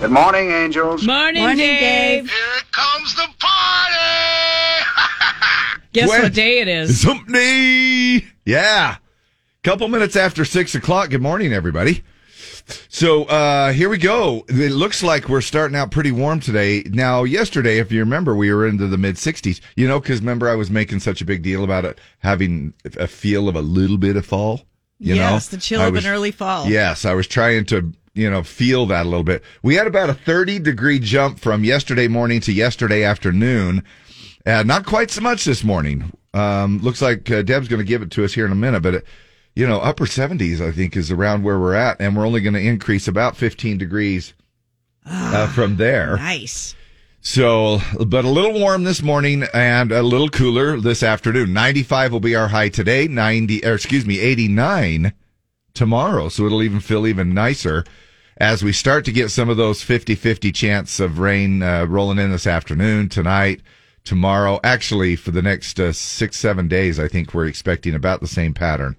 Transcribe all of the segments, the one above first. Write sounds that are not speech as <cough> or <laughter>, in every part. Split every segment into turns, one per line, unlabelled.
Good morning, angels.
Morning,
Morning,
Dave.
Here comes the <laughs> party!
Guess
Gwen-
what day it is?
Zump day. Yeah. Couple minutes after six o'clock. Good morning, everybody. So uh here we go. It looks like we're starting out pretty warm today. Now, yesterday, if you remember, we were into the mid 60s. You know, because remember, I was making such a big deal about it having a feel of a little bit of fall. You
yes,
know,
the chill
I
of
was-
an early fall.
Yes, I was trying to, you know, feel that a little bit. We had about a 30 degree jump from yesterday morning to yesterday afternoon. Uh, not quite so much this morning. Um, looks like uh, Deb's going to give it to us here in a minute, but, it, you know, upper 70s, I think, is around where we're at, and we're only going to increase about 15 degrees uh, from there.
Nice.
So, but a little warm this morning and a little cooler this afternoon. 95 will be our high today, 90, or excuse me, 89 tomorrow. So it'll even feel even nicer as we start to get some of those 50 50 chance of rain uh, rolling in this afternoon, tonight, tomorrow. Actually, for the next uh, six, seven days, I think we're expecting about the same pattern.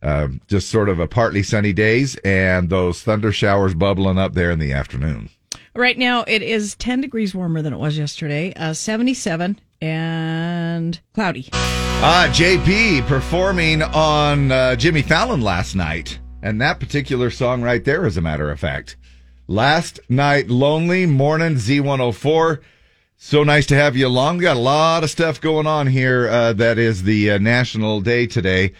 Um, just sort of a partly sunny days and those thunder showers bubbling up there in the afternoon.
Right now, it is 10 degrees warmer than it was yesterday, uh, 77 and cloudy.
Ah, JP performing on uh, Jimmy Fallon last night. And that particular song right there, as a matter of fact. Last Night Lonely, Morning Z104. So nice to have you along. We got a lot of stuff going on here uh, that is the uh, national day today.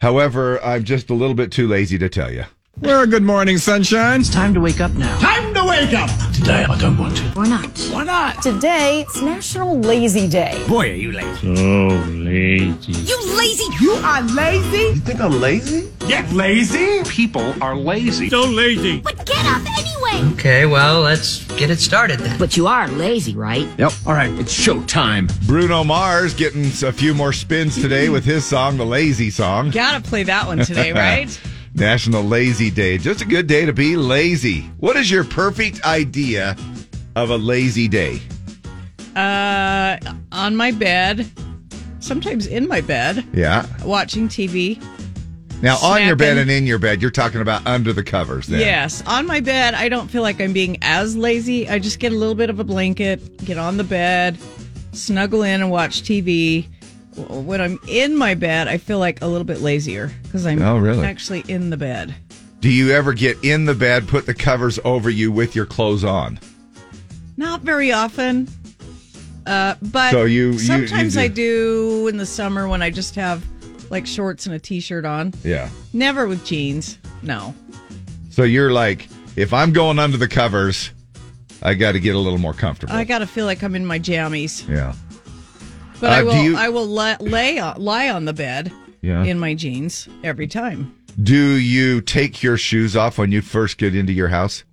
However, I'm just a little bit too lazy to tell you.
Well, good morning, sunshine.
Time to wake up now.
Time to wake up.
Today I don't want to.
Why not? Why not? Today, it's National Lazy Day.
Boy, are you lazy.
You lazy! You are lazy?
Get lazy?
People are lazy.
But get up anyway!
Okay, well, let's get it started then.
But you are lazy, right?
All right, it's showtime.
Bruno Mars getting a few more spins today with his song, The Lazy Song.
Gotta play that
<laughs>
one today, right?
National Lazy Day. Just a good day to be lazy. What is your perfect idea of a lazy day?
uh, on my bed, sometimes in my bed,
Yeah.
watching TV.
Now, on your bed
Snacking.
and in your bed, you're talking about under the covers then.
Yes, on my bed, I don't feel like I'm being as lazy. I just get a little bit of a blanket, get on the bed, snuggle in and watch TV. W- When I'm in my bed, I feel like a little bit lazier because I'm
Oh, really?
actually in the bed.
Do you ever get in the bed, put the covers over you with your clothes on?
Not very often. Uh, but
So you- you- you
sometimes
do-
I do in the summer when I just have like shorts and a t-shirt on.
Yeah.
Never with jeans. No.
So you're like, if I'm going under the covers, I got to get a little more comfortable.
I got to feel like I'm in my jammies.
yeah.
But
Uh,
I
do
will
you-
I will la- lay on, lie on the bed
Yeah.
in my jeans every time.
Do you take your shoes off when you first get into your house?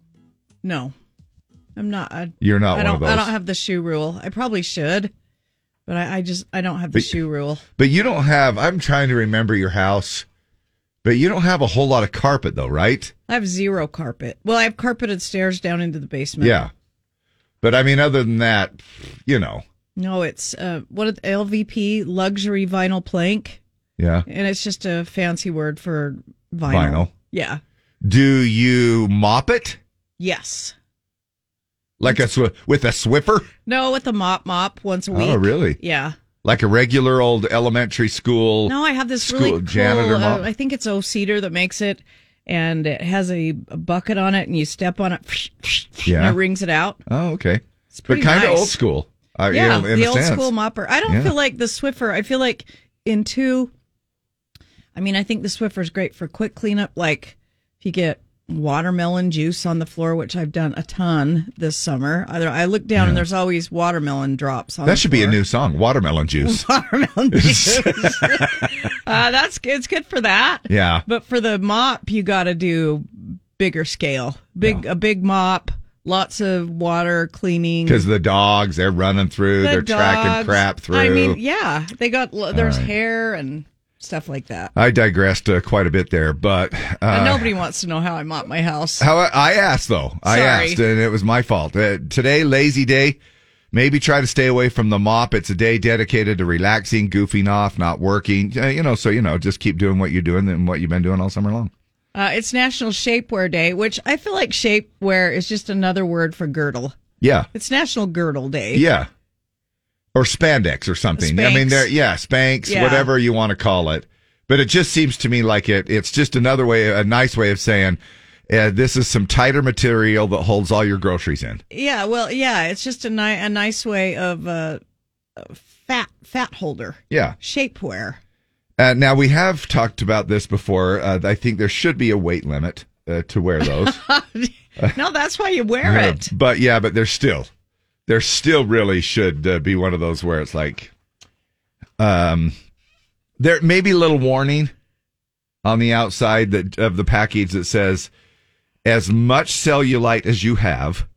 No. I'm not I,
You're not
I
one
don't
of those.
I don't have the shoe rule. I probably should. But I, I just I don't have the
But-
shoe rule.
But you don't have, I'm trying to remember your house, but you don't have a whole lot of carpet though, right?
I have zero carpet. Well, I have carpeted stairs down into the basement.
Yeah. But I mean, other than that, you know,
No, it's uh, what is- LVP luxury vinyl plank,
yeah.
and it's just a fancy word for vinyl.
Vinyl.
Yeah.
Do you mop it
Yes.
like a sw- with a Swiffer?
No, with a mop mop once a week.
Oh, really?
Yeah.
Like a regular old elementary school?
No, I have this
School
really cool.
janitor mop?
Uh, I think it's O'Cedar that makes it, and it has a, a bucket on it, and you step on it,
Yeah.
and <laughs> it rings it out.
Oh, okay.
It's
But
pretty
kind of
nice.
old school. I-
Yeah,
in- in
the
a
old
sense.
school mopper. I don't
Yeah.
feel like the Swiffer. I feel like in two. I mean, I think the Swiffer is great for quick cleanup. Like if you get watermelon juice on the floor, which I've done a ton this summer. I, I look down and there's always watermelon drops on. the
That should be a
floor.
new song, Watermelon
<laughs>
Juice. <laughs>
watermelon juice. uh, that's it's good for that.
yeah.
But for the mop, you got to do bigger scale, big a big mop, lots of water cleaning
Because Mm-hmm. the dogs, they're running through,
the
they're tracking
dogs.
crap through.
I mean, yeah, they got there's
right.
hair and stuff like that.
I digressed uh, quite a bit there, but uh,
And nobody wants to know how I mop my house.
How I asked though, I
Sorry.
asked, and it was my fault. Uh, today, lazy day. Maybe try to stay away from the mop. It's a day dedicated to relaxing, goofing off, not working. Uh, you know, so you know, just keep doing what you're doing and what you've been doing all summer long.
Uh, it's National Shapewear Day, which I feel like shapewear is just another word for girdle.
Yeah.
It's National Girdle Day.
Yeah. Or spandex or something. I mean,
Spanx.
there, yeah, spanks,
Yeah.
whatever you want to call it. But it just seems to me like it. It's just another way, a nice way of saying uh, this is some tighter material that holds all your groceries in.
Yeah, well, yeah, it's just a, ni- a nice way of uh, a fat fat holder.
Yeah.
Shapewear.
Uh, now we have talked about this before. Uh, I think there should be a weight limit uh, to wear
<laughs>
those.
no, that's why you wear
Uh,
it.
But yeah, but there's still, there still really should uh, be one of those where it's like, um, there may be a little warning on the outside that of the package that says, as much cellulite as you have,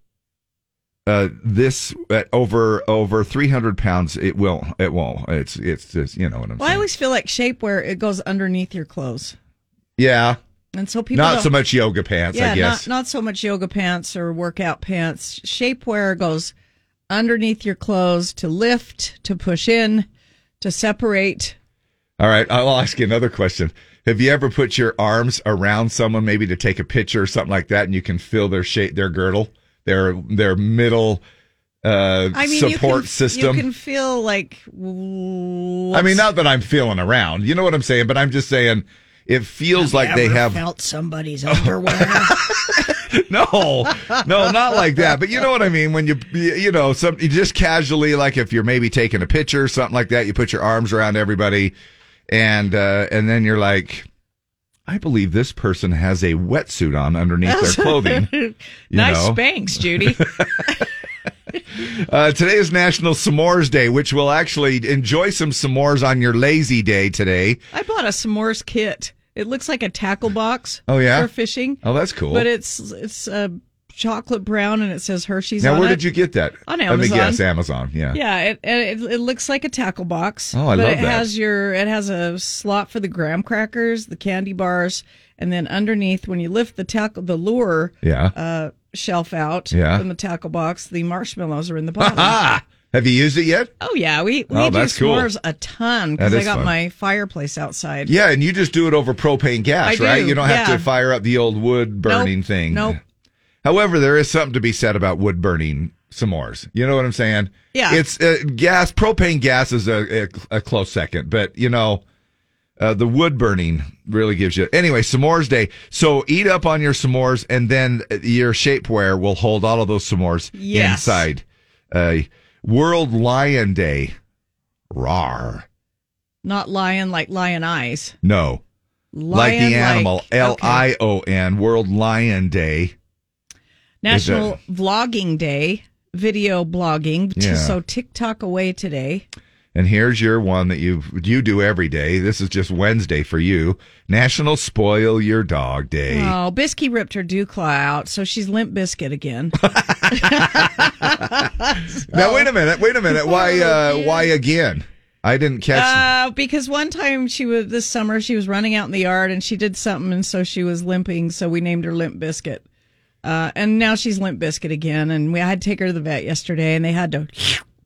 uh, this at over over 300 pounds, it will it won't. It's it's just you know what I'm
Well, I
saying.
always feel like shapewear it goes underneath your clothes,
yeah,
and so people
not
don't-
so much yoga pants,
Yeah,
I guess.
not not so much yoga pants or workout pants. Shapewear goes underneath your clothes to lift, to push in, to separate.
All right, I'll ask you another question. Have you ever put your arms around someone, maybe to take a picture or something like that, and you can feel their shape, their girdle, their their middle uh,
I mean,
support
you can,
system?
You can feel like. w-
I mean, not that I'm feeling around. You know what I'm saying? But I'm just saying, it feels like they
Ever
have
felt somebody's underwear.
no, no, not like that. But you know what I mean when you you know some you just casually like if you're maybe taking a picture or something like that, you put your arms around everybody, and uh, and then you're like, I believe this person has a wetsuit on underneath
<laughs>
their clothing.
nice
know.
spanks,
<laughs>
Judy.
Uh, today is National S'mores Day, which will actually enjoy some s'mores on your lazy day today.
I bought a s'mores kit. It looks like a tackle box.
Oh, yeah?
for fishing.
Oh, that's cool. <laughs>
But it's it's uh, chocolate brown and it says Hershey's.
now,
on
where
it.
did you get that? Let
On
me
Amazon.
guess, Amazon. Yeah.
Yeah, it, and it it looks like a tackle box.
Oh, I
but
love
it
that.
has your it has a slot for the graham crackers, the candy bars, and then underneath when you lift the tackle the lure
Yeah.
uh, shelf out
Yeah.
from the tackle box, the marshmallows are in
<laughs>
the bottom.
Ah, have you used it yet?
oh yeah, we we
Oh,
do
that's cool.
s'mores a ton because
That
I
is
got
fun.
my fireplace outside.
Yeah, and you just do it over propane gas,
I
right?
do,
You don't have
yeah.
to fire up the old wood burning
Nope,
thing.
nope.
However, there is something to be said about wood burning s'mores. You know what I'm saying?
Yeah.
It's uh, gas. Propane gas is a, a, a close second, but you know, uh, the wood burning really gives you. Anyway, s'mores day. So eat up on your s'mores, and then your shapewear will hold all of those s'mores
Yes.
inside. Uh, World Lion Day. Rar.
Not lion like lion eyes.
No
Lion
like the animal.
okay.
L I O N, World Lion Day.
National Vlogging Day, video blogging.
Yeah.
So TikTok away today.
And here's your one that you you do every day. This is just Wednesday for you. National Spoil Your Dog Day.
Oh, Bisky ripped her dew claw out, so she's limp biscuit again.
now wait a minute, wait a
<laughs>
minute. Why uh why again? I didn't catch
uh, because one time she was this summer, she was running out in the yard and she did something, and so she was limping, so we named her Limp Biscuit. Uh, and now she's Limp Biscuit again, and we I had to take her to the vet yesterday, and they had to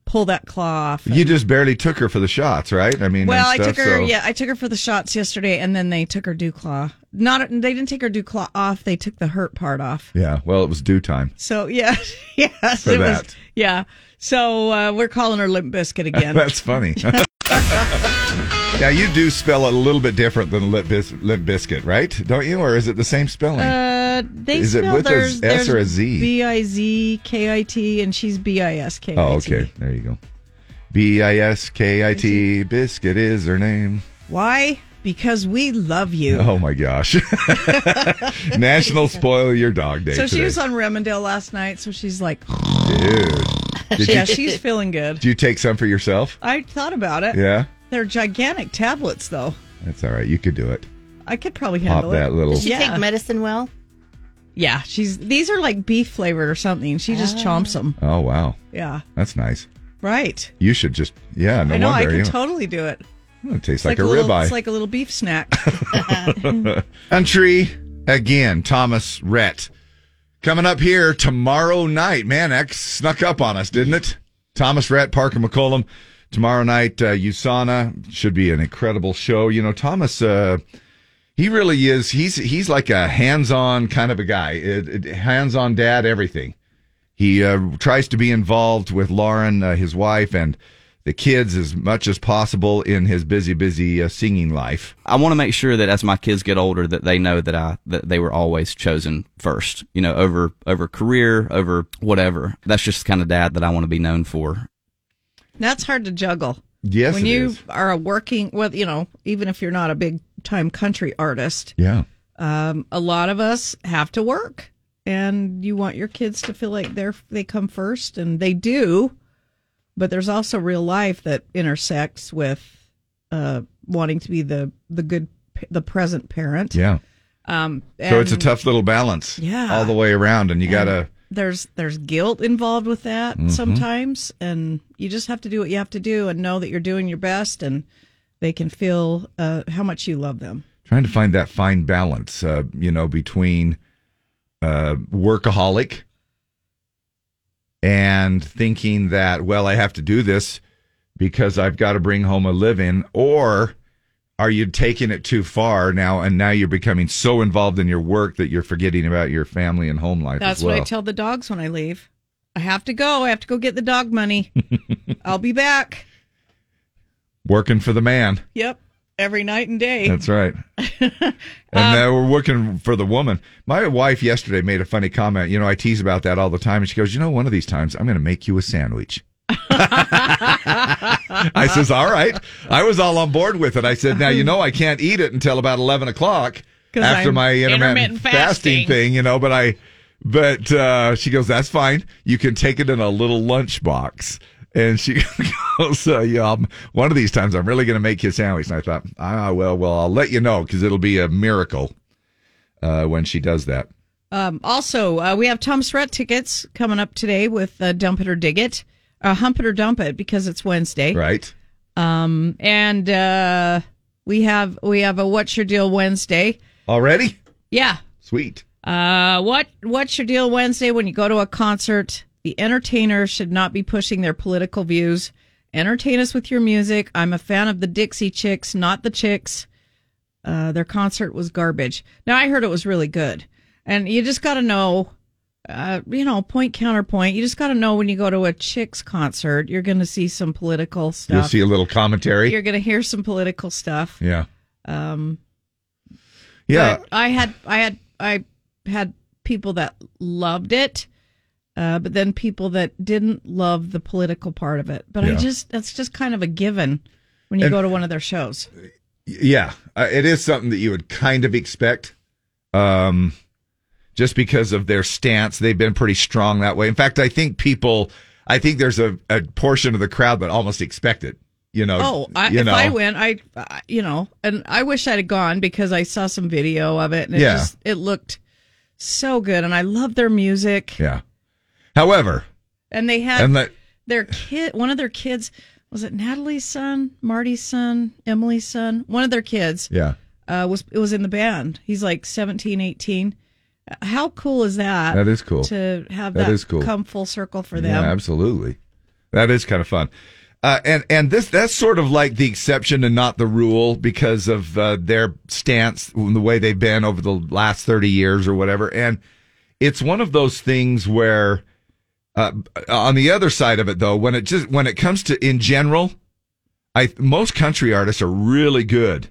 pull that claw off.
you just barely took her for the shots, right? I mean,
Well,
and
I took
stuff,
her.
so-
Yeah, I took her for the shots yesterday, and then they took her dew claw. Not they didn't take her dew claw off. They took the hurt part off.
yeah. Well, it was due time.
So yeah, yes,
For
it
that.
was. Yeah. So uh, we're calling her Limp Biscuit <laughs> again.
<laughs> That's funny.
<laughs>
now you do spell it a little bit different than Limp, Bis- Limp Biscuit, right? Don't you? Or is it the same spelling?
uh, they
Is it
spell
with a
theirs-
S or a
theirs
Z?
B i z k i t, and she's b i s k i t.
Oh, okay. There you go. B I S K I T biscuit is her name.
Why? Because we love you.
Oh my
<laughs>
gosh! National Spoil Your Dog Day.
so she
today.
was on Remondale last night. So she's
<laughs>
like, <laughs>
Dude, did
yeah,
you,
she's feeling good.
do you take some for yourself?
I thought about it.
Yeah,
They're gigantic tablets, though.
that's all right. You could do it.
I could probably
Pop
handle it.
that little.
Does she
Yeah.
take medicine well?
Yeah, she's these are like beef flavored or something. She just chomps them.
Oh wow,
Yeah,
that's nice.
right.
You should just yeah. No
I know I
wonder
could
you.
totally do it.
it tastes like, a,
little,
ribeye.
It's like a little beef snack.
<laughs> Country again, Thomas Rhett. Coming up here tomorrow night. Man, that snuck up on us, didn't it? Thomas Rhett, Parker McCollum. Tomorrow night, uh, USANA. Should be an incredible show. You know, Thomas, uh, He really is. He's he's like a hands-on kind of a guy. It- it- hands-on dad, everything. He uh, tries to be involved with Lauren, uh, his wife, and the kids as much as possible in his busy, busy uh, singing life.
I want to make sure that as my kids get older, that they know that I that they were always chosen first. You know, over over career, over whatever. That's just the kind of dad that I want to be known for.
That's hard to juggle.
Yes,
when
it
you
is.
are a working, well, you know, even if you're not a big time country artist,
Yeah.
um, a lot of us have to work, and you want your kids to feel like they're they come first, and they do. But there's also real life that intersects with uh, wanting to be the the good p- the present parent.
Yeah.
Um,
So it's a
and-
tough little balance.
Yeah.
All the way around, and you gotta.
Um,
Mm-hmm.
there's there's guilt involved with that sometimes and you just have to do what you have to do and know that you're doing your best and they can feel uh, how much you love them
trying to find that fine balance, uh, you know, between uh, workaholic and thinking that, well, I have to do this because I've got to bring home a living, or are you taking it too far now? And now you're becoming so involved in your work that you're forgetting about your family and home life.
that's
as well.
what i tell the dogs when i leave i have to go i have to go get the dog money i'll be back
<laughs> Working for the man.
yep every night and day
That's right. and then we're working for the woman. My wife yesterday made a funny comment. You know, I tease about that all the time. And she goes, You know, one of these times I'm going to make you a sandwich. I says, All right. I was all on board with it. I said, Now, you know, I can't eat it until about 11 o'clock
'Cause
after
I'm
my intermittent,
intermittent
fasting
fasting.
thing, you know, but I. But uh, she goes, "That's fine. You can take it in a little lunch box." And she <laughs> goes, uh, "Yeah, I'm, one of these times I'm really going to make you a sandwich." And I thought, "Ah, well, well, I'll let you know because it'll be a miracle uh, when she does that."
Um, also, uh, we have Tom Surratt tickets coming up today with uh, Dump It or Dig It, uh, Hump It or Dump It because it's Wednesday.
Right?
Um, and uh, we have we have a What's Your Deal Wednesday.
Already?
Yeah.
Sweet.
Uh, what What's Your Deal Wednesday? When you go to a concert, the entertainer should not be pushing their political views. Entertain us with your music. I'm a fan of the Dixie Chicks, not the Chicks. Uh, their concert was garbage. Now I heard it was really good, and you just got to know. Uh, you know, point counterpoint. You just got to know when you go to a chicks concert, you're going to see some political
You'll
stuff.
see a little commentary.
You're going to hear some political stuff.
yeah.
Um,
Yeah.
but I had I had I had people that loved it, uh, but then people that didn't love the political part of it. But I
Yeah.
just that's just kind of a given when you
And-
go to one of their shows.
yeah uh, it is something that you would kind of expect um just because of their stance they've been pretty strong that way in fact i think people i think there's a, a portion of the crowd that almost expect it you know
Oh, I,
Uh, you
if
know
I went, I, I you know, and I wish I'd have gone because I saw some video of it and it
Yeah.
just it looked so good and I love their music
yeah however
and they had
and that
their kid one of their kids was it Natalie's son, Marty's son, Emily's son, one of their kids.
yeah
uh, was it was in the band. He's like 17, 18. Uh, How cool is that?
That is cool.
To have
That
that,
is cool.
come full circle for
yeah
them.
absolutely that is kind of fun uh, and and this that's sort of like the exception and not the rule because of uh, their stance the way they've been over the last 30 years or whatever and it's one of those things where uh, on the other side of it though when it just when it comes to in general i most country artists are really good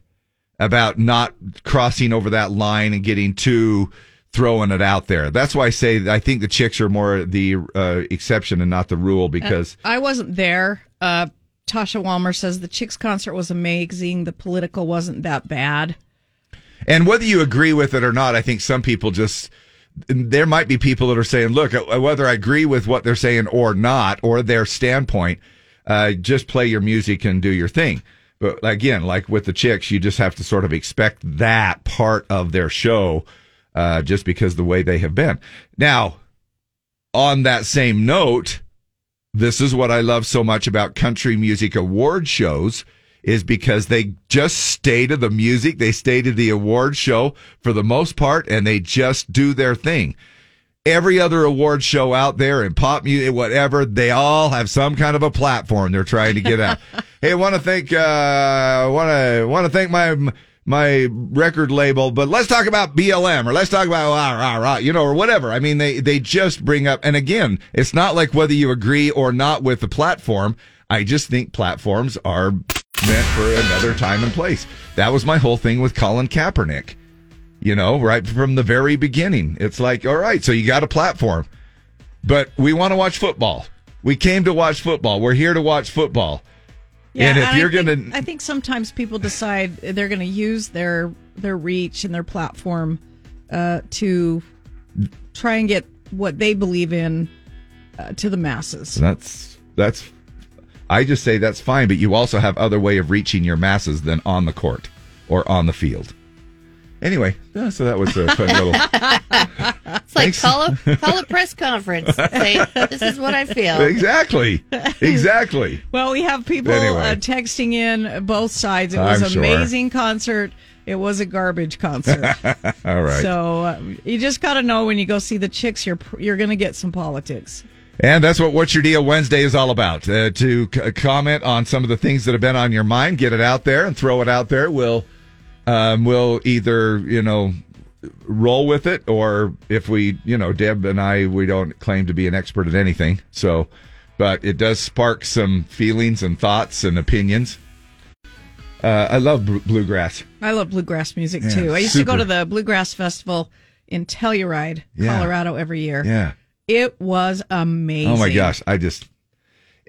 about not crossing over that line and getting too throwing it out there that's why i say that i think the chicks are more the uh, exception and not the rule because
I wasn't there. Uh, Tasha Walmer says the Chicks concert was amazing. The political wasn't that bad.
And whether you agree with it or not, I think some people just there might be people that are saying, "Look, uh, whether I agree with what they're saying or not, or their standpoint, uh, just play your music and do your thing." But again, like with the chicks, you just have to sort of expect that part of their show, uh, just because the way they have been. Now, on that same note, this is what I love so much about country music award shows is because they just stay to the music. They stay to the award show for the most part and they just do their thing. Every other award show out there in pop music, whatever, they all have some kind of a platform they're trying to get out. hey, I want to thank, uh, want to, want to thank my, my record label, but let's talk about BLM or let's talk about rah, rah, rah, you know, or whatever. I mean, they, they just bring up, and again, it's not like whether you agree or not with the platform. I just think platforms are meant for another time and place. That was my whole thing with Colin Kaepernick, you know, right from the very beginning. It's like, all right, so you got a platform but we want to watch football. We came to watch football. We're here to watch football. And if you're
I think-
gonna-
I think sometimes people decide they're going to use their their reach and their platform uh, to try and get what they believe in uh, to the masses.
That's that's. I just say that's fine, but you also have other way of reaching your masses than on the court or on the field. Anyway, yeah, so that was a fun
<laughs>
little.
It's like
Thanks.
call a call a press
<laughs>
conference. Say this is what I feel.
exactly, exactly. <laughs>
Well, we have people
Anyway.
uh, texting in both sides. It was
I'm sure.
amazing concert. It was a garbage concert.
<laughs> All right.
So uh, you just got to know when you go see the chicks, you're pr- you're going to get some politics.
And that's what What's Your Deal Wednesday is all about. Uh, to c- comment on some of the things that have been on your mind, get it out there and throw it out there. We'll, um, we'll either, you know, roll with it or if we, you know, Deb and I, we don't claim to be an expert at anything. So, but it does spark some feelings and thoughts and opinions. Uh, I love bl- bluegrass.
I love bluegrass music
Yeah,
too. I used to go
super.
to the bluegrass festival in Telluride,
Yeah.
Colorado, every year.
Yeah.
It was amazing.
Oh my gosh, I just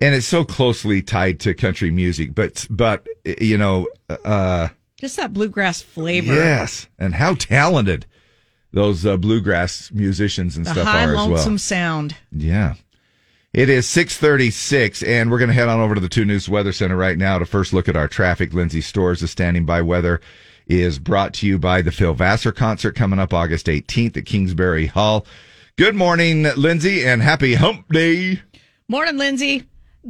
and it's so closely tied to country music, but but you know, uh
Just that bluegrass flavor.
Yes, and how talented those uh, bluegrass musicians and
The
stuff
high
are as
lonesome
well.
sound.
Yeah. It is 636, and we're going to head on over to the 2 News Weather Center right now to first look at our traffic. Lindsay Stores is standing by weather is brought to you by the Phil Vassar concert coming up August 18th at Kingsbury Hall. Good morning, Lindsay, and happy hump day.
Morning, Lindsay.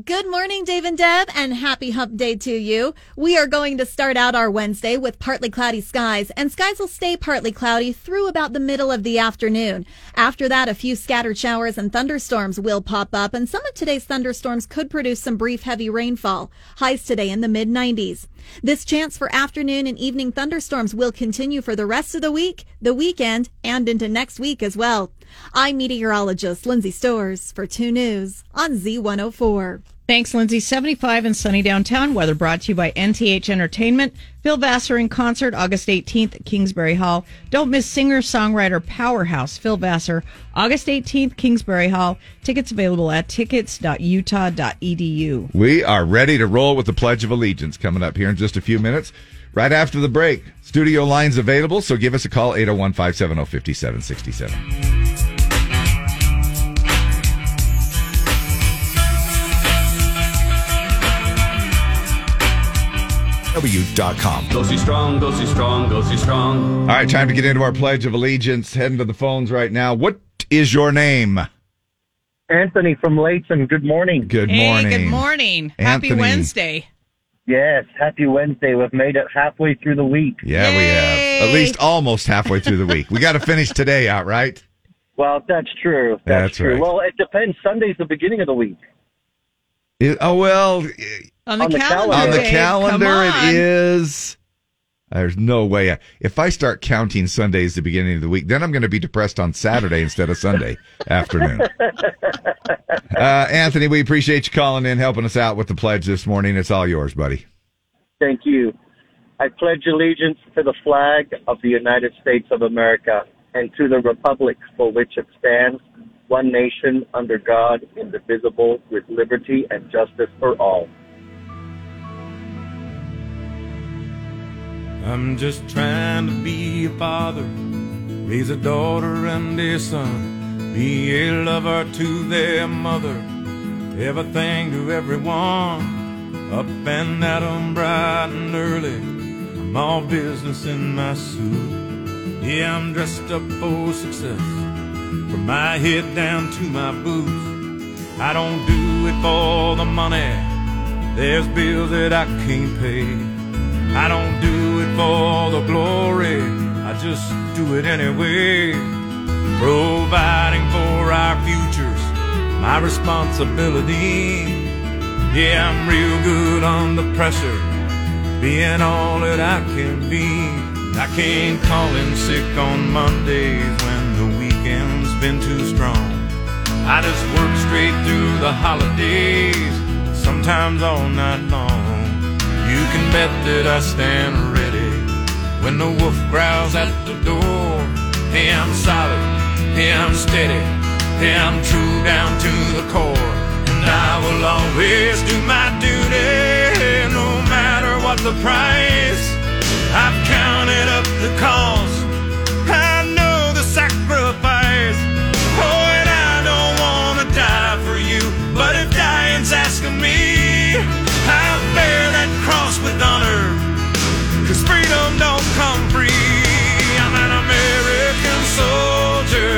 Good morning, Dave and Deb, and happy hump day to you. We are going to start out our Wednesday with partly cloudy skies, and skies will stay partly cloudy through about the middle of the afternoon. After that, a few scattered showers and thunderstorms will pop up, and some of today's thunderstorms could produce some brief heavy rainfall. Highs today in the mid 90s. This chance for afternoon and evening thunderstorms will continue for the rest of the week, the weekend, and into next week as well. I'm meteorologist Lindsay Storrs for 2 News on Z104.
Thanks, Lindsay. 75 and sunny downtown. Weather brought to you by NTH Entertainment. Phil Vassar in concert August 18th at Kingsbury Hall. Don't miss singer songwriter powerhouse Phil Vassar August 18th, Kingsbury Hall. Tickets available at E tickets.utah.edu.
We are ready to roll with the Pledge of Allegiance coming up here in just a few minutes. Right after the break, studio lines available, so give us a call 801 570 5767. W.com.
Go see strong, go see strong, go see strong.
All right, time to get into our Pledge of Allegiance. Heading to the phones right now. What is your name?
Anthony from Layton, good morning.
Good morning.
Hey, good morning.
Anthony.
Happy Wednesday.
Yes, happy Wednesday. We've made it halfway through the week.
Yeah, we have. At least almost halfway through the week. We got to finish today out, right?
Well, that's true. That's,
That's
true.
right.
Well, it depends. Sunday's the beginning of the week.
It- oh, well,
On the,
On the
calendar.
on the
Dave,
calendar
come on.
it is there's no way I, if i start counting sunday as the beginning of the week then i'm going to be depressed on saturday instead of sunday
<laughs>
afternoon uh, anthony we appreciate you calling in helping us out with the pledge this morning it's all yours buddy
<laughs> Thank you. I pledge allegiance to the flag of the United States of America and to the republic for which it stands, one nation under God, indivisible, with liberty and justice for all.
I'm just trying to be a father, raise a daughter and a son, be a lover to their mother, everything to everyone. Up and at 'em bright and early, I'm all business in my suit. Yeah, I'm dressed up for success, from my head down to my boots. I don't do it for the money, there's bills that I can't pay. I don't do it for the glory, I just do it anyway. Providing for our futures, my responsibility. Yeah, I'm real good under pressure, being all that I can be. I can't call in sick on Mondays when the weekend's been too strong. I just work straight through the holidays, sometimes all night long. You can bet that I stand ready when the wolf growls at the door. Hey, I'm solid. Hey, I'm steady. Hey, I'm true down to the core. And I will always do my duty, no matter what the price. I've counted up the cost. I know the sacrifice. Oh, and I don't wanna die for you, but if dying's asking me, I'll bear that cross with honor. Cause freedom don't come free. I'm an American soldier,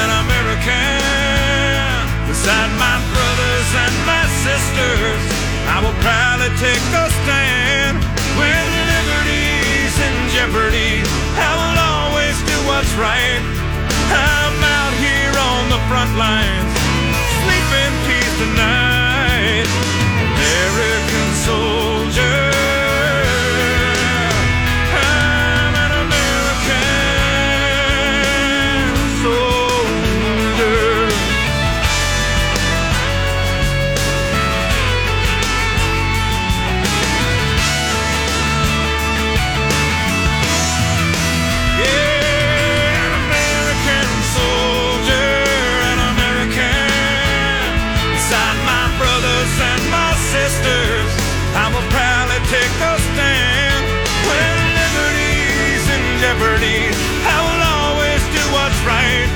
an American. Beside my brothers and my sisters, I will proudly take a stand. When liberty's in jeopardy, I will always do what's right. I'm out here on the front lines, sleep in peace tonight. American soldier. I'm an American soldier. Yeah, an American soldier, an American. Beside my brothers and my sisters, I will proudly take a stand. When liberty's in jeopardy, I will always do what's right.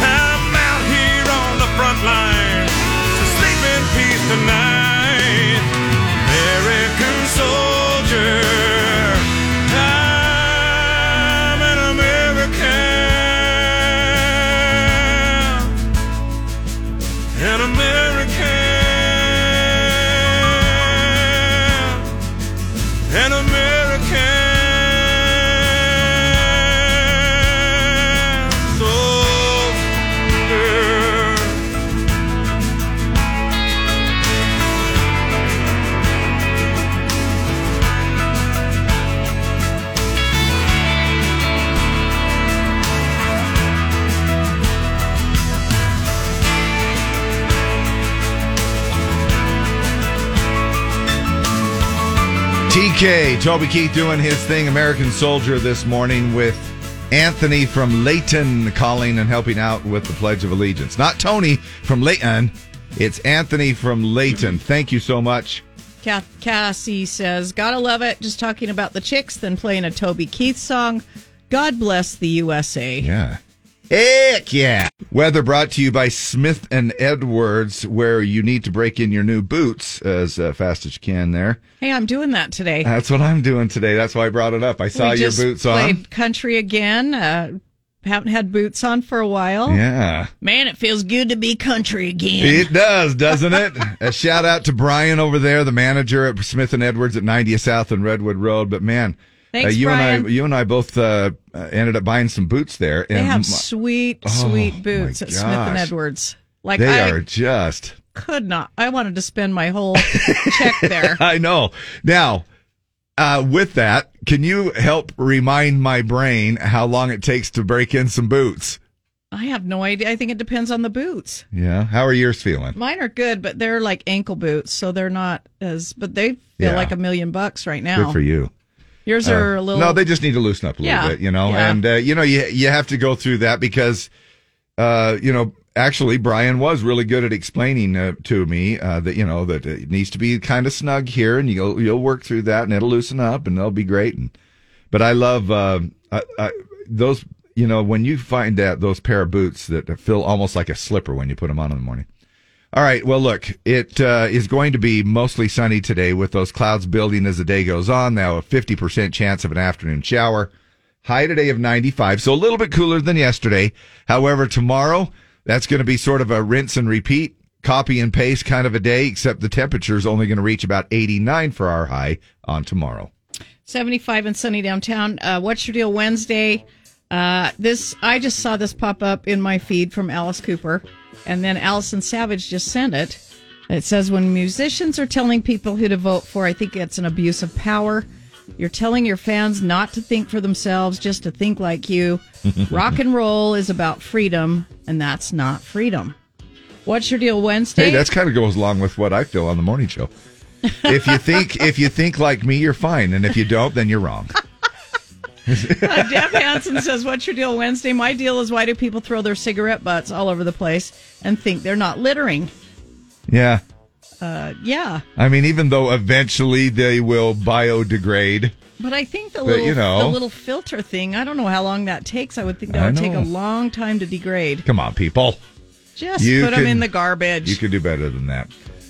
I'm out here on the front line, so sleep in peace tonight. American soldier. I'm an American. An American. An American soldier.
TK, Toby Keith doing his thing, American Soldier, this morning with Anthony from Layton calling and helping out with the Pledge of Allegiance. Not Tony from Layton, it's Anthony from Layton. Thank you so much.
Kath- Cassie says, Gotta love it. Just talking about the chicks, then playing a Toby Keith song. God bless the USA.
Yeah. Heck yeah. Weather brought to you by Smith and Edwards, where you need to break in your new boots as uh, fast as you can there.
Hey, I'm doing that today.
That's what I'm doing today. That's why I brought it up. I saw
we
your
just
boots
played
on.
country again. Uh, haven't had boots on for a while.
Yeah.
Man, it feels good to be country again.
It does, doesn't it? a shout out to Brian over there, the manager at Smith and Edwards at 90th South and Redwood Road. But man, uh,
Thanks,
you and I,
Brian.
you and I both uh, uh, ended up buying some boots there.
They
and
have
my-
sweet,
Oh, my
sweet boots at Smith and
gosh.
Edwards. Like
they
I
are just.
could not. I wanted to spend my whole check <laughs>
<laughs>
there.
I know. Now, uh, with that, can you help remind my brain how long it takes to break in some boots?
I have no idea. I think it depends on the boots.
Yeah. How are yours feeling?
Mine are good, but they're like ankle boots, so they're not as. But they feel
Yeah.
like a million bucks right now.
Good for you.
Yours
Uh,
are a little.
No, they just need to loosen up a little
Yeah.
bit, you know.
Yeah.
And uh, you know, you you have to go through that because, uh, you know, actually Brian was really good at explaining uh, to me uh, that you know that it needs to be kind of snug here, and you'll you'll work through that, and it'll loosen up, and they'll be great. And but I love uh, I, I, those. You know, when you find that those pair of boots that feel almost like a slipper when you put them on in the morning. All right. Well, look, it uh, is going to be mostly sunny today with those clouds building as the day goes on. Now, a 50% chance of an afternoon shower. High today of 95, so a little bit cooler than yesterday. However, tomorrow, that's going to be sort of a rinse and repeat, copy and paste kind of a day, except the temperature is only going to reach about 89 for our high on tomorrow.
75 and sunny downtown. Uh, What's your deal Wednesday? Uh, this I just saw this pop up in my feed from Alice Cooper, and then Allison Savage just sent it. It says when musicians are telling people who to vote for, I think it's an abuse of power. You're telling your fans not to think for themselves, just to think like you. Rock and roll is about freedom, and that's not freedom. What's your deal Wednesday?
Hey,
<laughs>
that's kind of goes along with what I feel on the morning show. If you think if you think like me, you're fine, and if you don't, then you're wrong.
Uh, Deb Hansen says, What's your deal Wednesday? My deal is why do people throw their cigarette butts all over the place and think they're not littering?
Yeah,
Uh, yeah.
I mean, even though eventually they will biodegrade.
But I think the
But,
little,
you know.
the little filter thing, I don't know how long that takes. I would think that
I
would take
know.
a long time to degrade.
Come on, people.
Just
You
put them
can-
in the garbage.
You could do better than that.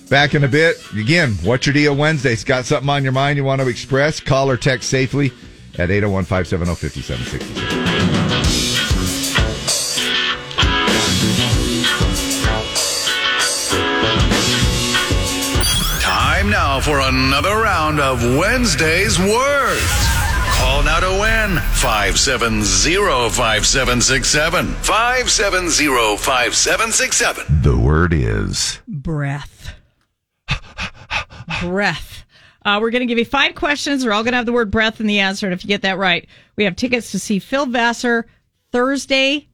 Back in a bit. Again, what's your deal Wednesday's got something on your mind you want to express? Call or text safely at 801 570 5766.
Time now for another round of Wednesday's Words. Call now to win 570-5767. 570-5767.
The word is.
breath. breath. Uh, we're going to give you five questions. They're all going to have the word breath in the answer. And if you get that right, we have tickets to see Phil Vassar Thursday,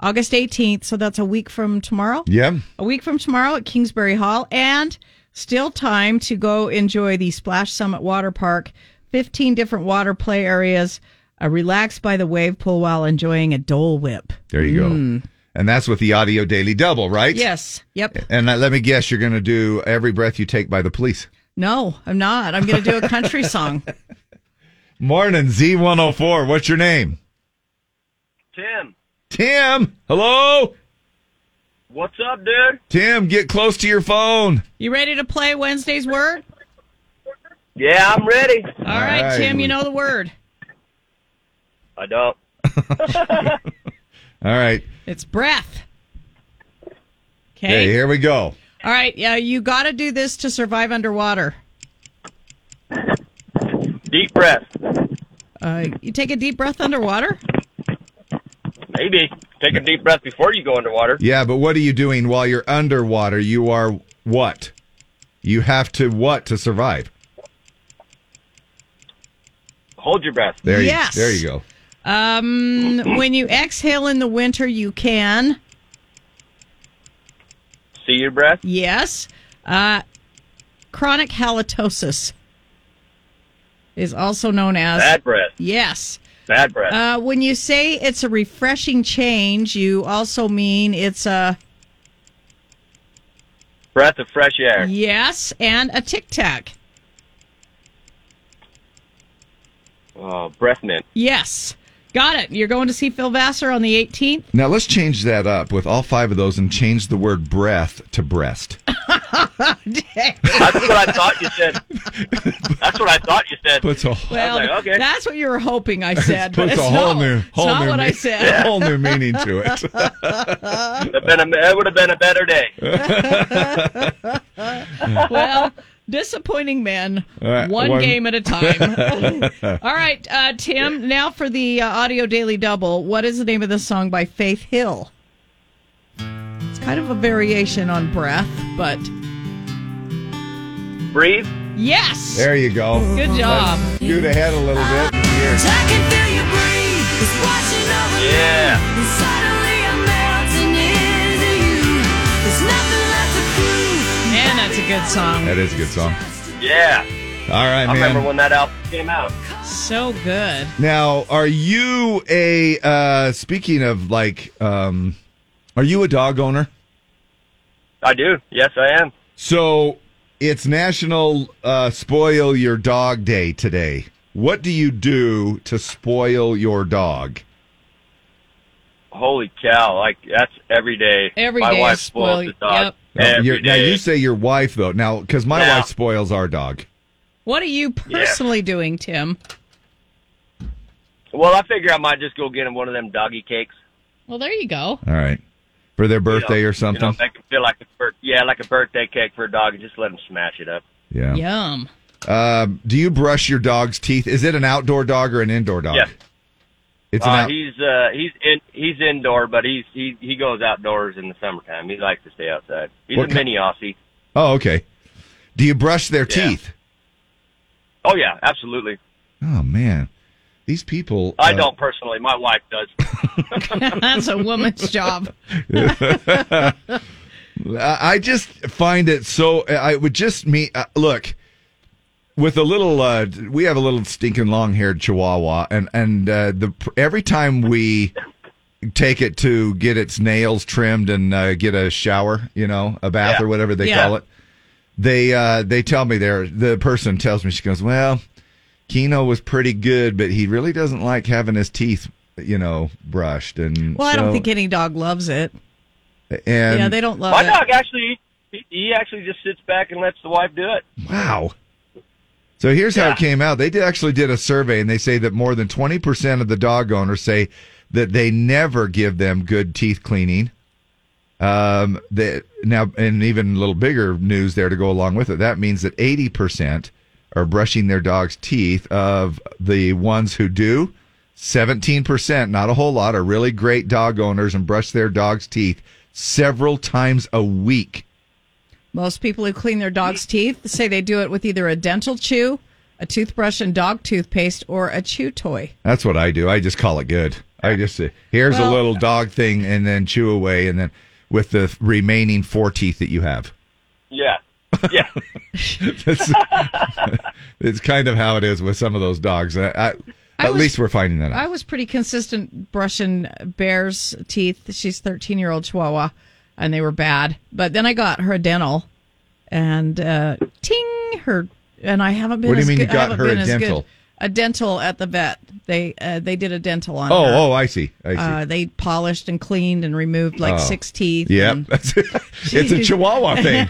August 18th. So that's a week from tomorrow.
Yeah.
A week from tomorrow at Kingsbury Hall. And still time to go enjoy the Splash Summit Water Park. 15 different water play areas. Uh, relax by the wave pool while enjoying a Dole Whip.
There you go. And that's with the Audio Daily Double, right?
Mm. Yes. Yep.
And uh, let me guess, you're going to do Every Breath You Take by the Police.
No, I'm not. I'm going to do a
<laughs>
country song.
Morning, Z104. What's your name?
Tim,
Tim. Hello?
what's up, dude?
Tim, get close to your phone.
You ready to play Wednesday's word?
Yeah, I'm ready.
All right,
right.
Tim, you know the word.
I don't.
All right.
It's breath.
Okay,
Okay.
here we go.
All right. Yeah, you got to do this to survive underwater.
Deep breath.
Uh, you take a deep breath underwater.
Maybe take a deep breath before you go underwater.
Yeah, but what are you doing while you're underwater? You are what? You have to what to survive?
Hold your breath.
There
Yes.
you there you go.
Um, when you exhale in the winter, you can.
See your breath.
Yes. Uh, chronic halitosis is also known as
Bad breath.
Yes.
Bad breath.
Uh, when you say it's a refreshing change, you also mean it's a
breath of fresh air.
yes and a tic tac.
Oh, breath mint.
Yes. Got it. You're going to see Phil Vassar on the
<laughs>
18th.
Now let's change that up with all five of those and change the word breath to breast. Oh,
That's what I thought you
<laughs>
said. That's what I thought you said.
Puts a
Well,
I was like, okay.
that's what you were hoping
<laughs>
I said. but
puts
it's
a whole
not,
new
it's
whole
not
new
what I
mean-
said.
<laughs> whole new meaning to
<laughs>
it.
Would've been a- it would have been a better
<laughs>
day.
Uh, <laughs>
well, disappointing men,
All right,
one,
Uh, one-
game at a time.
<laughs>
All right, uh, Tim, now for the uh, Audio Daily Double. What is the name of this song by Faith Hill? It's kind of a variation on breath, but
Breathe.
yes.
there you go.
Good job.
Let's scoot ahead a little bit. Here.
Yeah.
Man, that's a good song.
That is a good song.
Yeah.
All right,
I remember
man.
when that album came out.
So good.
Now, are you a uh speaking of like um are you a dog owner?
I do. Yes, I am.
So it's National uh, Spoil Your Dog Day today. What do you do to spoil your dog?
Holy cow! Like that's every day.
Every
My
day
wife
is spoil-
spoils the dog.
Now,
Every
you're- now
day.
you say your wife though. Now because my
Now.
wife spoils our dog.
What are you personally doing, Tim?
Well, I figure I might just go get him one of them doggy cakes.
Well, there you go.
All right, for their
you know,
birthday
you know,
or something.
make him feel like a bir- yeah, like a birthday cake for a dog, and just let him smash it up.
yeah.
Yum.
Uh, do you brush your dog's teeth? Is it an outdoor dog or an indoor dog?
Yeah.
It's an
Uh,
out-
he's uh, he's in, he's indoor, but he's he he goes outdoors in the summertime. He likes to stay outside. He's
What
a
ki-
mini Aussie.
oh, okay. Do you brush their
Yeah.
teeth?
Oh yeah, absolutely.
Oh man, these people.
I
uh,
don't personally. My wife
<laughs>
does.
That's a woman's job.
I I just find it so. I would just me uh, look with a little. Uh, we have a little stinking long haired Chihuahua, and and uh, the every time we take it to get its nails trimmed and uh, get a shower, you know, a bath or whatever they
Yeah.
call it, they uh, they tell me there. The person tells me she goes, well, Kino was pretty good, but he really doesn't like having his teeth, you know, brushed and
Well, I
so-
don't think any dog loves it.
and
yeah, they don't <laughs> love
My
it.
dog actually, he, he actually just sits back and lets the wife do it.
Wow. So here's how it came out. They did actually did a survey, and they say that more than twenty percent of the dog owners say that they never give them good teeth cleaning. Um, that now, and even a little bigger news there to go along with it. That means that eighty percent are brushing their dog's teeth. Of the ones who do, seventeen percent, not a whole lot, are really great dog owners and brush their dog's teeth several times a week.
Most people who clean their dog's teeth say they do it with either a dental chew, a toothbrush and dog toothpaste, or a chew toy.
That's what I do. I just call it good. I just say, here's
Well-
a little dog thing, and then chew away, and then with the remaining four teeth that you have.
Yeah. Yeah.
That's, it's kind of how it is with some of those dogs. I, I,
I
at
was-
least we're finding that out.
I was pretty consistent brushing Bear's teeth. She's 13 year old Chihuahua, and they were bad. But then I got her a dental, and uh, ting her, and I haven't been.
What do you
as
mean you
good- I
got
haven't
her
been
a
as good-
dental?
A dental at the vet. They uh, they did a dental on her.
Oh, oh, I see. I see.
Uh, they polished and cleaned and removed like
Oh.
six teeth.
Yep.
and-
<laughs>
<laughs>
it's a Chihuahua thing.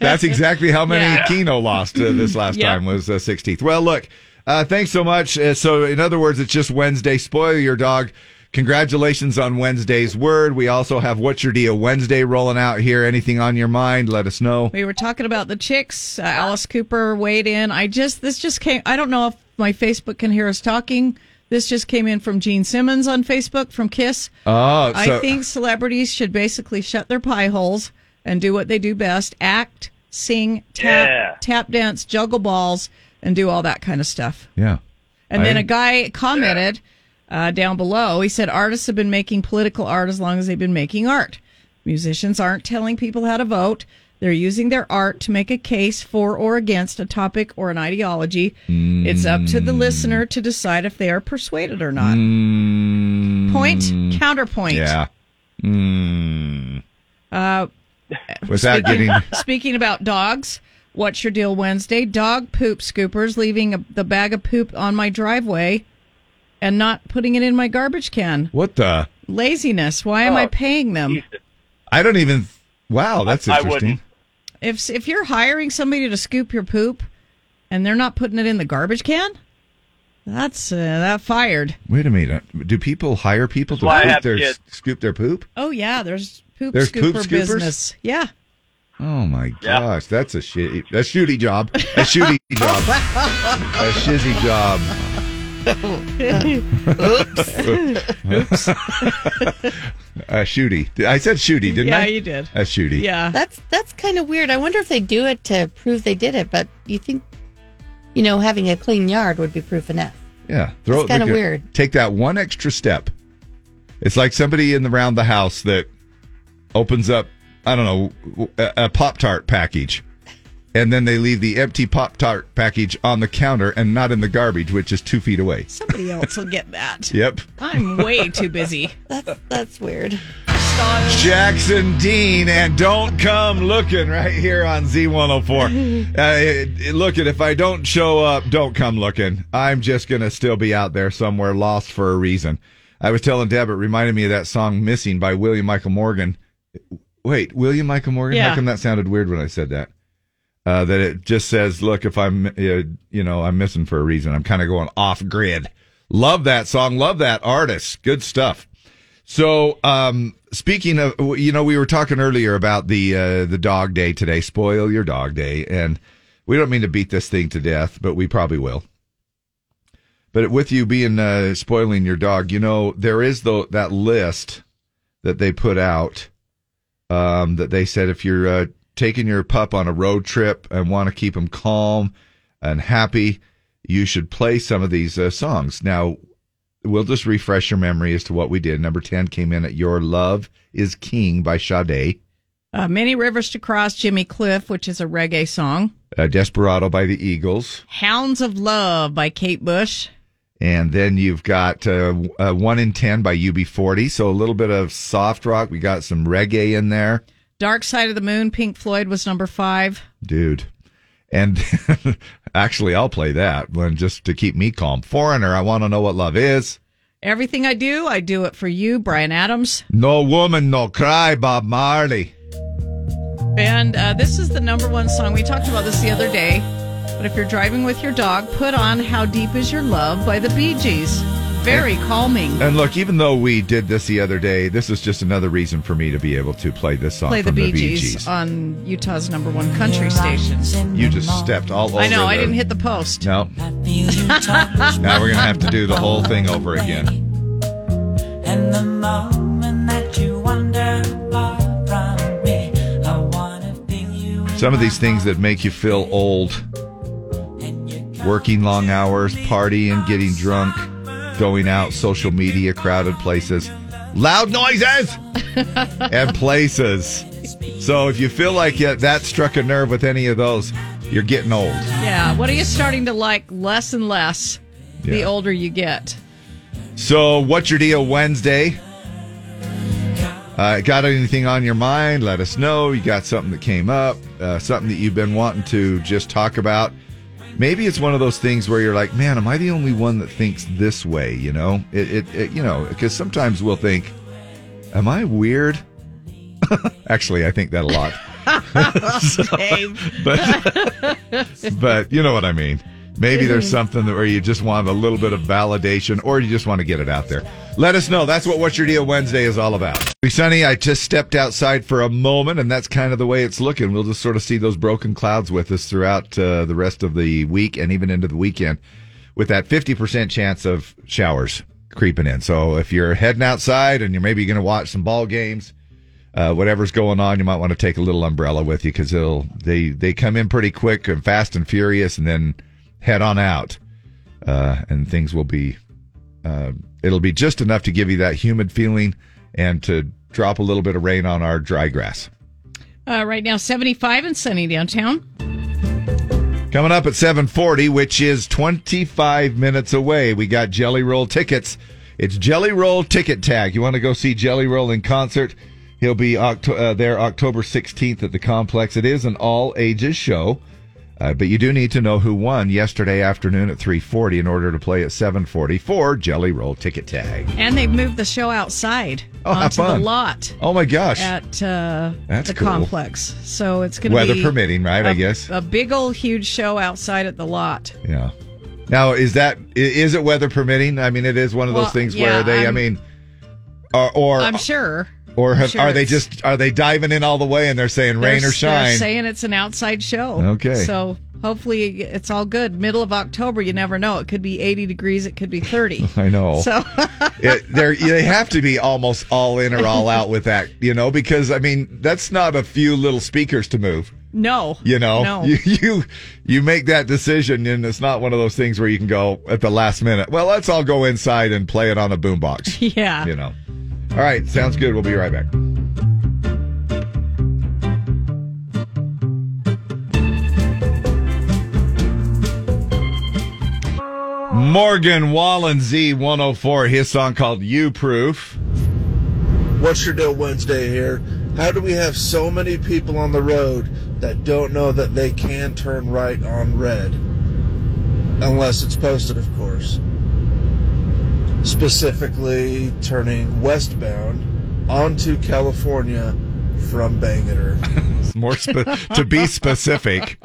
That's exactly how many Kino lost uh, this last
Yeah.
time was uh, 16th. Well, look, uh, thanks so much. Uh, so, in other words, it's just Wednesday. Spoil your dog. Congratulations on Wednesday's word. We also have What's Your Deal Wednesday rolling out here. Anything on your mind, let us know.
<laughs> We were talking about the chicks. Uh, Alice Cooper weighed in. I just this just came. I don't know if my Facebook can hear us talking. This just came in from Gene Simmons on Facebook from Kiss.
Oh,
I
so- <laughs>
think celebrities should basically shut their pie holes and do what they do best: act, sing, tap,
Yeah.
tap dance, juggle balls, and do all that kind of stuff.
Yeah.
And
I-
then a guy commented uh, down below. He said, Artists have been making political art as long as they've been making art. Musicians aren't telling people how to vote. They're using their art to make a case for or against a topic or an ideology. It's up to
Mm.
the listener to decide if they are persuaded or not.
Mm.
Point, counterpoint.
Mm. Yeah. Mm.
Uh,
Without
speaking,
getting-
speaking about dogs, what's your deal Wednesday? Dog poop scoopers leaving a, the bag of poop on my driveway and not putting it in my garbage can.
What the?
Laziness. Why am I paying them?
I don't even. Wow, that's
I
interesting.
wouldn't. If if you're hiring somebody to scoop your poop and they're not putting it in the garbage can, that's uh, that fired.
Wait a minute. Do people hire people
That's why I
to poop
have
their,
kids.
scoop their poop?
Oh yeah, there's poop
There's
scooper
poop scoopers?
business. Yeah.
Oh my gosh, that's a shitty, a shooty job, a
<laughs>
shooty job, a shizzy job. <laughs>
Oops.
a Uh, shooty. I said shooty, didn't
Yeah,
I?
you did.
A shooty.
That's that's kind of weird. I wonder if they do it to prove they did it, but you think you know, having a clean yard would be proof
<laughs>
enough.
Yeah. Throw
It's
it-
kinda
look at-
weird.
Take that one extra step. It's like somebody in the round the house that opens up, I don't know, a, a Pop Tart package, and then they leave the empty Pop Tart package on the counter and not in the garbage, which is two feet away.
Somebody else will get that.
Yep.
I'm way too busy.
<laughs> That's that's weird.
Jackson Dean and Don't Come Looking right here on Z104. Uh, it- it- look, it, if I don't show up, don't come looking. I'm just going to still be out there somewhere lost for a reason. I was telling Deb, it reminded me of that song Missing by William Michael Morgan. Wait, William Michael Morgan?
Yeah.
How come that sounded weird when I said that? Uh, that it just says, look, if I'm, uh, you know, I'm missing for a reason. I'm kind of going off grid. Love that song. Love that artist. Good stuff. So, um, speaking of, you know, we were talking earlier about the uh, the dog day today. Spoil your dog day, and we don't mean to beat this thing to death, but we probably will. But with you being uh, spoiling your dog, you know there is though that list that they put out um, that they said if you're uh, taking your pup on a road trip and want to keep him calm and happy, you should play some of these uh, songs. Now, we'll just refresh your memory as to what we did. Number 10 came in at Your Love is King by Sade,
Uh, Many Rivers to Cross, Jimmy Cliff, which is a reggae song.
uh, Desperado by the Eagles.
Hounds of Love by Kate Bush.
And then you've got uh, uh, 1 in 10 by UB40. So a little bit of soft rock. We got some reggae in there.
Dark Side of the Moon, Pink Floyd was number five.
dude. And <laughs> actually, I'll play that one just to keep me calm. Foreigner, I want to know what love is.
Everything I Do, I Do It For You, Brian Adams.
No woman, no cry, Bob Marley.
And uh, this is the number one song. We talked about this the other day. But if you're driving with your dog, put on How Deep Is Your Love by the Bee Gees. Very calming.
And look, even though we did this the other day, this is just another reason for me to be able to play this song
Play the
from
Bee
the Bee
Gees
Gees.
on Utah's number one country station.
You just stepped all over.
I know, I
the-
didn't hit the post.
No,
<laughs>
now we're gonna have to do the whole thing over again.
And the moment that you wander far from me, I want
<laughs>
to
Some of these things that make you feel old, working long hours, partying, getting drunk, going out, social media, crowded places, loud noises. and places. So if you feel like yeah, that struck a nerve with any of those, you're getting old.
Yeah, what are you starting to like less and less the
Yeah.
older you get?
So what's your deal Wednesday? Uh, got anything on your mind? Let us know. You got something that came up, uh, something that you've been wanting to just talk about. Maybe it's one of those things where you're like, man, am I the only one that thinks this way? You know, it, it, it you know, because sometimes we'll think, am I weird? <laughs> Actually, I think that a lot. but, but you know what I mean. Maybe there's something that where you just want a little bit of validation or you just want to get it out there. Let us know. That's what What's Your Deal Wednesday is all about. Hey, Sunny, I just stepped outside for a moment and that's kind of the way it's looking. We'll just sort of see those broken clouds with us throughout uh, the rest of the week and even into the weekend with that 50% chance of showers creeping in. So if you're heading outside and you're maybe going to watch some ball games, uh, whatever's going on, you might want to take a little umbrella with you because they'll they they come in pretty quick and fast and furious, and then head on out, uh, and things will be uh, it'll be just enough to give you that humid feeling and to drop a little bit of rain on our dry grass.
Uh, right now, 75 and sunny downtown.
Coming up at 7:40, which is 25 minutes away, we got Jelly Roll tickets. It's Jelly Roll Ticket Tag. You want to go see Jelly Roll in concert? He'll be Octo- uh, there October 16th at the complex. It is an all ages show, uh, but you do need to know who won yesterday afternoon at 3:40 in order to play at 7:40 for Jelly Roll Ticket Tag.
And they've moved the show outside
Oh, have
onto the
fun.
lot
Oh my gosh!
at uh,
That's
the
cool.
complex. So it's going to
Weather
be
permitting, right,
I
I guess.
a big old huge show outside at the lot.
Yeah. Now, is that i- is it weather permitting? I mean, it is one of
Well,
those things
yeah,
where they. i
I'm-
mean, or, or
I'm sure.
Or
I'm
have,
sure
are they
it's-
just are they diving in all the way and they're saying
they're-
rain or
they're
shine?
saying it's an outside show.
Okay.
So hopefully it's all good. Middle of October, you never know. It could be 80 degrees. It could be 30.
<laughs> I know.
So <laughs>
It- they're, they have to be almost all in or all out with that, you know, because I mean that's not a few little speakers to move.
no.
You know, <laughs>
No.
you, you you make that decision, and it's not one of those things where you can go at the last minute. Well, let's all go inside and play it on a boombox.
<laughs> yeah.
You know. All right, sounds good. We'll be right back. Morgan Wallen Z104, his song called You Proof.
What's your deal Wednesday here? How do we have so many people on the road that don't know that they can turn right on red? Unless it's posted, of course. Specifically, turning westbound onto California from Bangor.
<laughs> More spe- to be specific.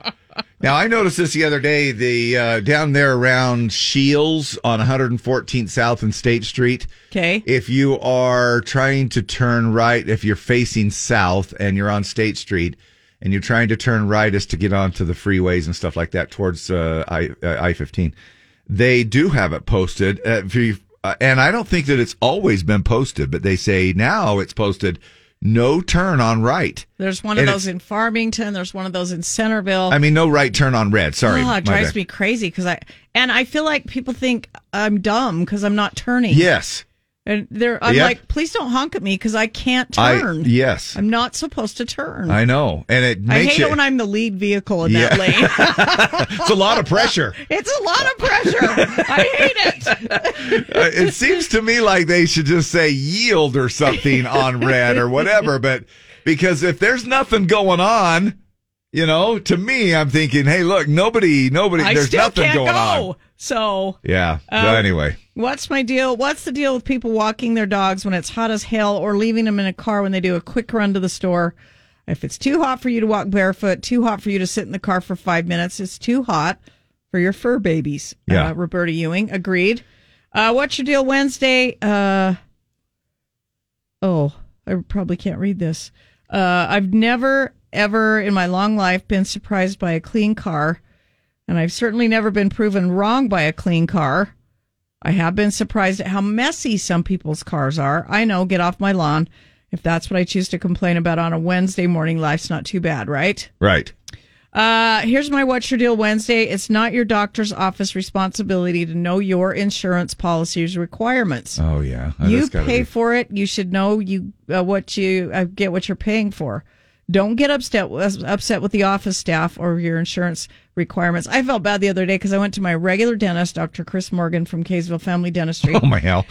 Now I noticed this the other day. The uh, down there around Shields on 114th South and State Street.
Okay.
If you are trying to turn right, if you're facing south and you're on State Street, and you're trying to turn right is to get onto the freeways and stuff like that towards uh, I uh, I 15, they do have it posted. Uh, if you- uh, and I don't think that it's always been posted, but they say now it's posted. no turn on right.
There's one of
And
those in Farmington. There's one of those in Centerville.
I mean, no right turn on red. Sorry.
oh,
my
it drives
bad.
me crazy because I and I feel like people think I'm dumb because I'm not turning.
Yes.
and they're I'm
Yep.
like, please don't honk at me because I can't
I-
turn.
yes.
I'm not supposed to turn.
I know. And it
I
makes
hate
you,
it when I'm the lead vehicle in
Yeah.
that lane.
<laughs> it's a lot of
<laughs>
pressure.
It's a lot of pressure. I hate it.
<laughs> Uh, it seems to me like they should just say yield or something on red or whatever. But because if there's nothing going on, you know, to me, I'm thinking, hey, look, nobody, nobody,
I
there's
still
nothing
can't
going
go.
on.
So
Yeah.
Um,
but anyway,
What's my deal? What's the deal with people walking their dogs when it's hot as hell or leaving them in a car when they do a quick run to the store? If it's too hot for you to walk barefoot, too hot for you to sit in the car for five minutes, it's too hot for your fur babies.
Yeah.
Uh, Roberta Ewing agreed. Uh, what's your deal Wednesday? Uh, oh, I probably can't read this. Uh, I've never, ever in my long life been surprised by a clean car, and I've certainly never been proven wrong by a clean car. I have been surprised at how messy some people's cars are. I know, get off my lawn. If that's what I choose to complain about on a Wednesday morning, life's not too bad, right?
right.
Uh, here's my What's Your Deal Wednesday. It's not your doctor's office responsibility to know your insurance policy's requirements.
Oh, yeah.
you
That's gotta
pay
be-
for it. You should know you uh, what you uh, get what you're paying for. Don't get upset uh, upset with the office staff or your insurance requirements. I felt bad the other day because I went to my regular dentist, Dr. Chris Morgan from Kaysville Family
<laughs>
Dentistry.
Oh, my hell.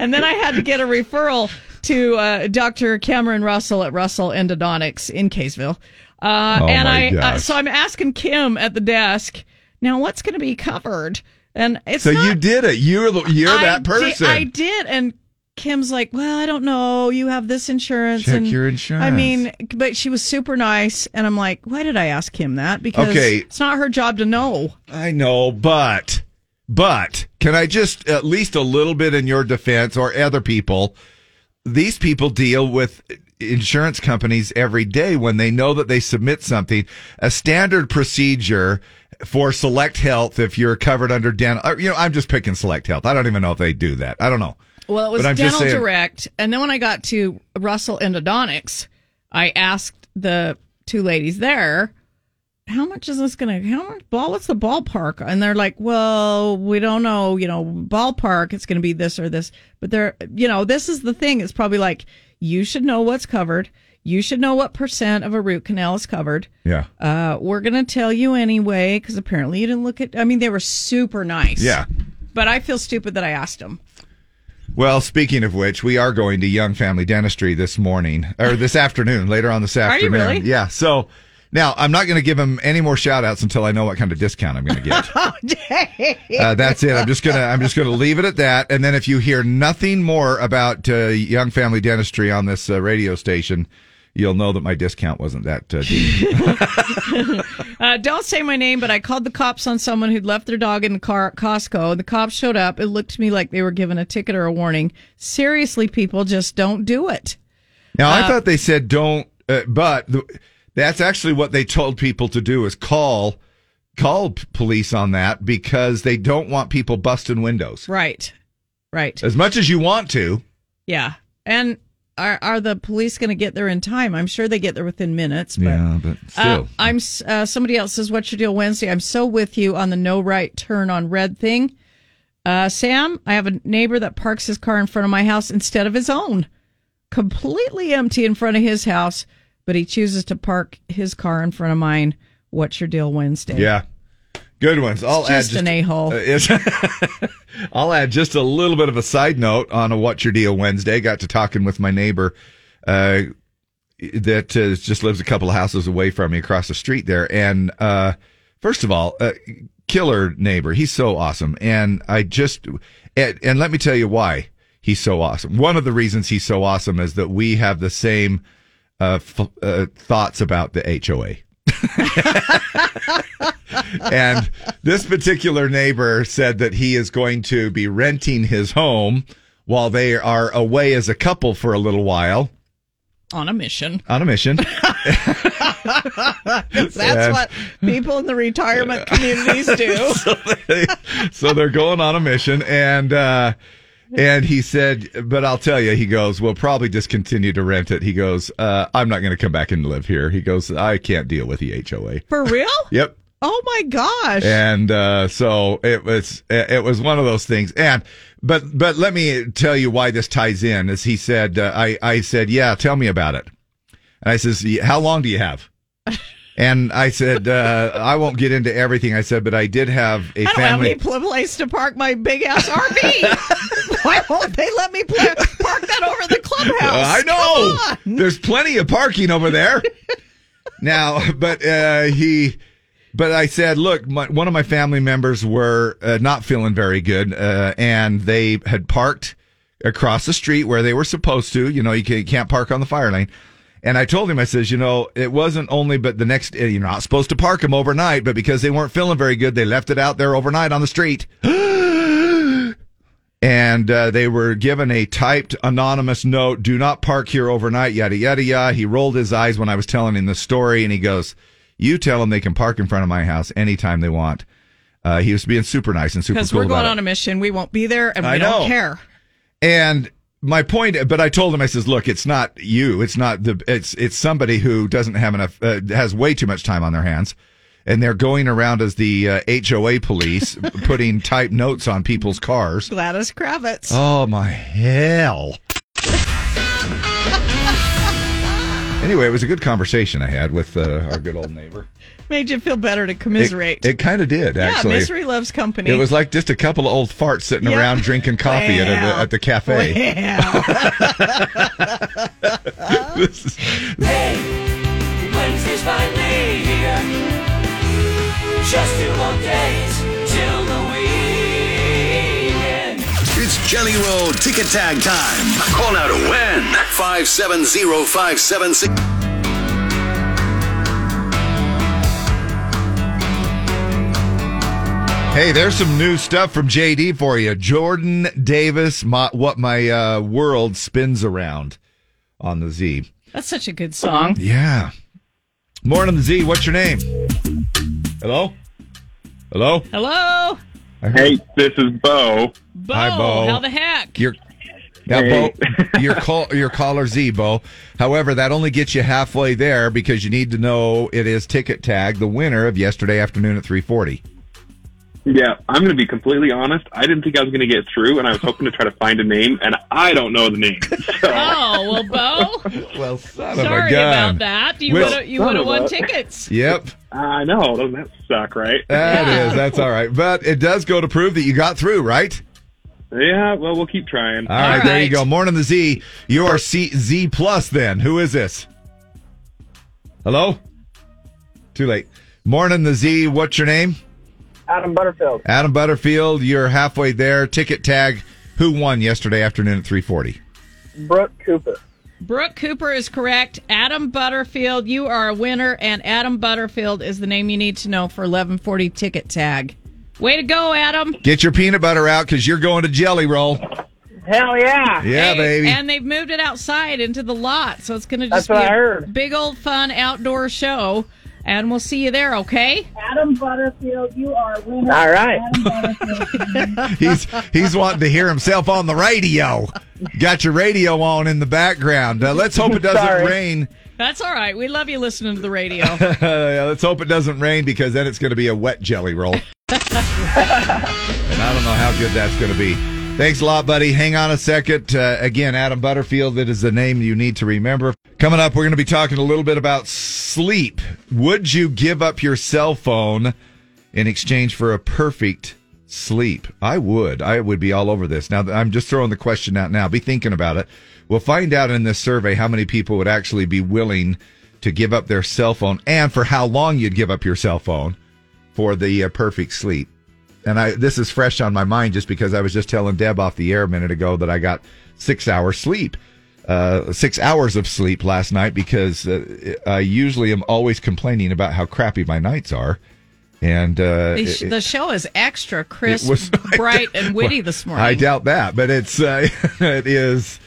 and then I had to get a referral to uh, Dr. Cameron Russell at Russell Endodontics in Kaysville. Uh,
Oh,
and
my
I uh,
gosh.
so I'm asking Kim at the desk now what's going to be covered, and it's
so
not,
you did it. You're the, you're
I
that
di-
person.
I did, and Kim's like, well, I don't know. You have this insurance.
Check
and
your insurance.
I mean, but she was super nice, and I'm like, why did I ask him that? Because
Okay.
it's not her job to know.
I know, but but can I just at least a little bit in your defense or other people? These people deal with insurance companies every day when they know that they submit something. A standard procedure for Select Health, if you're covered under dental, or, you know, I'm just picking Select Health. I don't even know if they do that. I don't know.
Well, it was
But I'm just
Dental
saying-
Direct, and then when I got to Russell Endodontics, I asked the two ladies there, "How much is this going to? How much ball? What's the ballpark?" And they're like, "Well, we don't know. You know, ballpark. It's going to be this or this." But they're, you know, this is the thing. It's probably like you should know what's covered. You should know what percent of a root canal is covered.
Yeah.
Uh, we're going to tell you anyway because apparently you didn't look at. I mean, they were super nice.
Yeah.
But I feel stupid that I asked them.
Well, speaking of which, we are going to Young Family Dentistry this morning
<laughs>
or this afternoon, later on this
Are you
afternoon.
really?
Yeah. So now I'm not going to give them any more shout outs until I know what kind of discount I'm going to
<laughs>
get.
Oh,
uh, that's it. I'm just gonna I'm just gonna leave it at that. And then if you hear nothing more about uh, Young Family Dentistry on this uh, radio station, you'll know that my discount wasn't that uh, deep.
Uh, don't say my name, but I called the cops on someone who'd left their dog in the car at Costco. The cops showed up. It looked to me like they were given a ticket or a warning. Seriously, people, just don't do it.
Now I
Uh,
thought they said don't, uh, but th- that's actually what they told people to do is call call p- police on that because they don't want people busting windows
Right. Right.
as much as you want to.
Yeah. And are, are the police going to get there in time? I'm sure they get there within minutes. But
yeah, but
Uh, I'm s- uh, somebody else says, "What's your deal Wednesday?" I'm so with you on the no right turn on red thing. Uh, Sam, I have a neighbor that parks his car in front of my house instead of his own, completely empty in front of his house, but he chooses to park his car in front of mine. What's your deal Wednesday?
yeah, good ones. I'll
It's
add
just an a-hole.
Uh, it's- <laughs> I'll add just a little bit of a side note on a What's Your Deal Wednesday. Got to talking with my neighbor uh, that uh, just lives a couple of houses away from me across the street there. And uh, first of all, uh, killer neighbor. He's so awesome. And I just, and, and let me tell you why he's so awesome. One of the reasons he's so awesome is that we have the same uh, f- uh, thoughts about the HOA and this particular neighbor said that he is going to be renting his home while they are away as a couple for a little while
on a mission.
on a mission. <laughs>
'Cause
Yeah.
<laughs> that's what people in the retirement communities do.
so they're going on a mission and uh and he said, "But I'll tell you," he goes, "We'll probably just continue to rent it." He goes, uh, "I'm not going to come back and live here." He goes, "I can't deal with the HOA."
For real?
<laughs> Yep.
<laughs> Oh my gosh.
And uh, so it was it was one of those things. And but but let me tell you why this ties in. As he said, uh, I I said, yeah, tell me about it. And I says, "Y- how long do you
<laughs>
have? And I said, uh, I won't get into everything. I said, but I did have a
I don't have
family.
any pl- place to park my big ass <laughs> RV. Why won't they let me pla- park that over the clubhouse?
Uh, I know. There's plenty of parking over there. now, but uh, he, but I said, look, my, one of my family members were uh, not feeling very good, uh, and they had parked across the street where they were supposed to. You know, you, can, you can't park on the fire lane. And I told him, I says, you know, it wasn't only, but the next, eh, you're not supposed to park them overnight, but because they weren't feeling very good, they left it out there overnight on the street <gasps> and uh, they were given a typed anonymous note do not park here overnight yada yada yada he rolled his eyes when i was telling him the story and he goes you tell them they can park in front of my house anytime they want uh, he was being super nice and super
Because
cool
we're going
about it.
on a mission. We won't be there and we
I know.
don't care. <laughs>
And my point, but I told him, I says, look, it's not you. It's not the, it's, it's somebody who doesn't have enough, uh, has way too much time on their hands. And they're going around as the uh, HOA
<laughs>
police, putting type notes on people's cars.
Gladys Kravitz.
Oh, my hell. anyway, it was a good conversation I had with uh, our good old neighbor.
Made you feel better to commiserate.
It, it kind of did, actually.
Yeah, misery loves company.
It was like just a couple of old farts sitting
Yeah.
around drinking coffee at, a,
Well.
at the cafe.
<laughs>
This is-
Wednesday's finally here. Just two more days till the weekend.
It's Jelly Roll Ticket Tag Time. Call now to win 570-576.
Hey, there's some new stuff from JD for you. Jordan Davis, my, what my uh, world spins around on the Z.
That's such a good song.
Yeah. Morning on the Z. What's your name? Hello. Hello.
Hello.
Hey, this is Bo.
Bo,
Hi, Bo.
how
<laughs>
the heck?
You're
<laughs>
now,
Hey.
Bo. Your call, your caller Z, Bo. However, that only gets you halfway there because you need to know it is ticket tag, the winner of yesterday afternoon at three forty.
Yeah, I'm going to be completely honest. I didn't think I was going to get through, and I was hoping to try to find a name, and I don't know the name.
Oh, well, Bo.
well, son
of a
sorry
gun.
about that. You
Well,
would have you
son
would have
of
won
a-
tickets.
Yep.
I know. Doesn't that suck, right?
That
<laughs>
is, That's all right. But it does go to prove that you got through, right?
Yeah, well, we'll keep trying.
all right, There you go. Morning the Z. You are C- Z plus then. Who is this? Hello? Too late. Morning the Z. What's your name?
Adam Butterfield.
Adam Butterfield. You're halfway there. Ticket tag. Who won yesterday afternoon at 340?
Brooke Cooper.
Brooke Cooper is correct. Adam Butterfield, you are a winner, and Adam Butterfield is the name you need to know for eleven forty ticket tag. Way to go, Adam.
Get your peanut butter out because you're going to Jelly Roll.
Hell yeah. <laughs>
Yeah, baby.
And they've moved it outside into the lot, so it's going to
That's
just
what
be
I
a
heard.
big old fun outdoor show. And we'll see you there, okay? Adam Butterfield, you are a winner.
All right.
<laughs> He's he's wanting to hear himself on the radio. Got your radio on in the background. Uh, let's hope it doesn't
Sorry.
rain.
That's all right. We love you listening to
<laughs>
the radio.
Uh, Yeah, let's hope it doesn't rain because then it's going to be a wet jelly roll. And I don't know how good that's going to be. Thanks a lot, buddy. Hang on a second. Uh, again, Adam Butterfield, that is the name you need to remember. Coming up, we're going to be talking a little bit about sleep. Would you give up your cell phone in exchange for a perfect sleep? I would. I would be all over this. Now, I'm just throwing the question out now. Be thinking about it. We'll find out in this survey how many people would actually be willing to give up their cell phone and for how long you'd give up your cell phone for the uh, perfect sleep. And I this is fresh on my mind just because I was just telling Deb off the air a minute ago that I got six hours sleep, uh, six hours of sleep last night because uh, I usually am always complaining about how crappy my nights are, and uh,
the, sh-
it-
the show is extra crisp,
was- <laughs>
bright, and witty this morning.
I doubt that, but it's uh, <laughs> it is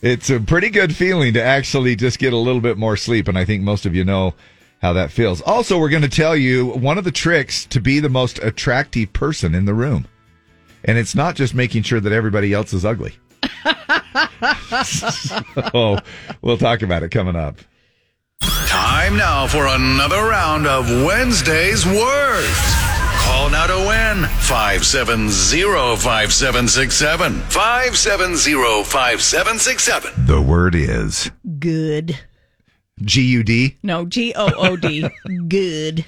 it's a pretty good feeling to actually just get a little bit more sleep, and I think most of you know how that feels. Also, we're going to tell you one of the tricks to be the most attractive person in the room. And it's not just making sure that everybody else is ugly. <laughs> oh, we'll talk about it coming up.
Time now for another round of Wednesday's Words. Call now to win 570-5767. 570-5767.
The word is
Good.
G U D.
No, G O O D. Good.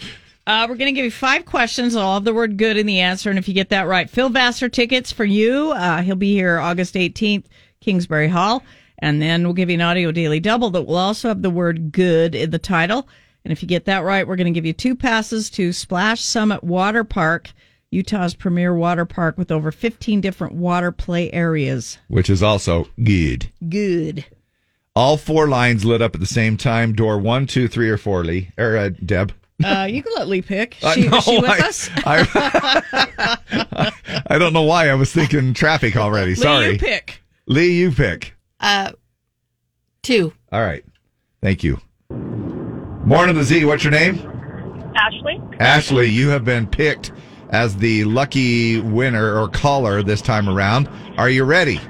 Uh, we're going to give you five questions. I'll have the word good in the answer. And if you get that right, Phil Vassar tickets for you. Uh, he'll be here August 18th, Kingsbury Hall. And then we'll give you an audio daily double that will also have the word good in the title. And if you get that right, we're going to give you two passes to Splash Summit Water Park, Utah's premier water park with over 15 different water play areas.
Which is also good. <laughs>
Good.
All four lines lit up at the same time. Door one, two, three, or four, Lee. Or uh, Deb.
Uh, you can let Lee pick. She,
Uh, no,
is she with
I- <laughs>
us?
I don't know why I was thinking traffic already.
Lee,
Sorry.
you pick.
Lee, you pick.
Uh, two.
All right. Thank you. Morning, the Z. What's your name?
Ashley?
Ashley, you have been picked as the lucky winner or caller this time around. Are you ready?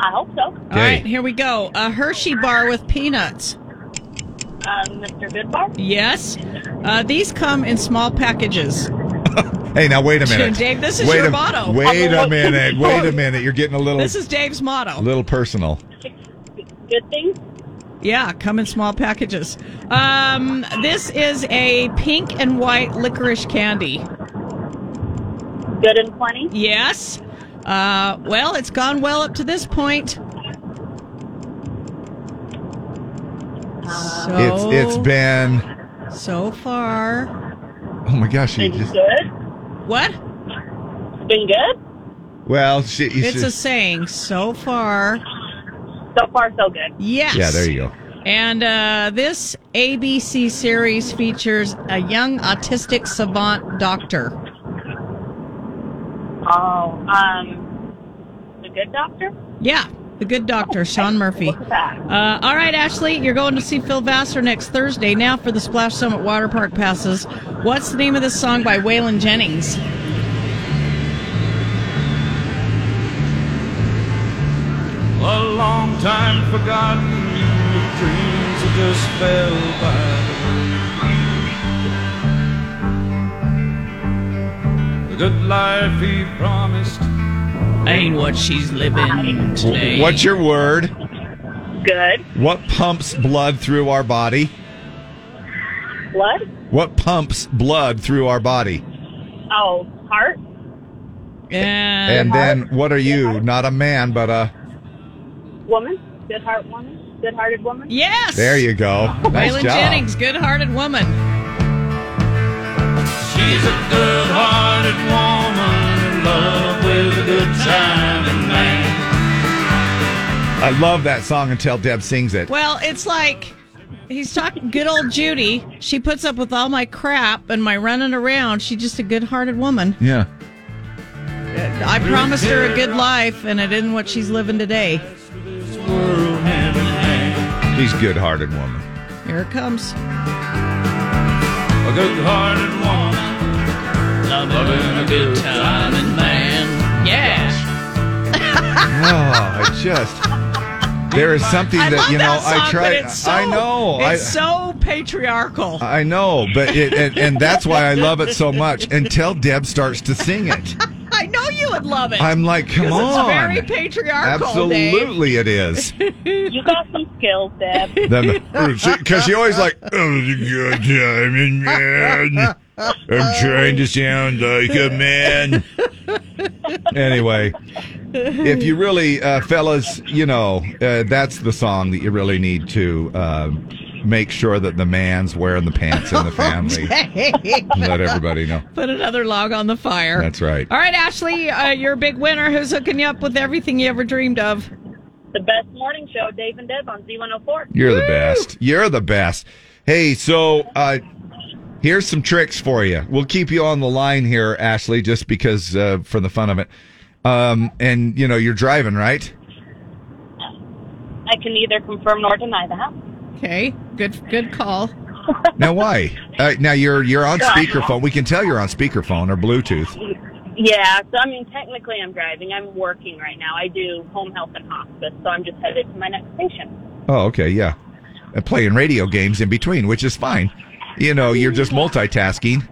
I hope so. All right, here we go. A Hershey bar with peanuts.
Um, Mr. Goodbar?
Yes. Uh, these come in small packages.
Hey, now wait a minute,
Dave, this is
wait
your
a,
motto.
Wait a minute. Wait a minute. You're getting a little
This is Dave's motto.
little personal.
Good thing?
Yeah, come in small packages. Um, this is a pink and white licorice candy.
Good and plenty?
Yes. Uh, well, it's gone well up to this point.
Uh,
So,
It's
Oh.
it's been
so far.
oh my gosh. You just,
good. What?
Been good?
well, she, you
it's
should-
a saying. So far.
So far, so good.
Yes.
yeah. There you go.
And uh, this ABC series features a young autistic savant doctor.
Oh, um, the good doctor?
Yeah, the good doctor, Sean Murphy. Uh, all right, Ashley, you're going to see Phil Vassar next Thursday now for the Splash Summit Water Park passes. What's the name of this song by Waylon Jennings?
A long time forgotten dreams that just fell by the wayside. The good life he promised
ain't what she's living
W- What's your word?
Good.
What pumps blood through our body?
Blood?
What pumps blood through our body?
Oh, heart?
Uh,
And then what are you? Not a man, but uh, a.
Woman? Good heart woman? Good hearted woman?
Yes!
There you go.
<laughs>
Nice
Waylon
job.
Jennings, good hearted woman.
She's a good-hearted woman in love with a good time and man.
I love that song until Deb sings it.
Well, it's like he's talking good old Judy. She puts up with all my crap and my running around. She's just a good hearted woman.
Yeah.
I promised her a good life, and it isn't what she's living today.
She's a good hearted
<laughs>
woman.
Here it comes.
A good-hearted woman loving a good time and man.
Yeah.
Oh, I just. There is something
I
that,
love
you know,
that song,
I try.
but it's so,
I know. I,
It's so patriarchal.
I know, but it, and, and that's why I love it so much until Deb starts to sing
<laughs>
it.
I know you would love it.
I'm like, come
'Cause
on.
It's very patriarchal. Dave.
Absolutely, it is.
You got some skills, Deb.
<laughs>
Because <laughs> she always like, oh, it's a good time and man. I'm trying to sound like a man. Anyway, if you really, uh, fellas, you know, uh, that's the song that you really need to uh, make sure that the man's wearing the pants
<laughs>
in the family. Let everybody know.
Put another log on the fire.
That's right.
All right, Ashley, uh, you're a big winner. Who's hooking you up with everything you ever dreamed of?
The best morning show, Dave and Deb on Z104.
You're the best. You're the best. Hey, so uh, here's some tricks for you. We'll keep you on the line here, Ashley, just because uh, for the fun of it. Um, and you know you're driving, right?
I can neither confirm nor deny that.
Okay, good good call.
Now why? Uh, now you're you're on speakerphone. We can tell you're on speakerphone or Bluetooth.
Yeah, so I mean, technically I'm driving. I'm working right now. I do home health and hospice, so I'm just headed to my next
<laughs>
station.
Oh, okay, yeah. And playing radio games in between, which is fine. You know, you're just multitasking.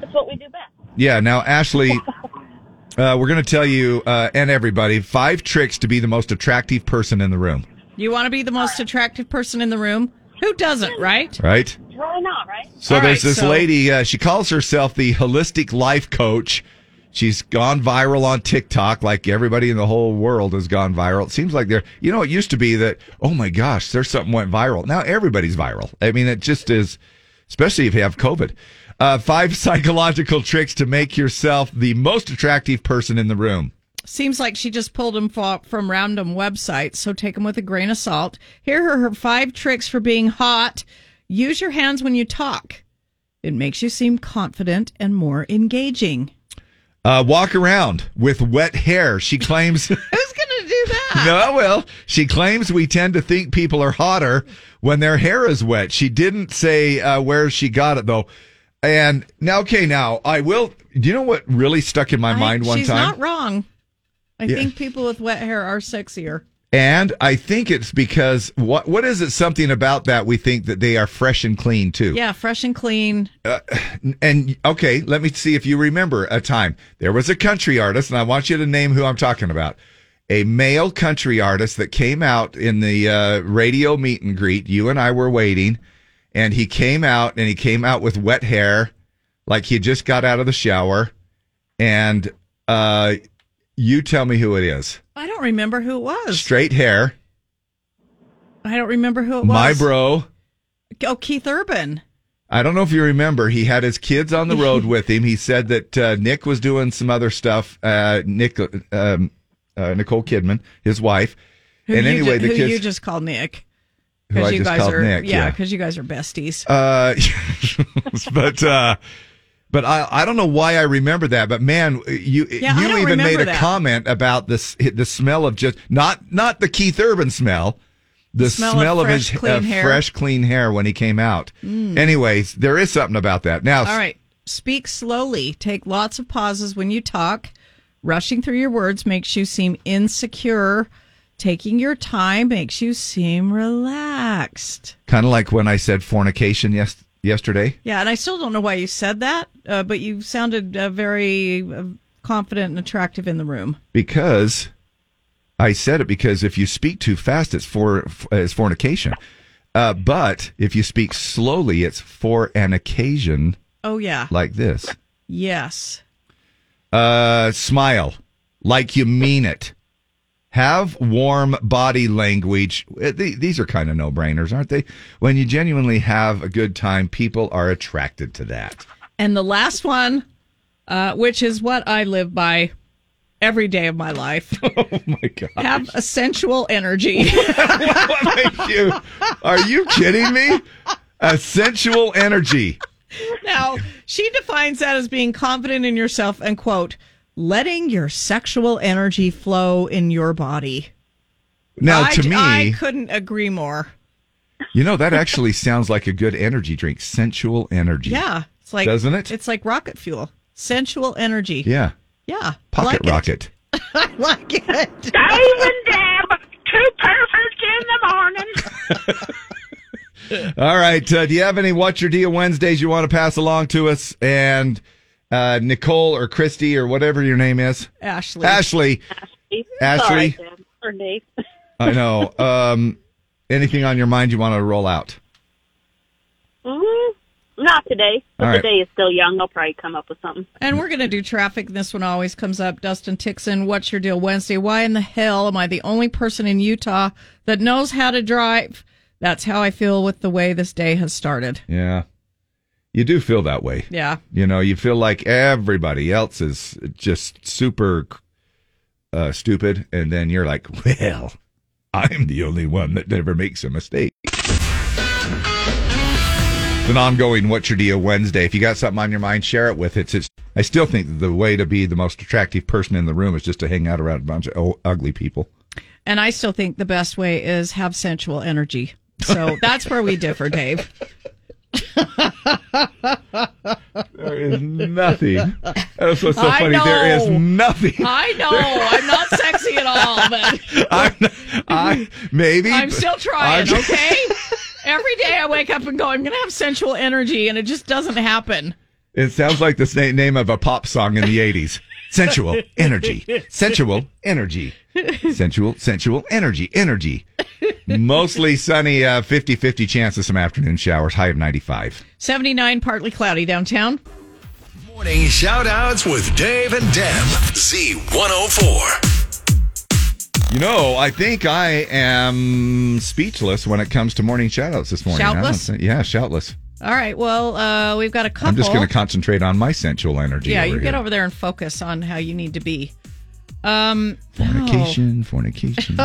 That's what we do best.
Yeah. Now, Ashley, uh, we're going to tell you uh, and everybody five tricks to be the most attractive person in the room.
You want to be the most attractive person in the room? Who doesn't, right?
Right.
Why not, right?
So
All
there's
right,
this
so-
lady. Uh, she calls herself the holistic life coach. She's gone viral on TikTok, like everybody in the whole world has gone viral. It seems like there. You know, it used to be that. Oh my gosh, there's something went viral. Now everybody's viral. I mean, it just is. Especially if you have COVID. Uh, five <laughs> psychological tricks to make yourself the most attractive person in the room.
Seems like she just pulled them fo- from random websites, so take them with a grain of salt. Here are her five tricks for being hot. Use your hands when you talk. It makes you seem confident and more engaging.
Uh, walk around with wet hair. She
<laughs>
claims. no, well, she claims we tend to think people are hotter when their hair is wet. She didn't say uh, where she got it though. And now, okay, now I will. Do you know what really stuck in my mind one
She's
time?
not wrong. I
Yeah.
think people with wet hair are sexier.
and I think it's because what what is it? Something about that we think that they are fresh and clean too.
Yeah, fresh and clean.
Uh, and okay, let me see if you remember a time. There was a country artist, and I want you to name who I'm talking about. A male country artist that came out in the uh, radio meet and greet. You and I were waiting, and he came out, and he came out with wet hair, like he just got out of the shower. And uh, you tell me who it is.
I don't remember who it was.
Straight hair,
I don't remember who it was.
my bro.
Oh, Keith Urban.
I don't know if you remember, he had his kids on the road with him. He said that uh, Nick was doing some other stuff. Uh, Nick, um, uh, Nicole Kidman, his wife,
Who
and
you
anyway,
ju-
the
who
kids.
you just called Nick.
Who I
you
just
guys
called
are,
Nick,
yeah,
yeah.
because you guys are besties.
uh, but <laughs> uh, but I I don't know why I remember that. But man, you
Yeah, I
you
don't
even made
remember
a
that.
comment about this the smell of just not not the Keith Urban smell. The
Smell
smell,
of
of,
fresh,
his
clean
of
hair.
fresh, clean hair when he came out.
Mm.
Anyways, there is something about that. Now,
All right. Speak slowly. Take lots of pauses when you talk. Rushing through your words makes you seem insecure. Taking your time makes you seem relaxed.
kind of like when I said fornication yes yesterday.
Yeah, and I still don't know why you said that, uh, but you sounded uh, very uh, confident and attractive in the room.
because I said it because if you speak too fast, it's for it's fornication. Uh, but if you speak slowly, it's for an occasion
Oh, yeah.
like this.
Yes.
Uh, smile like you mean it. Have warm body language. Uh, the- These are kind of no brainers, aren't they? When you genuinely have a good time, people are attracted to that.
And the last one, uh, which is what I live by every day of my
<laughs>
life. Oh,
<laughs> my God.
Have a sensual
<laughs>
energy.
You, are you kidding me? A sensual energy.
Now, she defines that as being confident in yourself and, quote, letting your sexual energy flow in your body.
Now,
I,
to me,
I couldn't agree more.
You know, that actually sounds like a good energy drink. Sensual energy.
Yeah. It's like,
Doesn't it?
It's like rocket fuel, sensual energy.
Yeah.
Yeah.
Pocket rocket.
I like it. Dave and
Deb, two perfect in the morning.
All right. Uh, do you have any What's Your Deal Wednesdays you want to pass along to us? And uh, Nicole or Christy or whatever your name is?
Ashley.
Ashley. Ashley.
Sorry, Deb. Or Nate.
I know. Um, anything on your mind you want to roll out?
Mm, not today. But
All right.
the day is still young. I'll probably come up with something.
And we're going to do traffic. This one always comes up. Dustin Tixon, what's your deal Wednesday? Why in the hell am I the only person in Utah that knows how to drive? That's how I feel with the way this day has started.
Yeah. You do feel that way.
Yeah.
You know, you feel like everybody else is just super uh, stupid, and then you're like, <laughs> well, I'm the only one that never makes a mistake. It's an ongoing What's Your Deal Wednesday. If you got something on your mind, share it with us. It's, I still think that the way to be the most attractive person in the room is just to hang out around a bunch of oh, ugly people.
And I still think the best way is have sensual energy.
<laughs>
So that's where we differ, Dave.
There is nothing. That's what's so
I
funny. There is
know.
nothing.
<laughs> I know. I'm not sexy at all, but
I maybe.
I'm
but
still
I'm <laughs>
trying,
just-
okay? Every day I wake up and go, I'm going to have sensual energy, and it just doesn't
<laughs>
happen.
It sounds like the sna- name of a pop song in the
<laughs>
'80s. Sensual energy. Sensual energy. Sensual. Sensual energy. Energy. Mostly sunny. uh, 50-50 chance of some afternoon showers. High of 95.
79, partly cloudy downtown.
Morning shout outs with Dave and Deb. Z104.
You know, I think I am speechless when it comes to morning shoutouts this morning. I don't
Shoutless?
think- yeah, shoutless.
All right. Well, uh, we've got a couple.
I'm just going to concentrate on my sensual energy.
yeah,
over
you
here.
get over there and focus on how you need to be. Um, oh.
Fornication, fornication.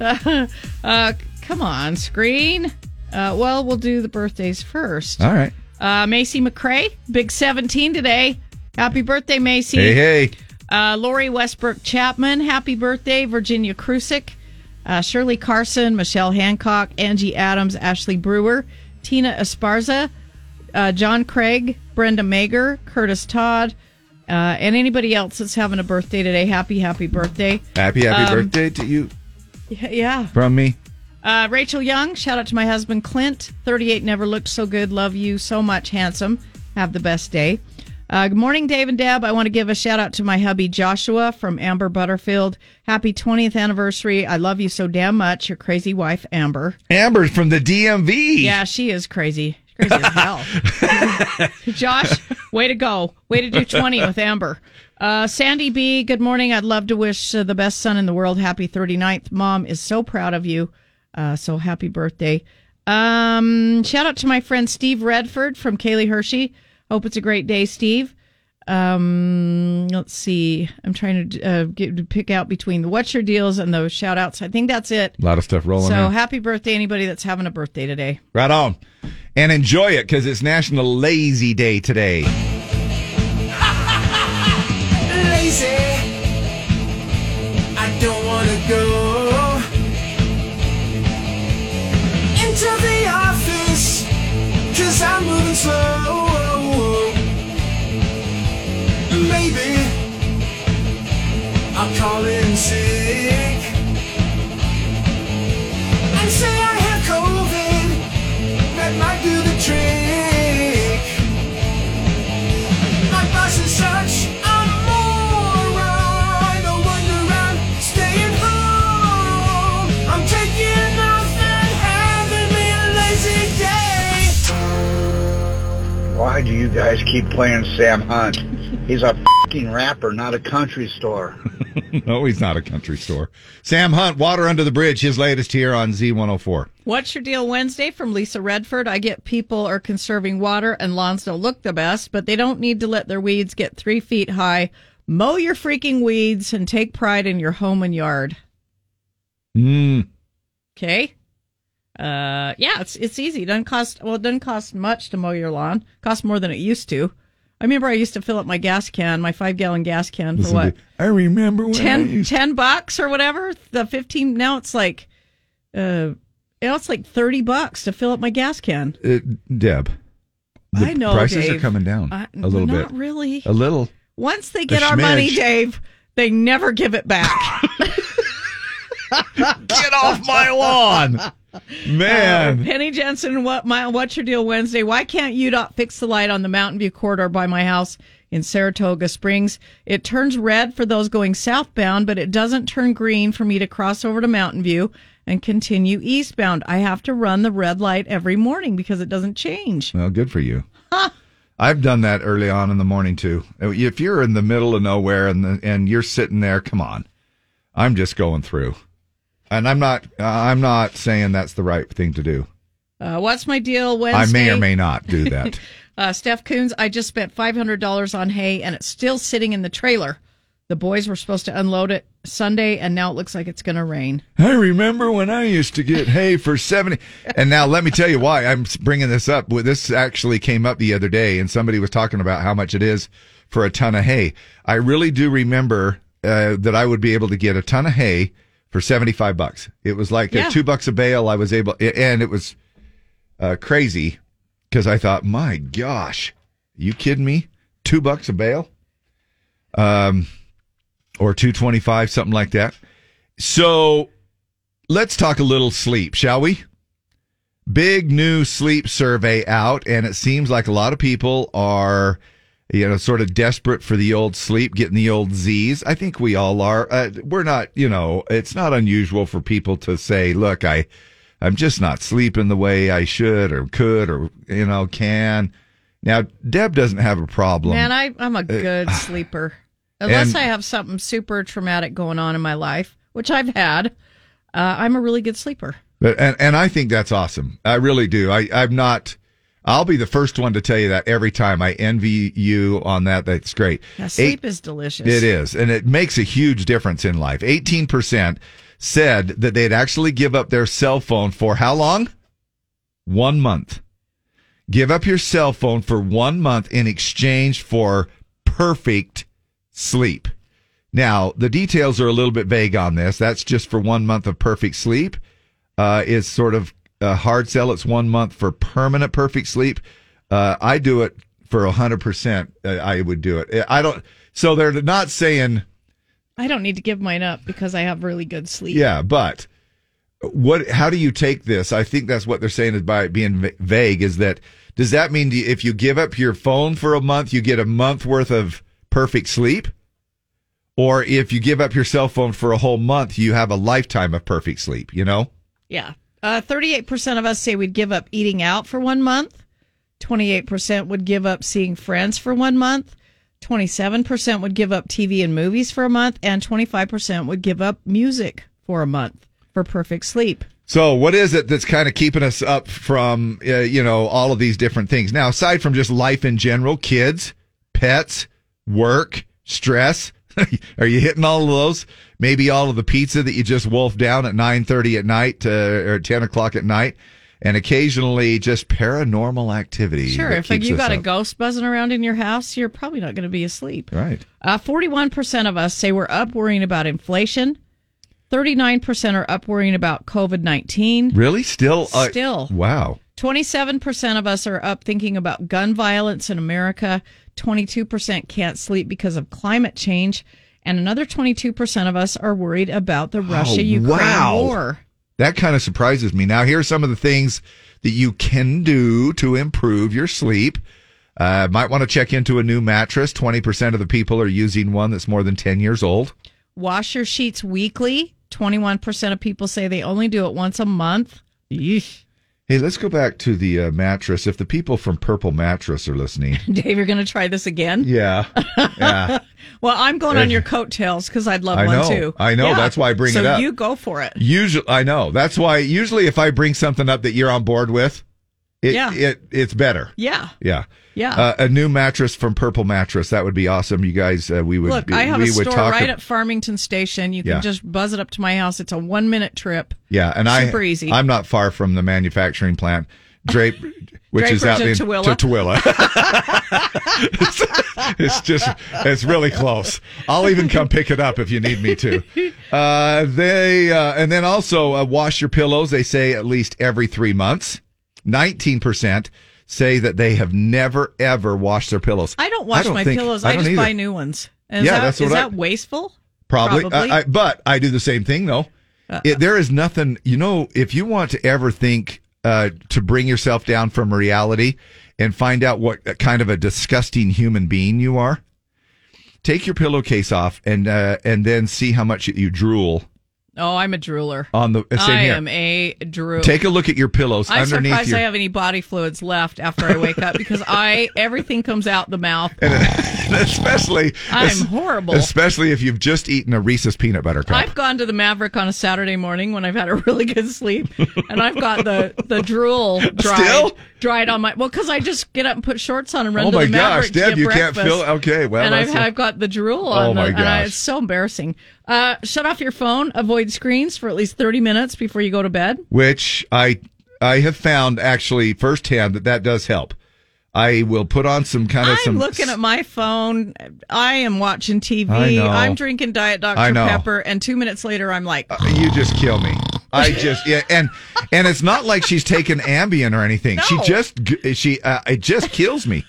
uh, <laughs> uh, come on, screen. Uh, well, we'll do the birthdays first.
All right.
Uh, Macy McCrae, big 17 today. Happy birthday, Macy.
Hey, hey.
Uh, Lori Westbrook Chapman, happy birthday. Virginia Krusik, uh, Shirley Carson, Michelle Hancock, Angie Adams, Ashley Brewer, Tina Esparza, uh, John Craig, Brenda Mager, Curtis Todd, uh, and anybody else that's having a birthday today. Happy, happy birthday.
Happy, happy
Um,
birthday to you
Yeah.
from me.
Uh, Rachel Young, shout out to my husband Clint. 38 never looked so good. Love you so much, handsome. Have the best day. Uh, good morning, Dave and Deb. I want to give a shout out to my hubby Joshua from Amber Butterfield. Happy 20th anniversary. I love you so damn much. Your crazy wife, Amber.
Amber from the DMV.
Yeah, she is crazy. She's Crazy as hell.
<laughs>
Josh, way to go. Way to do 20 with Amber. Uh, Sandy B, good morning. I'd love to wish uh, the best son in the world happy 39th. Mom is so proud of you. Uh, so happy birthday. Um, shout out to my friend Steve Redford from Kaylee Hershey. Hope it's a great day, Steve. Um, let's see. I'm trying to uh, get, to pick out between the what's your deals and those shout outs. I think that's it.
A lot of stuff rolling
So
in.
happy birthday, anybody that's having a birthday today.
Right on. And enjoy it because it's National Lazy Day today.
<laughs>
Lazy. I don't want to go into the office because I'm moving slow. Maybe I'll call in sick and say I have COVID. That might do the trick. My boss is such a moron. No wonder I'm staying home. I'm taking off and having me a lazy day.
Why do you guys keep playing Sam Hunt? He's a fucking rapper, not a country store.
no, he's not a country store. Sam Hunt, Water Under the Bridge, his latest here on Z104.
What's your deal Wednesday from Lisa Redford? I get people are conserving water and lawns don't look the best, but they don't need to let their weeds get three feet high. Mow your freaking weeds and take pride in your home and yard.
Mm.
Okay. Uh, yeah, it's it's easy. It doesn't cost well, it doesn't cost much to mow your lawn. costs more than it used to. I remember I used to fill up my gas can, my five gallon gas can for
Listen
what
to- I remember when I
10,
used-
10 bucks or whatever. The fifteen now it's like, uh, now it's like thirty bucks to fill up my gas can.
Uh, Deb, the
I know
prices are
Dave.
coming down
I-
a little
not
bit.
really.
A little.
Once they
A
get our money,
schmidge.
Dave, they never give it back.
get off my
<laughs>
lawn, man.
Uh, Penny Jensen, what my what's your deal Wednesday? Why can't UDOT fix the light on the Mountain View corridor by my house in Saratoga Springs? It turns red for those going southbound, but it doesn't turn green for me to cross over to Mountain View and continue eastbound. I have to run the red light every morning because it doesn't change.
Well, good for you. I've done that early on in the morning too. Uh, If you're in the middle of nowhere and the, and you're sitting there, come on. I'm just going through, and I'm not. I'm not saying that's the right thing to do.
Uh, what's my deal Wednesday?
I may or may not do that.
<laughs> Uh, Steph Coons, I just spent $500 on hay and it's still sitting in the trailer. The boys were supposed to unload it Sunday and now it looks like it's going to rain.
I remember when I used to get hay for 70. And now let me tell you why I'm bringing this up. Well, This actually came up the other day and somebody was talking about how much it is for a ton of hay. I really do remember uh, that I would be able to get a ton of hay for 75 bucks. It was like uh
Yeah.
two bucks a bale. I was able, and it was uh, crazy because I thought, my gosh, you kidding me? Two bucks a bale, um, or two twenty five, something like that. So let's talk a little sleep, shall we? Big new sleep survey out, and it seems like a lot of people are, you know, sort of desperate for the old sleep, getting the old Z's. I think we all are. Uh, we're not, you know, it's not unusual for people to say, "Look, I, I'm just not sleeping the way I should or could or you know can." Now, Deb doesn't have a problem.
Man, I, I'm a
Uh, <sighs>
good sleeper. Unless
and-
I have something super traumatic going on in my life, which I've had, uh, I'm a really good sleeper.
But and and I think that's awesome. I really do. I I'm not. I'll be the first one to tell you that every time. I envy you on that. That's great.
Now, sleep
Eight-
is delicious.
It is, and it makes a huge difference in life. Eighteen percent said that they'd actually give up their cell phone for how long? One month. Give up your cell phone for one month in exchange for perfect sleep. Now, the details are a little bit vague on this. That's just for one month of perfect sleep. Uh, is sort of a hard sell. It's one month for permanent perfect sleep. Uh, I do it for 100%. Uh, I would do it. I don't. So they're not saying,
I don't need to give mine up because I have really good sleep.
yeah, but what? How do you take this? I think that's what they're saying is by it being va- vague. Is that does that mean do you- if you give up your phone for a month, you get a month worth of perfect sleep, or if you give up your cell phone for a whole month, you have a lifetime of perfect sleep? You know,
Yeah. Uh, 38% of us say we'd give up eating out for one month. 28% would give up seeing friends for one month. 27% would give up TV and movies for a month. And 25% would give up music for a month for perfect sleep.
So, what is it that's kind of keeping us up from, uh, you know, all of these different things? Now, aside from just life in general, kids, pets, work, stress, <laughs> are you hitting all of those? Maybe all of the pizza that you just wolfed down at nine thirty at night uh, or ten o'clock at night, and occasionally just paranormal activity.
Sure.
that
If like,
keeps
you
us
got a
up.
ghost buzzing around in your house, you're probably not going to be asleep.
right.
Uh, 41% of us say we're up worrying about inflation. 39% are up worrying about COVID 19.
Really? Still? uh,
Still.
Wow.
27% of us are up thinking about gun violence in America. 22% can't sleep because of climate change. And another 22% of us are worried about the Russia Ukraine
Oh, wow.
war.
That kind of surprises me. Now, here are some of the things that you can do to improve your sleep. Uh, might want to check into a new mattress. 20% of the people are using one that's more than 10 years old.
Wash your sheets weekly. 21% of people say they only do it once a month.
Hey, let's go back to the uh, mattress. If the people from Purple Mattress are
<laughs>
listening,
Dave, you're going to try this again?
yeah. yeah.
<laughs> Well, I'm going on your coattails because I'd love
I
one
know.
too.
I know. That's why I bring
so
it up.
you go for it.
Usually, I know. That's why, usually, if I bring something up that you're on board with, it,
Yeah.
it it's better.
Yeah.
Yeah.
Yeah.
Uh, a new mattress from Purple Mattress. That would be awesome. You guys, uh, we would
Look,
be,
I have
we
a
would
store
talk
right
ab-
at Farmington Station. You can
Yeah.
just buzz it up to my house. It's a one minute trip.
Yeah, and
Super
I
easy.
I'm not far from the manufacturing plant. Drape which is
Draper's
out
in
in
Tooele.
to Tooele. <laughs> it's, it's just it's really close. I'll even come pick it up if you need me to. Uh, they uh, and then also uh, wash your pillows. They say at least every three months. Nineteen percent say that they have never ever washed their pillows.
I don't wash
don't
my
think-
pillows. I,
don't
just
either.
buy new ones. And
Yeah,
is that,
that's what
is
I-
that wasteful?
Probably. Uh, I, I, but I do the same thing though.
Uh-uh.
It, there is nothing, you know, if you want to ever think uh, to bring yourself down from reality and find out what kind of a disgusting human being you are, take your pillowcase off and uh, and then see how much you drool
oh, I'm a drooler.
on the Uh, same
I
here.
am a drool.
Take a look at your pillows
I'm
underneath
surprised
your <laughs>
I have any body fluids left after I wake up because I everything comes out the mouth.
<laughs> especially <laughs>
I'm horrible.
especially if you've just eaten a Reese's peanut butter cup.
I've gone to the Maverick on a Saturday morning when I've had a really good sleep, and I've got the, the drool dried
<laughs> Still?
dried on my well because I just get up and put shorts on and run
oh
to
my
the
gosh,
Maverick to
Deb,
get
you
breakfast.
can't feel okay. Well,
and I've,
that's-
I've got the drool
Oh
on
my
the, and I,
gosh.
it's so embarrassing. Uh, shut off your phone. Avoid screens for at least thirty minutes before you go to bed.
which I I have found actually firsthand that that does help. I will put on some kind of
I'm
some
looking at my phone. I am watching TV.
I know.
I'm drinking Diet Dr.
I know. Uh,
Pepper. And two minutes later, I'm like,
you just kill me. I just yeah, and and it's not like she's taken Ambien or anything. She just g- she uh, it just kills me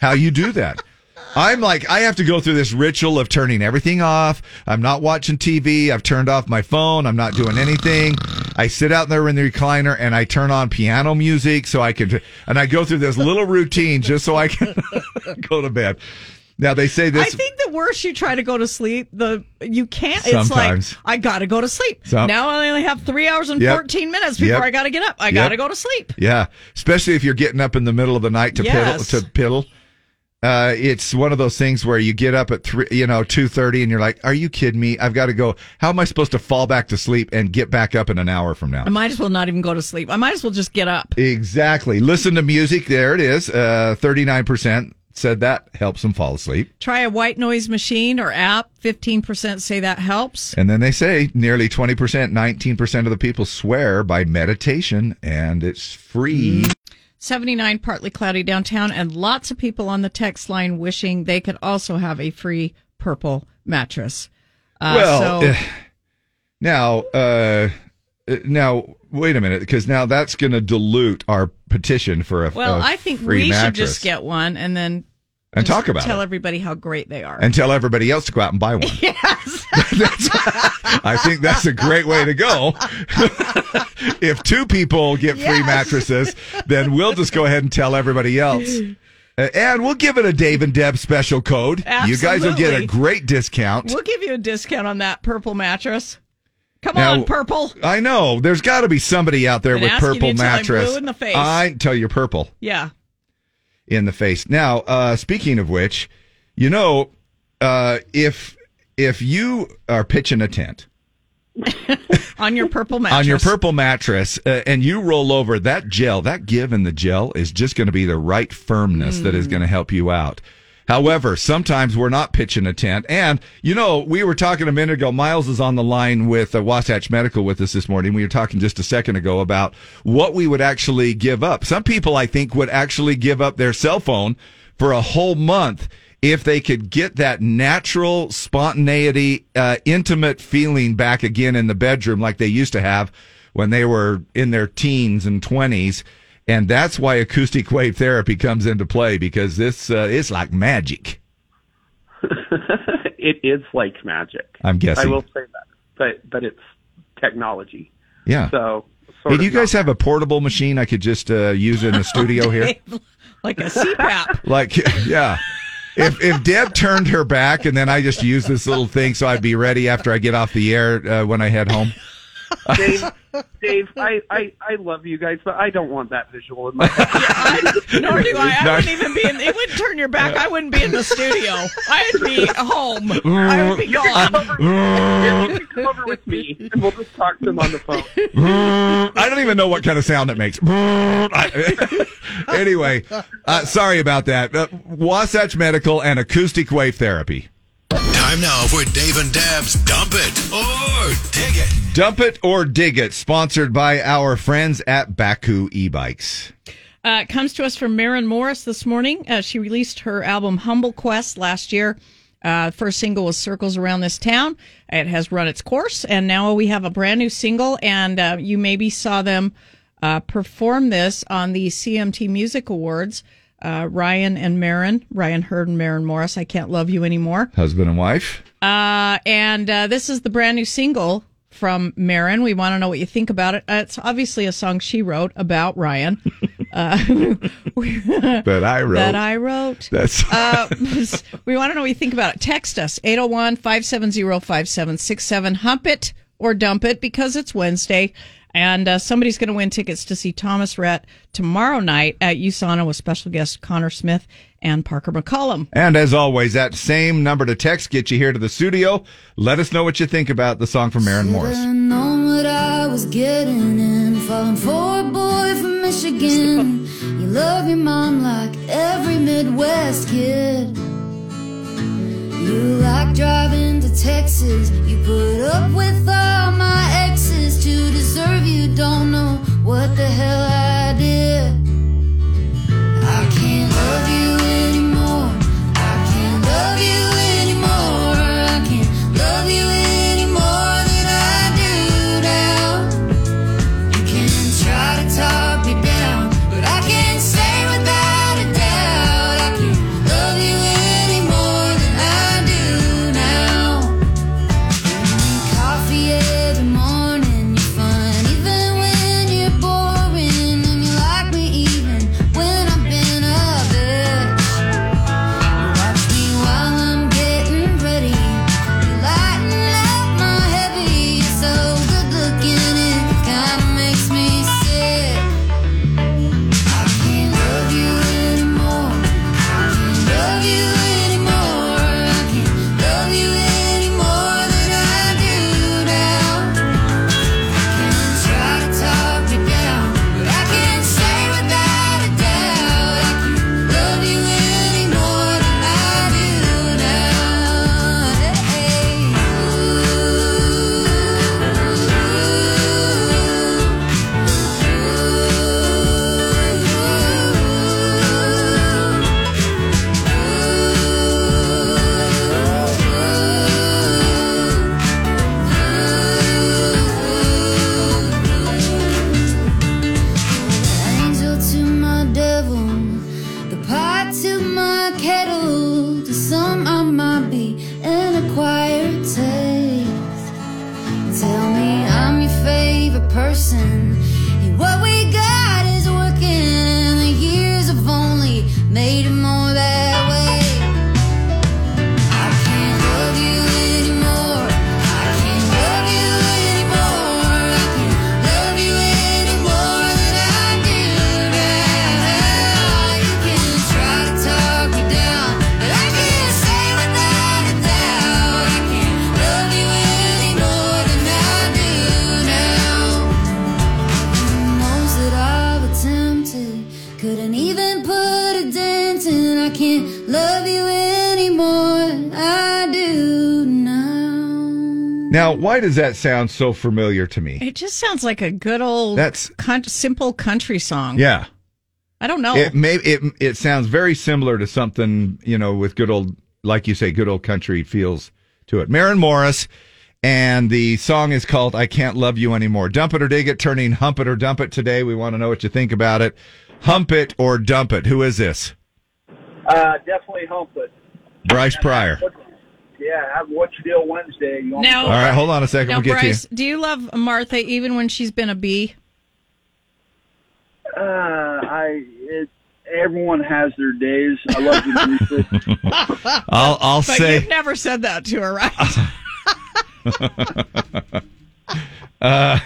how you do that. I'm like I have to go through this ritual of turning everything off. I'm not watching TV. I've turned off my phone. I'm not doing anything. I sit out there in the recliner and I turn on piano music so I can and I go through this little routine just so I can <laughs> go to bed. Now they say
I
this
think the worse you try to go to sleep, the you can't.
Sometimes.
It's like I got to go to sleep.
Some-
now I only have three hours and
Yep.
fourteen minutes before
Yep.
I got to get up. I
Yep.
got to go to sleep.
Yeah, especially if you're getting up in the middle of the night to piddle.
Yes.
To piddle. Uh, it's one of those things where you get up at three, you know, two thirty, and you're like, "Are you kidding me? I've got to go. How am I supposed to fall back to sleep and get back up in an hour from now?"
I might as well not even go to sleep. I might as well just get up.
Exactly. Listen to music. There it is. Thirty nine percent said that helps them fall asleep,
Try a white noise machine or app. Fifteen percent say that helps.
and then they say nearly twenty percent, nineteen percent of the people swear by meditation, and it's free.
Mm. Seventy-nine partly cloudy downtown, and lots of people on the text line wishing they could also have a free purple mattress. Uh,
well,
so-
eh, now, uh, eh, now, wait a minute, because now that's going to dilute our petition for a
Well,
I
I think we should just get one and then
And
just
talk about
tell
it.
everybody how great they are.
and tell everybody else to go out and buy one.
<laughs>
Yes, I think that's a great way to go. <laughs> if two people get free
Yes.
mattresses, then we'll just go ahead and tell everybody
<laughs>
else. Eh, And we'll give it a Dave and Deb special code. You guys will get a
Absolutely.
great discount.
We'll give you a discount on that purple mattress. Come
Now-
on, purple.
I know. There's got to be somebody out there
Been
with
asking
purple
you till I'm
mattress.
blue in the face.
I tell you, purple
<laughs> Yeah.
in the face. Now, uh, speaking of which, you know, uh, if if you are pitching a tent
On your purple
<laughs>
mattress.
on your purple mattress uh, and you roll over, that gel, that give in the gel is just going to be the right firmness that is
Mm.
going to help you out. However, sometimes we're not pitching a tent. And, you know, we were talking a minute ago. Miles is on the line with uh, Wasatch Medical with us this morning. We were talking just a second ago about what we would actually give up. Some people, I think, would actually give up their cell phone for a whole month if they could get that natural spontaneity, uh, intimate feeling back again in the bedroom like they used to have when they were in their teens and 20s. And that's why acoustic wave therapy comes into play because this uh, it's like magic.
it is like magic.
I'm guessing.
I will say that, but but it's technology.
Yeah.
So
Hey,
sort
do you
of not-
guys have a portable machine I could just uh, use in the
<laughs>
studio here?
like a CPAP.
Like, <laughs> yeah. If if Deb turned her back and then I just use this little thing so I'd be ready after I get off the air uh, when I head home. <laughs>
Dave, Dave, I, I, I love you guys, but I don't want that visual
<laughs>
in my <laughs>
Nor do I. I
No.
wouldn't even be in. It wouldn't turn your back. I wouldn't be in the studio. I'd be home. I would be gone.
Come over with me, and we'll just talk to him on the phone.
I don't even know what kind of sound it makes. <laughs> I- anyway, uh, sorry about that. Uh, Wasatch Medical and acoustic wave therapy.
Time now for Dave and Deb's Dump It or Dig It.
Dump it or dig it, sponsored by our friends at Baku e-bikes.
Uh, it comes to us from Marin Morris this morning. Uh, she released her album Humble Quest last year. Uh, first single was Circles Around This Town. It has run its course, and now we have a brand new single. And uh, you maybe saw them uh, perform this on the CMT Music Awards. Uh, Ryan and Marin, Ryan Hurd and Marin Morris. I can't love you anymore.
Husband and
<laughs>
wife.
Uh, and uh, this is the brand new single from Marin. We want to know what you think about it. Uh, it's obviously a song she wrote about Ryan. <laughs> Uh,
That I wrote.
That I wrote.
That's-
uh, <laughs> we want to know what you think about it. Text us 801 570 5767. Hump it or dump it because it's Wednesday. And uh, somebody's going to win tickets to see Thomas Rhett tomorrow night at USANA with special guest Connor Smith and Parker McCollum.
And as always, that same number to text gets you here to the studio. Let us know what you think about the song from Maren Morris.
I'd known what I was getting in, falling for a boy from Michigan. You love your mom like every Midwest kid. You like driving to Texas. You put up with all my exes to deserve you. Don't know what the hell I did. I can't love. Couldn't even put a dent in. I can't love you anymore. I do now.
Now, why does that sound so familiar to me?
It just sounds like a good old
That's-
con- simple country song.
Yeah.
I don't know.
It may it it sounds very similar to something you know with good old like you say good old country feels to it. Maren Morris, and the song is called "I Can't Love You Anymore." Dump it or dig it, turning hump it or dump it today. We want to know what you think about it. Hump it or dump it. Who is this?
Uh, definitely hump it.
Bryce Pryor.
Yeah, have what's your deal Wednesday? You want
Now,
All right, hold on a second.
Now,
we'll get
Bryce,
to
do you love Martha even when she's been a bee?
Uh, I it, everyone has their days. I love you,
<laughs>
Lisa.
you. <laughs> I'll I'll
but
say.
you've never said that to her, right?
<laughs> uh,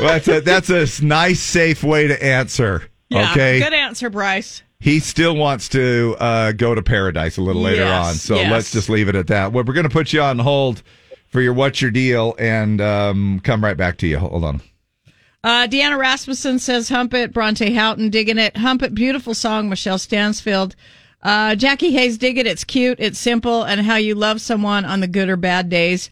that's a that's a s- nice safe way to answer.
Yeah,
okay.
Good answer, Bryce.
He still wants to uh, go to paradise a little later
Yes,
on, so
yes.
let's just leave it at that. Well, we're going to put you on hold for your what's your deal and um, come right back to you. Hold on.
Uh, Deanna Rasmussen says, Hump It. Bronte Houghton, digging it. Hump It, beautiful song. Michelle Stansfield. Uh, Jackie Hayes, dig it. It's cute. It's simple. And how you love someone on the good or bad days.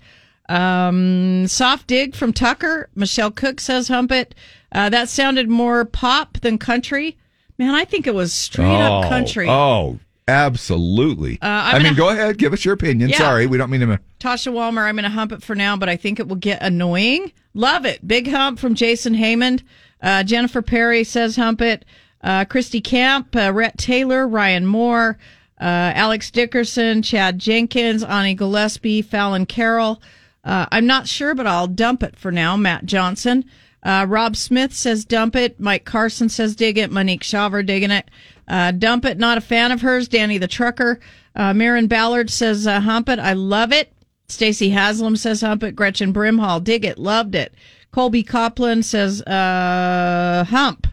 Um, soft dig from Tucker. Michelle Cook says, Hump It. Uh, that sounded more pop than country. Man, I think it was straight
Oh,
up country.
Oh, absolutely.
Uh,
I
I'm
mean,
gonna-
go ahead, give us your opinion.
Yeah.
Sorry, we don't mean to.
Tasha Walmer, I'm going to hump it for now, but I think it will get annoying. Love it. Big hump from Jason Haymond. Uh, Jennifer Perry says hump it. Uh, Christy Camp, uh, Rhett Taylor, Ryan Moore, uh, Alex Dickerson, Chad Jenkins, Ani Gillespie, Fallon Carroll. Uh, I'm not sure, but I'll dump it for now. Matt Johnson. Uh, Rob Smith says dump it. Mike Carson says dig it. Monique Shaver digging it. Uh, dump it. Not a fan of hers. Danny the trucker. Uh, Marin Ballard says uh, hump it. I love it. Stacy Haslam says hump it. Gretchen Brimhall dig it. Loved it. Colby Copland says uh, hump.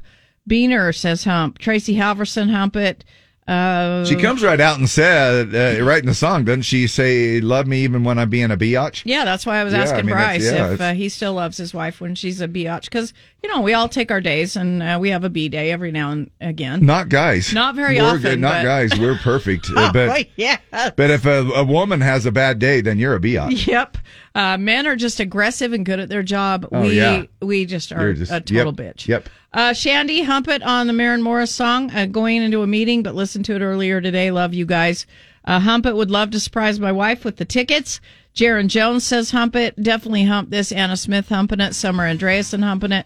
Beener says hump. Tracy Halverson hump it. Uh,
She comes right out and said, uh, right in the song, doesn't she say, "Love me even when I'm being a biatch"?
Yeah, that's why I was
Yeah, I
asking
mean, that's-
Bryce
yeah,
if
it's-
uh, he still loves his wife when she's a biatch. Because, you know, we all take our days and uh, we have a B day every now and again.
Not guys.
Not very
We're
often.
good- Not
but-
guys. We're
<laughs>
perfect. Uh, but
Oh, yeah.
but if a, a woman has a bad day, then you're a
<laughs>
biatch.
Yep. Uh, men are just aggressive and good at their job.
Oh,
we
yeah.
we just are
You're just-
a total
yep,
bitch.
Yep.
Uh, Shandy Humpet on the Marin Morris song, uh, going into a meeting, but listened to it earlier today. Love you guys. Uh, Humpet would love to surprise my wife with the tickets. Jaron Jones says Humpet. Definitely hump this. Anna Smith humping it. Summer Andreasen humping it.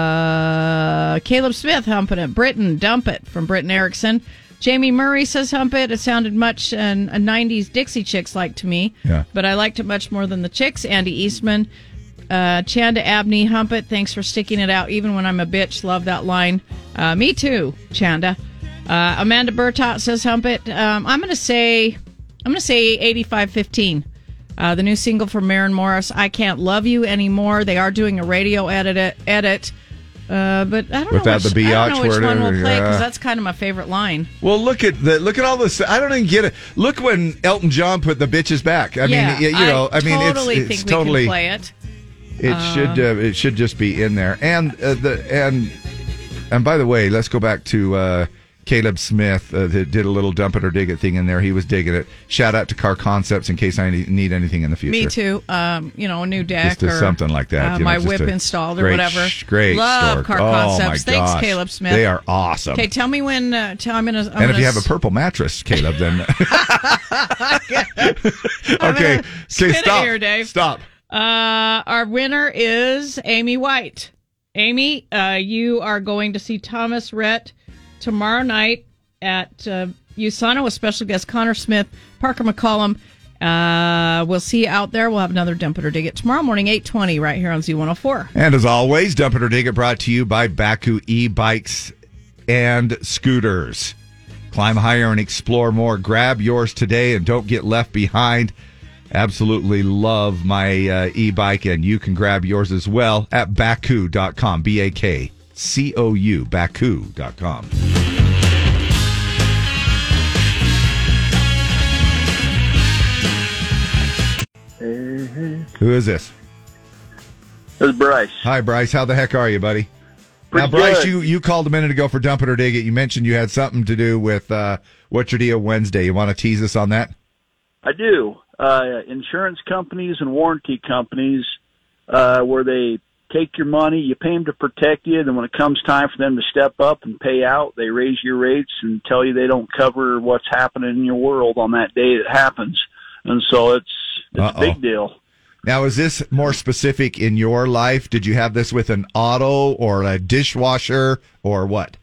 Uh, Caleb Smith humping it. Britain dump it from Britton Erickson. Jamie Murray says hump it. It sounded much uh, and a 90s Dixie Chicks like to me,
Yeah.
but I liked it much more than the Chicks. Andy Eastman. Uh, Chanda Abney Humpet, thanks for sticking it out even when I'm a bitch. Love that line. Uh, me too, Chanda. Uh, Amanda Burtott says Humpet. Um, I'm gonna say, I'm gonna say 8515. Uh, the new single from Maren Morris, I Can't Love You Anymore. They are doing a radio edit. edit. Uh, but I don't
Without
know which,
the
I don't know
biatch
which
word
one
or-
we'll play
yeah.
because that's kind of my favorite line.
Well, look at the look at all this. I don't even get it. Look when Elton John put the bitches back. I
Yeah,
mean, y- you know, I, mean,
totally
it's,
think
it's totally.
we can play it.
It
Uh,
should uh, it should just be in there. And uh, the and and by the way, let's go back to uh, Caleb Smith uh, that did a little dump it or dig it thing in there. He was digging it. Shout out to Car Concepts in case I ne- need anything in the future.
Me too. Um, you know, a new deck
Just a-
or
something like that,
uh,
you know,
my
just
whip
a
installed or
great
whatever.
sh- great store.
Love car
Oh, my
concepts. Thanks,
gosh.
Caleb Smith.
They are awesome.
Okay, tell me when. Uh, tell I'm gonna. I'm
and if
gonna
you have a
s-
purple mattress, Caleb,
<laughs>
then <laughs> okay, okay,
spin it
stop,
here, Dave.
stop.
Uh, our winner is Amy White. Amy, uh, you are going to see Thomas Rhett tomorrow night at uh, USANA with special guest Connor Smith, Parker McCollum. Uh, we'll see you out there. We'll have another dump it or dig it tomorrow morning, eight twenty, right here on Z one hundred four.
And as always, Dump It or Dig It brought to you by Baku e bikes and scooters. Climb higher and explore more. Grab yours today and don't get left behind. Absolutely love my uh, e bike, and you can grab yours as well at baku.com. B A K C O U, baku.com. Who is this?
This is Bryce.
Hi, Bryce. How the heck are you, buddy? Now, Bryce,
good.
you, you called a minute ago for Dump It or Dig It. You mentioned you had something to do with uh, What's Your Deal Wednesday. You want to tease us on that?
I do. Uh, insurance companies and warranty companies, uh, where they take your money, you pay them to protect you, then when it comes time for them to step up and pay out, they raise your rates and tell you they don't cover what's happening in your world on that day it happens. And so it's, it's
Uh-oh.
a big deal.
Now, is this more specific in your life? Did you have this with an auto or a dishwasher or what?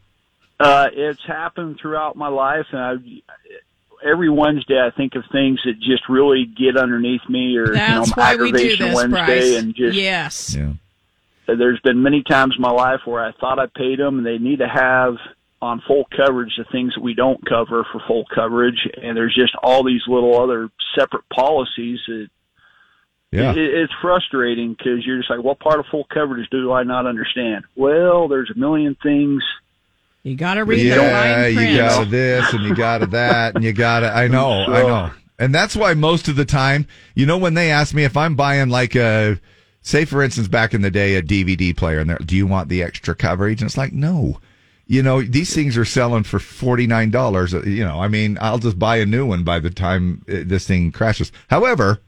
Uh, it's happened throughout my life, and I, every Wednesday I think of things that just really get underneath me, or you know,
That's
my
why we do
aggravation
this,
Wednesday,
Bryce.
and just
yes.
there's been many times in my life where I thought I paid them, and they need to have on full coverage the things that we don't cover for full coverage, and there's just all these little other separate policies that.
Yeah.
It, it's frustrating because you're just like, what part of full coverage do I not understand? Well, there's a million things.
You got to
read
yeah, you got to this and you got to that and you got to. I know, I know, and that's why most of the time, you know, when they ask me if I'm buying like a, say for instance, back in the day, a DVD player, and they're, do you want the extra coverage? And it's like, no, you know, these things are selling for forty nine dollars. uh, You know, I mean, I'll just buy a new one by the time uh, this thing crashes. However,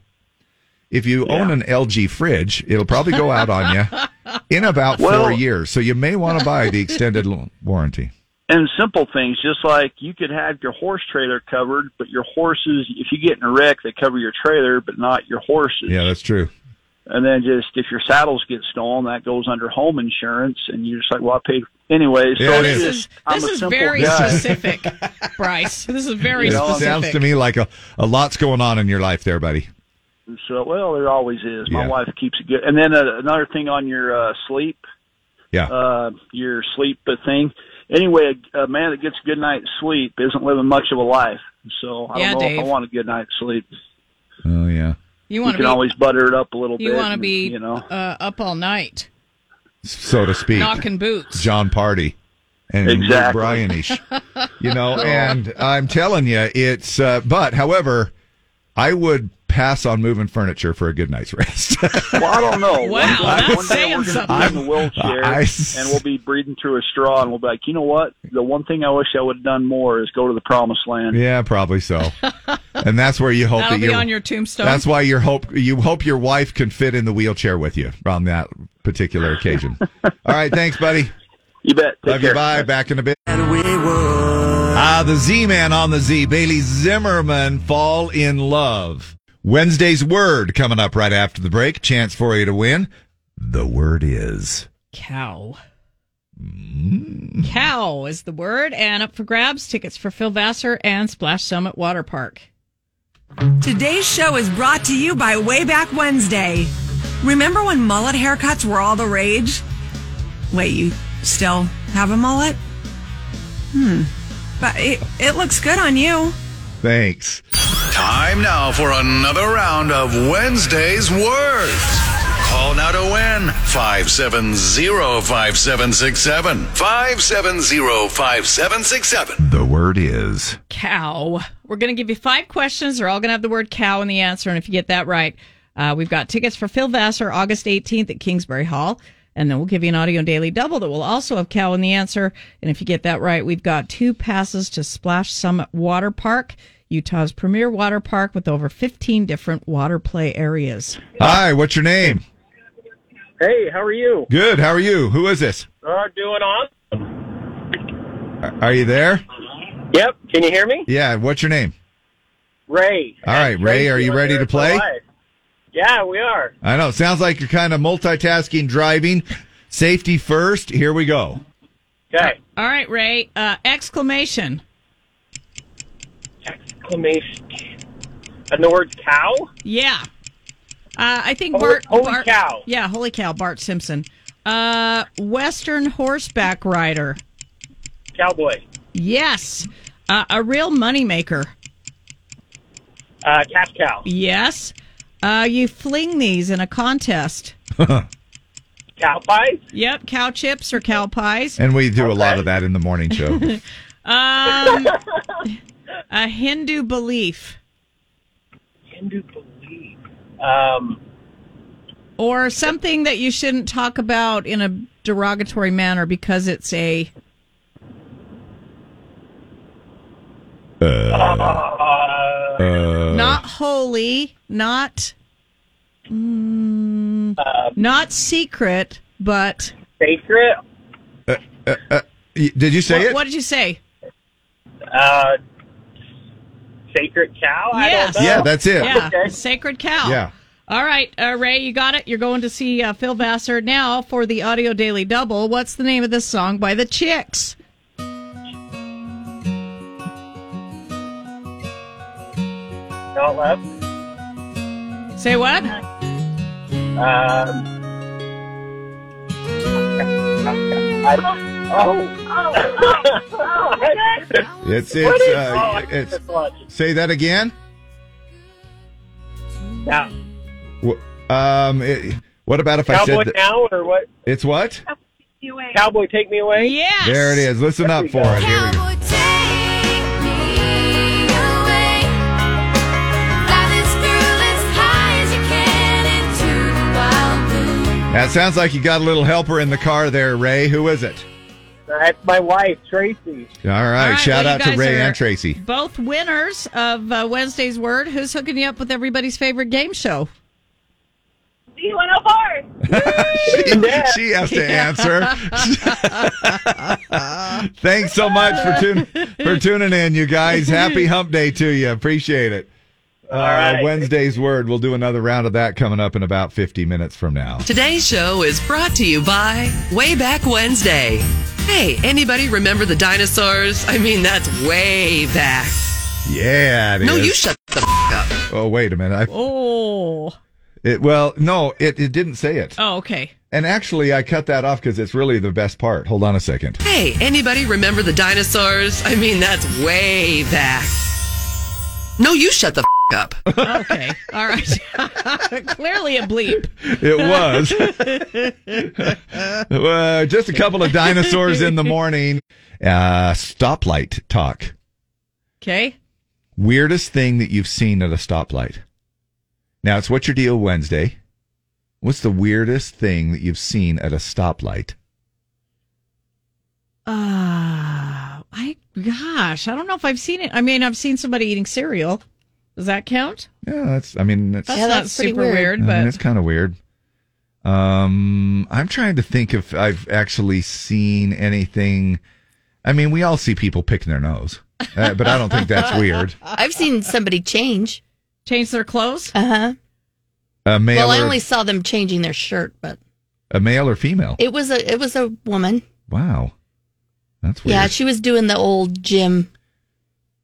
if you own an LG fridge, it'll probably go out on you in about four
Well-
years. So you may want to buy the extended l- warranty.
and simple things, just like you could have your horse trailer covered, but your horses, if you get in a wreck, they cover your trailer, but not your horses.
Yeah, that's true.
And then just if your saddles get stolen, that goes under home insurance, and you're just like, well, I paid anyway. So
Yeah, it
it's
is.
just,
This
I'm
This
a
is
simple
very
guy.
specific, Bryce. This is very
it
specific.
sounds to me like a, a lot's going on in your life there, buddy.
So well, there always is. My
Yeah.
wife keeps it good. And then uh, another thing on your uh, sleep.
Yeah.
Uh, your sleep thing. Anyway, a, a man that gets a good night's sleep isn't living much of a life. So I
Yeah,
don't know
Dave.
if I want a good night's sleep.
Oh yeah.
You
You
want
can
to be
always butter it up a little
you
bit.
want to
and,
be
you know.
uh, up all night.
So to speak.
Knocking boots.
John Party. And
Exactly.
Brianish. You know,
<laughs>
and I'm telling you, it's uh, but however, I would pass on moving furniture for a good night's <laughs> rest.
<laughs> Well, I don't know. One
<laughs>
Wow, that's
day- one day we're
saying
gonna be in the wheelchair,
I-
and we'll be breathing through a straw, and we'll be like, you know what? The one thing I wish I would have done more is go to the promised land.
yeah, probably so. And that's where you hope
That'll
that
be
your-
on your tombstone.
That's why you hope you hope your wife can fit in the wheelchair with you on that particular occasion. All right, thanks, buddy.
You bet.
Love you. Bye. Back in a bit. Ah, the Z Man on the Z, Bailey Zimmerman, fall in love. Wednesday's word coming up right after the break. Chance for you to win. The word is
Cow. Cow is the word, and up for grabs tickets for Phil Vassar and Splash Summit Water Park.
Today's show is brought to you by Wayback Wednesday. Remember when mullet haircuts were all the rage? Wait, you still have a mullet? Hmm. But it, it looks good on you.
thanks.
Time now for another round of Wednesday's words. Call now to win 570-5767. 570-5767.
The word is
cow. We're going to give you five questions. They're all going to have the word cow in the answer. And if you get that right, uh, we've got tickets for Phil Vassar August 18th at Kingsbury Hall. And then we'll give you an audio daily double that will also have cow in the answer. And if you get that right, we've got two passes to Splash Summit Water Park, Utah's premier water park with over 15 different water play areas.
Hi, what's your name?
Hey, how are you?
Good. How are you? Who is this?
Uh, doing on?
Are are you there?
Yep. Can you hear me?
Yeah. What's your name?
Ray.
All right, Ray. Are you ready to play?
Yeah, we are.
I know. Sounds like you're kind of multitasking, driving. Safety first. Here we go. <laughs>
Okay.
All right, Ray. Uh, exclamation.
Exclamation. And the word cow?
Yeah. Uh, I think
Holy-
Bart.
holy
Bart-
cow.
Yeah, holy cow, Bart Simpson. Uh, Western horseback rider.
Cowboy.
Yes. Uh, a real moneymaker.
Uh, cash cow.
Yes. Uh, you fling these in a contest.
Cow pies?
Yep, cow chips or cow pies.
And we do a lot of that in the morning show.
<laughs> Um, a Hindu belief.
Hindu belief. Um,
or something that you shouldn't talk about in a derogatory manner because it's a not holy, not mm, not secret, but
Secret?
Uh, uh, uh, y- did you say
what,
it?
what did you say?
Uh, sacred cow?
Yes.
know. Yeah, that's it.
Yeah, sacred cow.
Yeah.
All right, uh, Ray, you got it. You're going to see uh, Phil Vassar now for the Audio Daily Double. What's the name of this song by the Chicks?
Don't love?
Say what?
Um, I, oh, oh, oh, my goodness.
It's
What
it's,
is- oh,
uh,
I think
it's
it's lunch.
say that again.
Now,
Wh- Um, it- what about if I
cowboy
said th-
now or what?
it's what?
Oh,
Cowboy, take me away.
Yeah.
There it is. Listen up for it. Here we go. That sounds like you got a little helper in the car there, Ray. Who is it?
That's my wife, Tracy.
All right.
All right,
shout
well, you
out to
guys
Ray
are-
and Tracy.
Both winners of uh, Wednesday's Word. Who's hooking you up with everybody's favorite game show?
D104.
she, she has to answer. <laughs> Thanks so much for tun- for tuning in, you guys. Happy Hump Day to you. Appreciate it. Uh, Wednesday's word. We'll do another round of that coming up in about 50 minutes from now.
Today's show is brought to you by Way Back Wednesday. Hey, anybody remember the dinosaurs? I mean, that's way back.
Yeah, it
no,
is.
you shut the f- up.
Oh, wait a minute. I,
oh.
it, well, no, it, it didn't say it.
Oh, okay.
And actually, I cut that off because it's really the best part. Hold on a second.
<laughs> Hey, anybody remember the dinosaurs? I mean, that's way back. No, you shut the f- up.
Okay. All right. <laughs> Clearly a bleep.
It was.
<laughs>
Uh, just a couple of dinosaurs in the morning. Uh, stoplight talk.
Okay.
Weirdest thing that you've seen at a stoplight. Now it's what's your deal Wednesday. What's the weirdest thing that you've seen at a stoplight?
Uh, I gosh, I don't know if I've seen it. I mean, I've seen somebody eating cereal. Does that count?
Yeah, that's. I mean, that's,
That's Yeah, not that's pretty super weird. weird,
I mean,
but-
it's kind of weird. Um, I'm trying to think if I've actually seen anything. I mean, we all see people picking their nose, uh, but I don't think
<laughs>
<laughs>
that's weird.
I've seen somebody change.
Change their clothes?
Uh huh.
A male,
Well, I
or,
only saw them changing their shirt, but
a male or female?
it was a it was a woman.
Wow, that's weird.
Yeah, she was doing the old gym.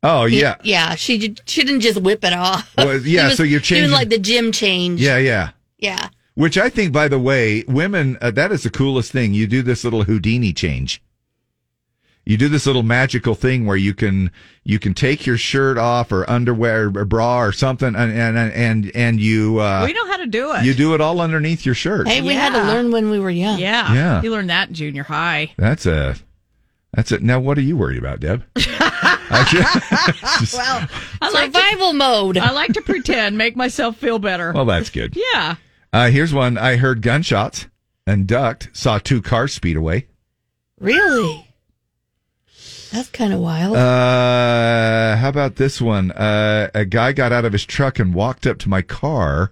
oh yeah,
Yeah, she did, she didn't just whip it off.
Well, yeah,
<laughs> She was
so you're changing-
doing like the gym change.
yeah, yeah.
Yeah.
Which I think, by the way, women, uh, that is the coolest thing. You do this little Houdini change. You do this little magical thing where you can, you can take your shirt off or underwear or bra or something and, and, and, and you, uh,
we know how to do it.
you do it all underneath your shirt.
Hey, we had to
Yeah.
learn when we were young.
yeah.
Yeah.
You learned that in junior high.
That's a, that's it. Now, what are you worried about,
<laughs>
Deb? I <laughs> <laughs> just-
well, <laughs> I survival
mode.
I like to pretend, make myself feel better.
well, that's good.
yeah.
Uh, here's one. I heard gunshots and ducked, saw two cars speed away.
Really? That's kind of wild.
Uh, how about this one? Uh, a guy got out of his truck and walked up to my car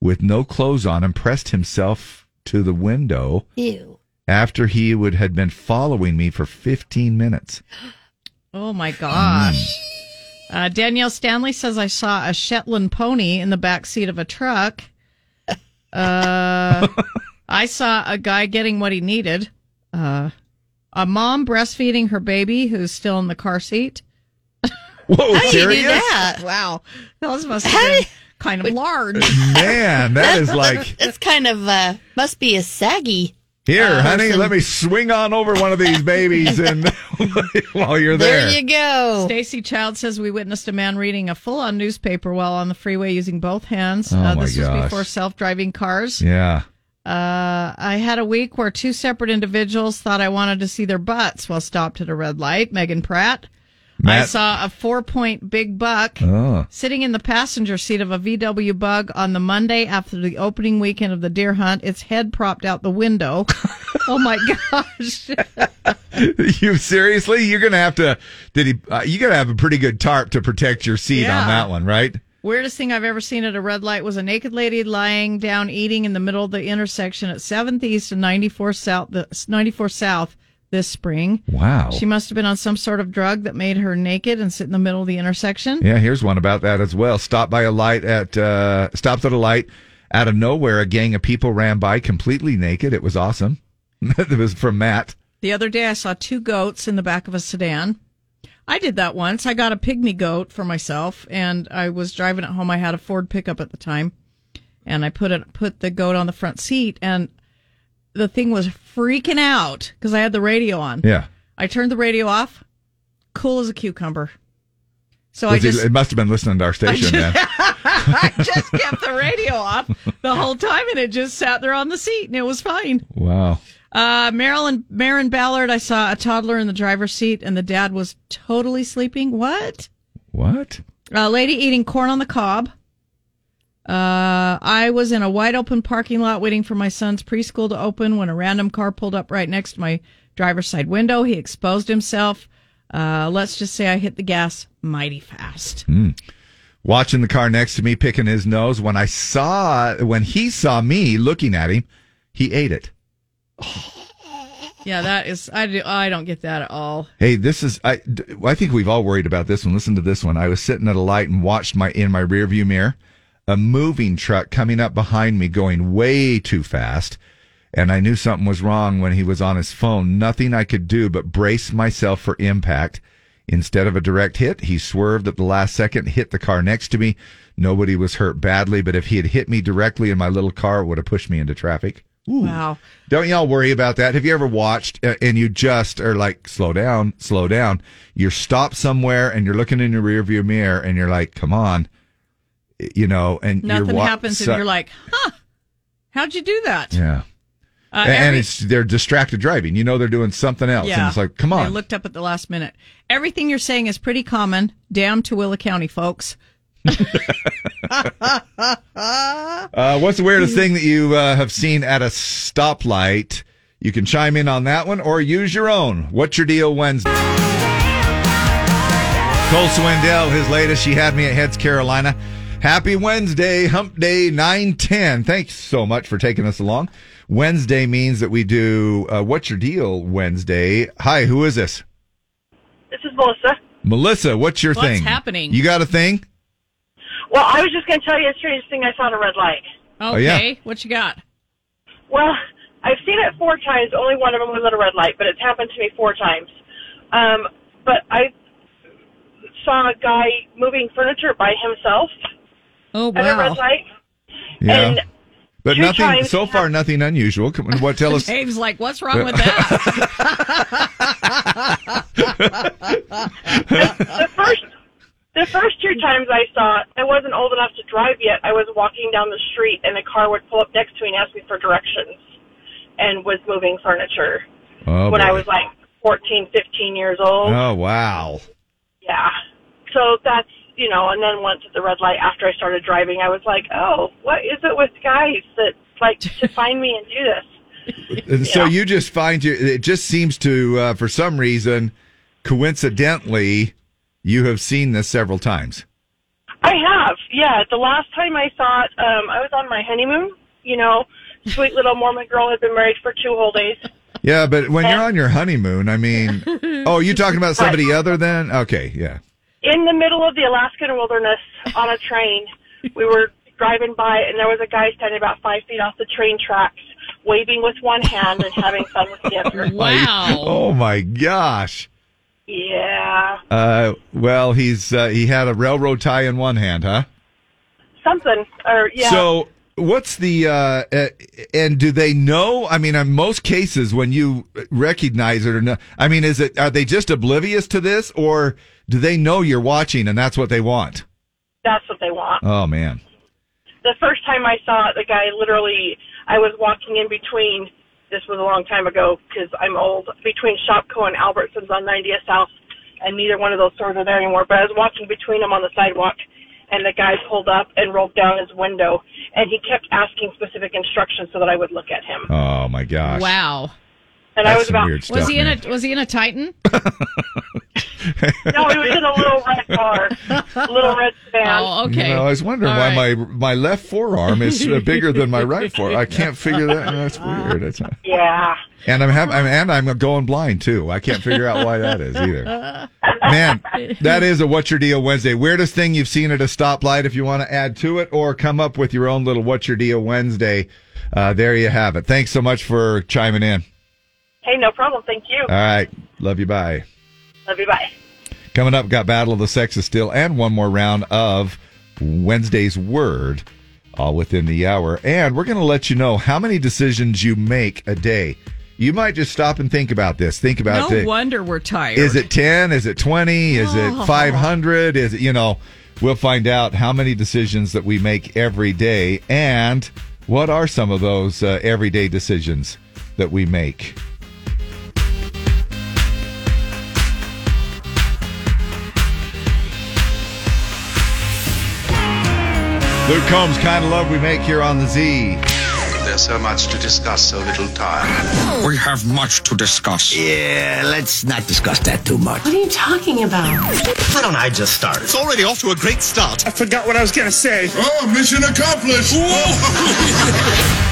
with no clothes on and pressed himself to the window
Ew.
after he would had been following me for 15 minutes.
Oh my gosh. Uh, Danielle Stanley says I saw a Shetland pony in the back seat of a truck. Uh, <laughs> I saw a guy getting what he needed. Uh, a mom breastfeeding her baby who's still in the car seat.
Whoa,
How do you do serious? that?
Wow, those must have been kind of large.
<laughs> Man, that
<laughs>
is like
it's kind of uh must be a saggy.
here,
Uh,
honey.
person.
Let me swing on over one of these babies, and
<laughs>
<laughs> while you're there,
go.
Stacy Child says we witnessed a man reading a full-on newspaper while on the freeway using both hands.
Oh
uh,
my
this
gosh.
was before self-driving cars.
yeah.
Uh, I had a week where two separate individuals thought I wanted to see their butts while stopped at a red light. Megan Pratt. I
Matt?
saw a four point big buck
Oh.
sitting in the passenger seat of a VW bug on the Monday after the opening weekend of the deer hunt, its head propped out
<laughs>
the window. oh my gosh.
you seriously? You're gonna have to. Did he? Uh, you gotta have a pretty good tarp to protect your seat
Yeah.
on that one, right?
Weirdest thing I've ever seen at a red light was a naked lady lying down eating in the middle of the intersection at 7th East and 94 South, the 94 South this spring.
Wow.
She must have been on some sort of drug that made her naked and sit in the middle of the intersection.
Yeah, here's one about that as well. Stopped by a light at uh, stopped at a light out of nowhere. A gang of people ran by completely naked. It was awesome. <laughs> it was from Matt.
The other day I saw two goats in the back of a sedan. I did that once. I got a pygmy goat for myself and I was driving at home. I had a Ford pickup at the time and I put it, put the goat on the front seat and the thing was freaking out because I had the radio on.
Yeah.
I turned the radio off. Cool as a cucumber. So I
Was he-
just,
it
<laughs>
must have been listening to our station, man.
I just kept the radio off the whole time and it just sat there on the seat and it was fine.
Wow.
Uh, Marilyn, Marin Ballard, I saw a toddler in the driver's seat and the dad was totally sleeping. What?
What?
A lady eating corn on the cob. Uh, I was in a wide open parking lot waiting for my son's preschool to open when a random car pulled up right next to my driver's side window. He exposed himself. Uh, let's just say I hit the gas mighty fast.
Hmm. Watching the car next to me, picking his nose. When I saw, when he saw me looking at him, he ate it.
Yeah, that is, I, do, I don't get that at all.
Hey, this is I. d- I think we've all worried about this one. Listen to this one. I was sitting at a light and watched my in my rearview mirror a moving truck coming up behind me, going way too fast, and I knew something was wrong when he was on his phone. Nothing I could do but brace myself for impact. Instead of a direct hit, he swerved at the last second, hit the car next to me. Nobody was hurt badly, but if he had hit me directly in my little car, it would have pushed me into traffic.
Wow.
Don't y'all worry about that. Have you ever watched uh, and you just are like, slow down, slow down. You're stopped somewhere and you're looking in your rearview mirror and you're like, come on, you know, and
Nothing
you're wa-
happens
so-
and you're like, huh, how'd you do that?
yeah.
Uh,
and
every-
it's they're distracted driving. You know they're doing something else, and it's like, come
I
on,
looked up at the last minute. Everything you're saying is pretty common. Damn Tooele County, folks.
Uh, what's the weirdest thing that you uh, have seen at a stoplight? You can chime in on that one or use your own. What's your deal Wednesday? Cole Swindell, his latest. She had me at Heads Carolina. Happy Wednesday, Hump Day 910. Thanks so much for taking us along. Wednesday means that we do uh, What's Your Deal Wednesday. Hi, who is this?
This is Melissa.
Melissa, what's your
What's
thing?
happening?
You got a thing?
Well, I was just going to tell you the strangest thing I saw at a red light.
Oh, yeah.
what you got?
Well, I've seen it four times. Only one of them was at a red light, but it's happened to me four times. Um, but I saw a guy moving furniture by himself
oh,
at a red light.
Yeah.
And
but
two
nothing,
times-
so far, nothing unusual. Come on,
<laughs>
what, tell us.
Dave's like, what's wrong with <laughs> that?
the first the first two times I saw it, I wasn't old enough to drive yet. I was walking down the street, and a car would pull up next to me and ask me for directions, and was moving furniture
Oh,
when I
boy.
was like 14, 15 years old.
Oh, wow.
Yeah. So that's, you know, and then once at the red light after I started driving, I was like, oh, what is it with guys that like to find me and do this?
<laughs> And so you just find you, it just seems to, uh, for some reason, coincidentally, you have seen this several times.
I have, yeah. The last time I saw it, um, I was on my honeymoon. You know, sweet little Mormon girl had been married for two whole days.
Yeah, but when you're on your honeymoon, I
<laughs>
mean, oh, you talking about somebody other than? Okay, yeah.
in the middle of the Alaskan wilderness on a train. We were driving by, and there was a guy standing about five feet off the train tracks, waving with one hand and having fun with the other.
oh my gosh.
Yeah,
Uh, well, he's uh, he had a railroad tie in one hand, huh?
something. Or yeah.
So what's the uh, uh, and do they know? I mean, in most cases, when you recognize it or not, I mean, is it are they just oblivious to this, or do they know you're watching and that's what they want?
that's what they want.
Oh man,
the first time I saw it, the guy literally, I was walking in between, this was a long time ago because I'm old, between Shopko and Albertsons on 90th South. and neither one of those stores are there anymore. But I was walking between them on the sidewalk, and the guy pulled up and rolled down his window, and he kept asking specific instructions so that I would look at him.
Oh my gosh!
Wow.
And I
That's
was
some
about
weird stuff,
was he
man.
in a was he in a
<laughs>
Titan?
no, he was in a little red car, little red sedan.
Oh,
You know, I was wondering
All
why
right.
my my left forearm is uh, bigger than my right forearm. I can't figure that. That's weird. That's not-
Yeah.
and I'm, hap- I'm and I'm going blind too. I can't figure out why that is either.
<laughs>
Man, that is a What's Your Deal Wednesday. Weirdest thing you've seen at a stoplight. If you want to add to it or come up with your own little What's Your Deal Wednesday, uh, there you have it. Thanks so much for chiming in.
Hey, no problem. Thank you.
All right. Love you. Bye.
Love you. Bye.
Coming up, got Battle of the Sexes still and one more round of Wednesday's Word, all within the hour. And we're going to let you know how many decisions you make a day. You might just stop and think about this. Think about
no
it.
wonder we're tired.
Is it 10? Is it 20? Is
Oh.
it 500? Is it, you know, we'll find out how many decisions that we make every day and what are some of those uh, everyday decisions that we make. Luke Combs, kind of love we make here on the Z.
There's so much to discuss, so little time.
We have much to discuss. Yeah, let's not discuss that too much.
What are you talking about?
Why don't I just start? It's already off to a great start. I forgot what I was going to say.
Oh, mission accomplished.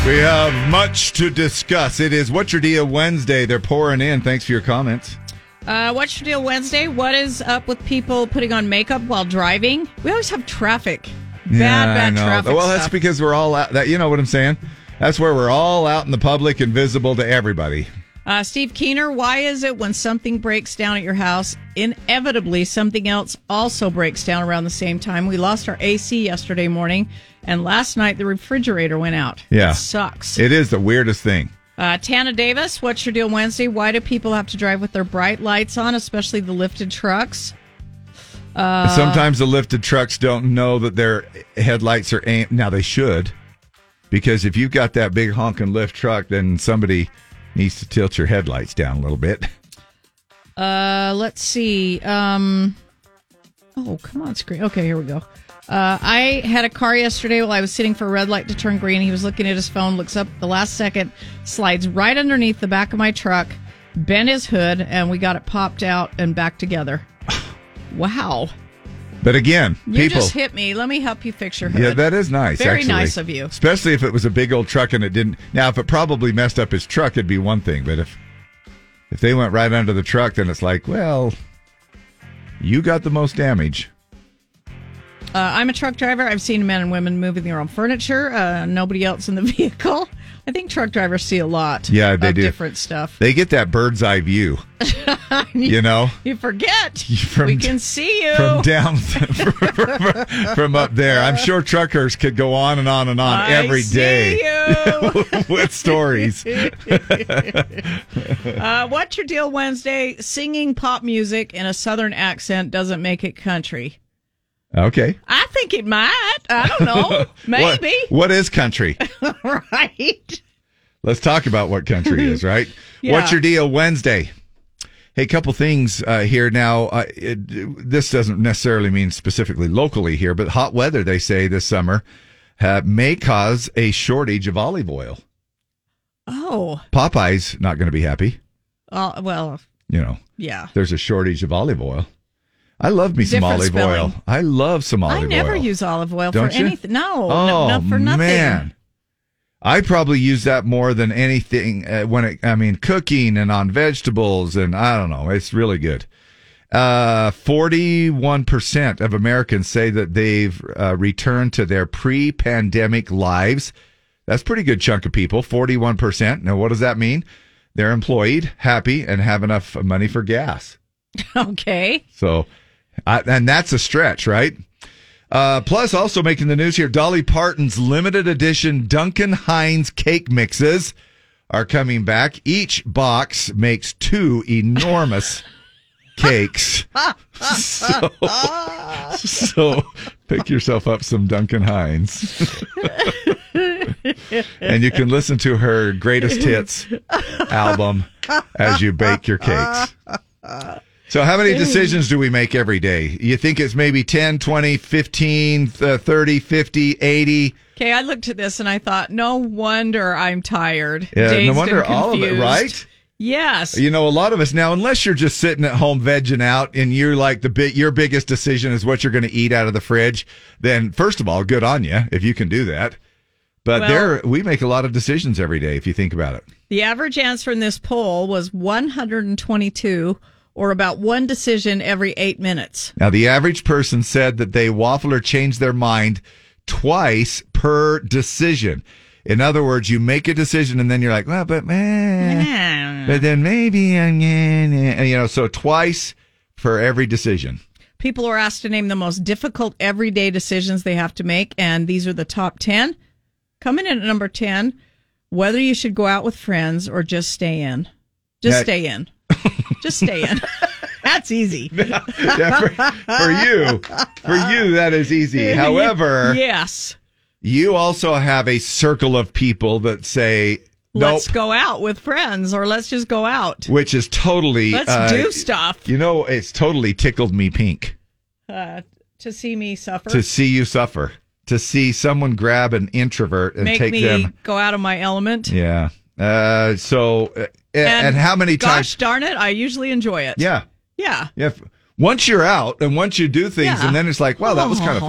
We have much to discuss. It is What's Your Deal Wednesday. They're pouring in. Thanks for your comments.
Uh, What's your deal Wednesday? What is up with people putting on makeup while driving? We always have traffic. Bad, bad traffic.
Well, that's
stuff.
because we're all out. That you know what I'm saying. That's where we're all out in the public and visible to everybody.
Uh, Steve Keener, why is it when something breaks down at your house, inevitably something else also breaks down around the same time? We lost our AC yesterday morning, and last night the refrigerator went out.
Yeah,
It sucks.
It is the weirdest thing.
Uh, Tana Davis, what's your deal Wednesday? Why do people have to drive with their bright lights on, especially the lifted trucks? Uh,
Sometimes the lifted trucks don't know that their headlights are aimed. Now they should, because if you've got that big honking lift truck, then somebody needs to tilt your headlights down a little bit.
Uh, let's see. Um, oh, come on, screen. Okay, here we go. Uh, I had a car yesterday while I was sitting for a red light to turn green. He was looking at his phone, looks up the last second, slides right underneath the back of my truck, bent his hood, and we got it popped out and back together. <laughs> Wow.
But again,
You
people.
just hit me. Let me help you fix your hood.
Yeah, that is nice.
Very
actually.
nice of you.
Especially if it was a big old truck and it didn't. Now, if it probably messed up his truck, it'd be one thing. But if if they went right under the truck, then it's like, well, you got the most damage.
Uh, I'm a truck driver. I've seen men and women moving their own furniture. Uh, nobody else in the <laughs> vehicle. I think truck drivers see a lot.
Yeah, they
of
do
different stuff. <laughs>
They get that bird's eye view. <laughs> you know,
You forget.
<laughs> From-
we can see you
from down
<laughs>
from up there. I'm sure truckers could go on and on and on
I
every
see
day <laughs> with stories.
<laughs> Uh, what's your deal Wednesday? Singing pop music in a southern accent doesn't make it country.
okay.
I think it might. I don't know.
<laughs> What-
Maybe.
what is country?
<laughs> right.
Let's talk about what country
<laughs>
is, right?
Yeah.
What's your deal Wednesday? Hey, couple things uh, here now. Uh, it, this doesn't necessarily mean specifically locally here, but hot weather, they say this summer, uh, may cause a shortage of olive oil.
<laughs> Oh.
Popeye's not going to be happy.
Uh, well,
You know,
yeah.
there's a shortage of olive oil. I love me some
Different
olive
spelling.
oil. I love some olive
I never
oil.
use olive oil
Don't
for
you?
anything. No,
oh,
no, no, for nothing.
Man. I probably use that more than anything uh, when it, I mean, cooking and on vegetables, and I don't know. It's really good. Uh, 41% of Americans say that they've uh, returned to their pre pandemic lives. That's a pretty good chunk of people, 41%. Now, what does that mean? They're employed, happy, and have enough money for gas.
<laughs> Okay.
So, I, and that's a stretch, right? Uh, plus, also making the news here, Dolly Parton's limited edition Duncan Hines cake mixes are coming back. Each box makes two enormous cakes. So, so pick yourself up some Duncan Hines, and you can listen to her greatest hits album as you bake your cakes. So, how many decisions do we make every day? You think it's maybe 10, 20, 15, uh, 30, 50, 80?
Okay, I looked at this and I thought, no wonder I'm tired.
Yeah, no
Dazed and
wonder all of it,
confused.
right?
Yes.
You know, a lot of us now, unless you're just sitting at home vegging out and you're like the bit, your biggest decision is what you're going to eat out of the fridge, then first of all, good on you if you can do that. But
Well-
there, we make a lot of decisions every day if you think about it.
The average answer in this poll was 122, or about one decision every eight minutes.
Now, the average person said that they waffle or change their mind twice per decision. In other words, you make a decision and then you're like, well, but Eh.
Eh. Uh.
man, but then maybe I'm gonna, and, you know, so twice for every decision.
People are asked to name the most difficult everyday decisions they have to make, and these are the top 10. Coming in at number 10, whether you should go out with friends or just stay in. Just
Yeah.
stay in. just stay
<laughs>
in. That's easy.
Yeah, for, for you, for you, that is
<laughs>
easy. However,
yes,
you also have a circle of people that say, nope,
let's go out with friends or let's just go out.
which is totally,
Let's
uh,
do stuff
You know, it's totally tickled me pink.
uh, to see me suffer.
to see you suffer, to see someone grab an introvert and
Make
take
me
them.
go out of my element.
Yeah. Uh, so, uh, and, and how many
gosh
times?
darn it, I usually enjoy it.
Yeah.
Yeah.
Yeah. If- Once you're out and once you do things,
Yeah.
and then it's like, wow, that was kind of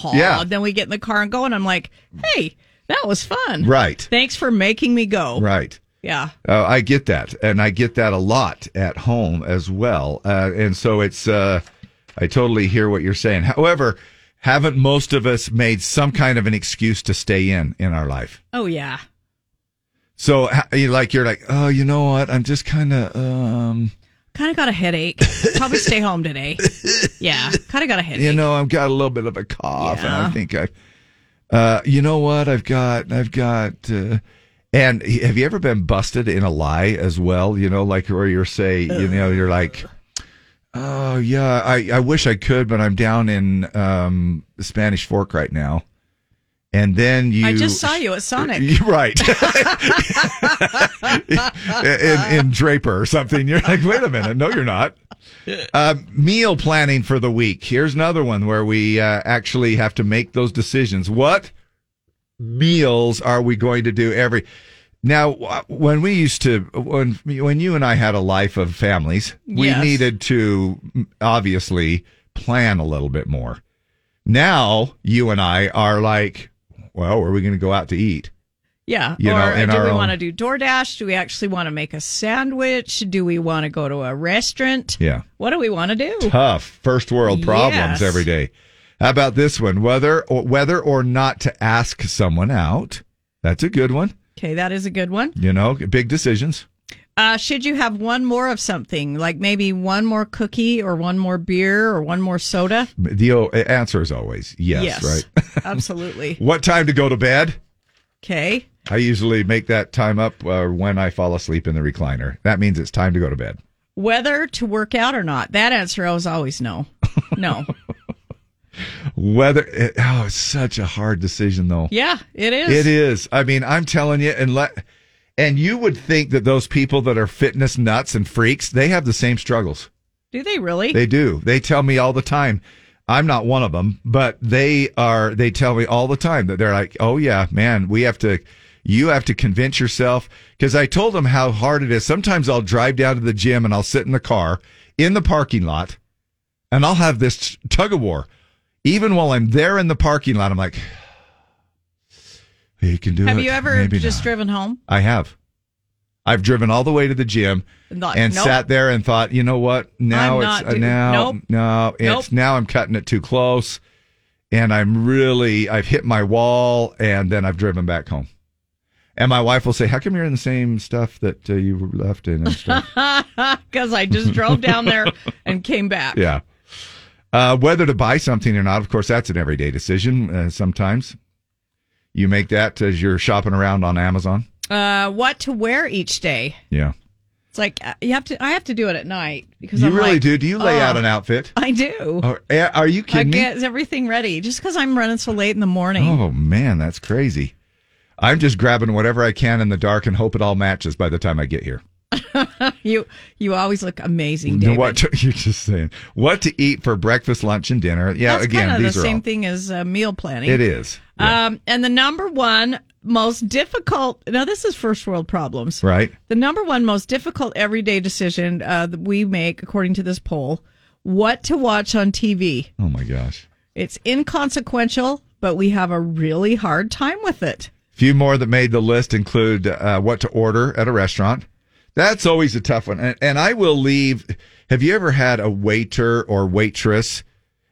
<laughs>
fun. yeah.
Then we get in the car and go, and I'm like, hey, that was fun.
Right.
Thanks for making me go.
Right.
Yeah.
Uh, I get that, and I get that a lot at home as well. Uh, and so it's, uh, I totally hear what you're saying. However, haven't most of us made some kind of an excuse to stay in in our life?
Oh yeah.
So, ha- you like you're like, oh, you know what? I'm just kind of, um,
Kind of got a headache. Probably stay
<laughs>
home today. Yeah. Kind of got a headache.
you know, I've got a little bit of a cough, and I
Yeah.
think I, uh, you know what? I've got, I've got, uh, and he- have you ever been busted in a lie as well? You know, like where you're say, you know, you're like, oh yeah, I, I wish I could, but I'm down in um, Spanish Fork right now, and then you,
I just saw you at Sonic.
You're right. <laughs> in, in Draper or something. You're like, wait a minute. No, you're not. Uh, meal planning for the week. Here's another one where we uh, actually have to make those decisions. What meals are we going to do every? Now, wh- when we used to, when when you and I had a life of families, we
Yes.
needed to mm, obviously plan a little bit more. Now, you and I are like, well, where are we going to go out to eat?
Yeah.
You
or
know, in
do
our
we
own-
want to do DoorDash? Do we actually want to make a sandwich? Do we want to go to a restaurant?
Yeah.
What do we want to do?
tough first world problems
Yes.
every day. How about this one? Whether or, whether or not to ask someone out. That's a good one.
Okay, that is a good one.
You know, big decisions.
Uh, should you have one more of something, like maybe one more cookie or one more beer or one
<laughs>
more soda?
The o- answer is always yes, right? <laughs>
absolutely.
What time to go to bed?
Okay.
I usually make that time up uh, when I fall asleep in the recliner. That means it's time to go to bed.
Whether to work out or not. That answer I was always no.
<laughs>
No.
Whether it, oh, it's such a hard decision though.
yeah, it is.
It is. I mean, I'm telling you, and let, and you would think that those people that are fitness nuts and freaks, they have the same struggles.
Do they really?
They do. They tell me all the time. I'm not one of them, but they are. They tell me all the time that they're like, "Oh yeah, man, we have to." You have to convince yourself because I told them how hard it is. Sometimes I'll drive down to the gym and I'll sit in the car in the parking lot, and I'll have this tug of war. Even while I'm there in the parking lot, I'm like, <sighs> "You can do
have
it."
you ever
Maybe
just
not."
driven home?
I have. I've driven all the way to the gym
And thought,
and
nope.
sat there and thought, you know what? Now
I'm
it's uh,
not do-
now
nope.
no, it's
Nope.
now I'm cutting it too close, and I'm really I've hit my wall, and then I've driven back home. And my wife will say, "How come you're in the same stuff that uh, you left in?" And
<laughs>
stuff?
Because I just drove down
<laughs>
there and came back.
yeah. Uh, whether to buy something or not, of course, that's an everyday decision. Uh, sometimes you make that as you're shopping around on Amazon.
Uh, what to wear each day?
Yeah,
It's like uh, you have to. I have to do it at night because
you
I'm
really
like,
do. Do you lay
oh,
out an outfit?
I do.
Are, Oh, are you
I
kidding me?
get everything ready just because I'm running so late in the morning.
Oh man, that's crazy. I'm just grabbing whatever I can in the dark and hope it all matches by the time I get here.
<laughs> you you always look amazing,
You know
David.
Oh. What <laughs> to, you're just saying? What to eat for breakfast, lunch, and dinner? Yeah,
That's
again,
kind of
these
the
are
same
all.
thing as uh, meal planning.
It is
Um, and the number one most difficult. Now this is first world problems,
right.
The number one most difficult everyday decision uh, that we make, according to this poll, what to watch on TV.
Oh my gosh,
It's inconsequential, but we have a really hard time with it.
few more that made the list include uh, what to order at a restaurant. That's always a tough one, and, and I will leave. Have you ever had a waiter or waitress,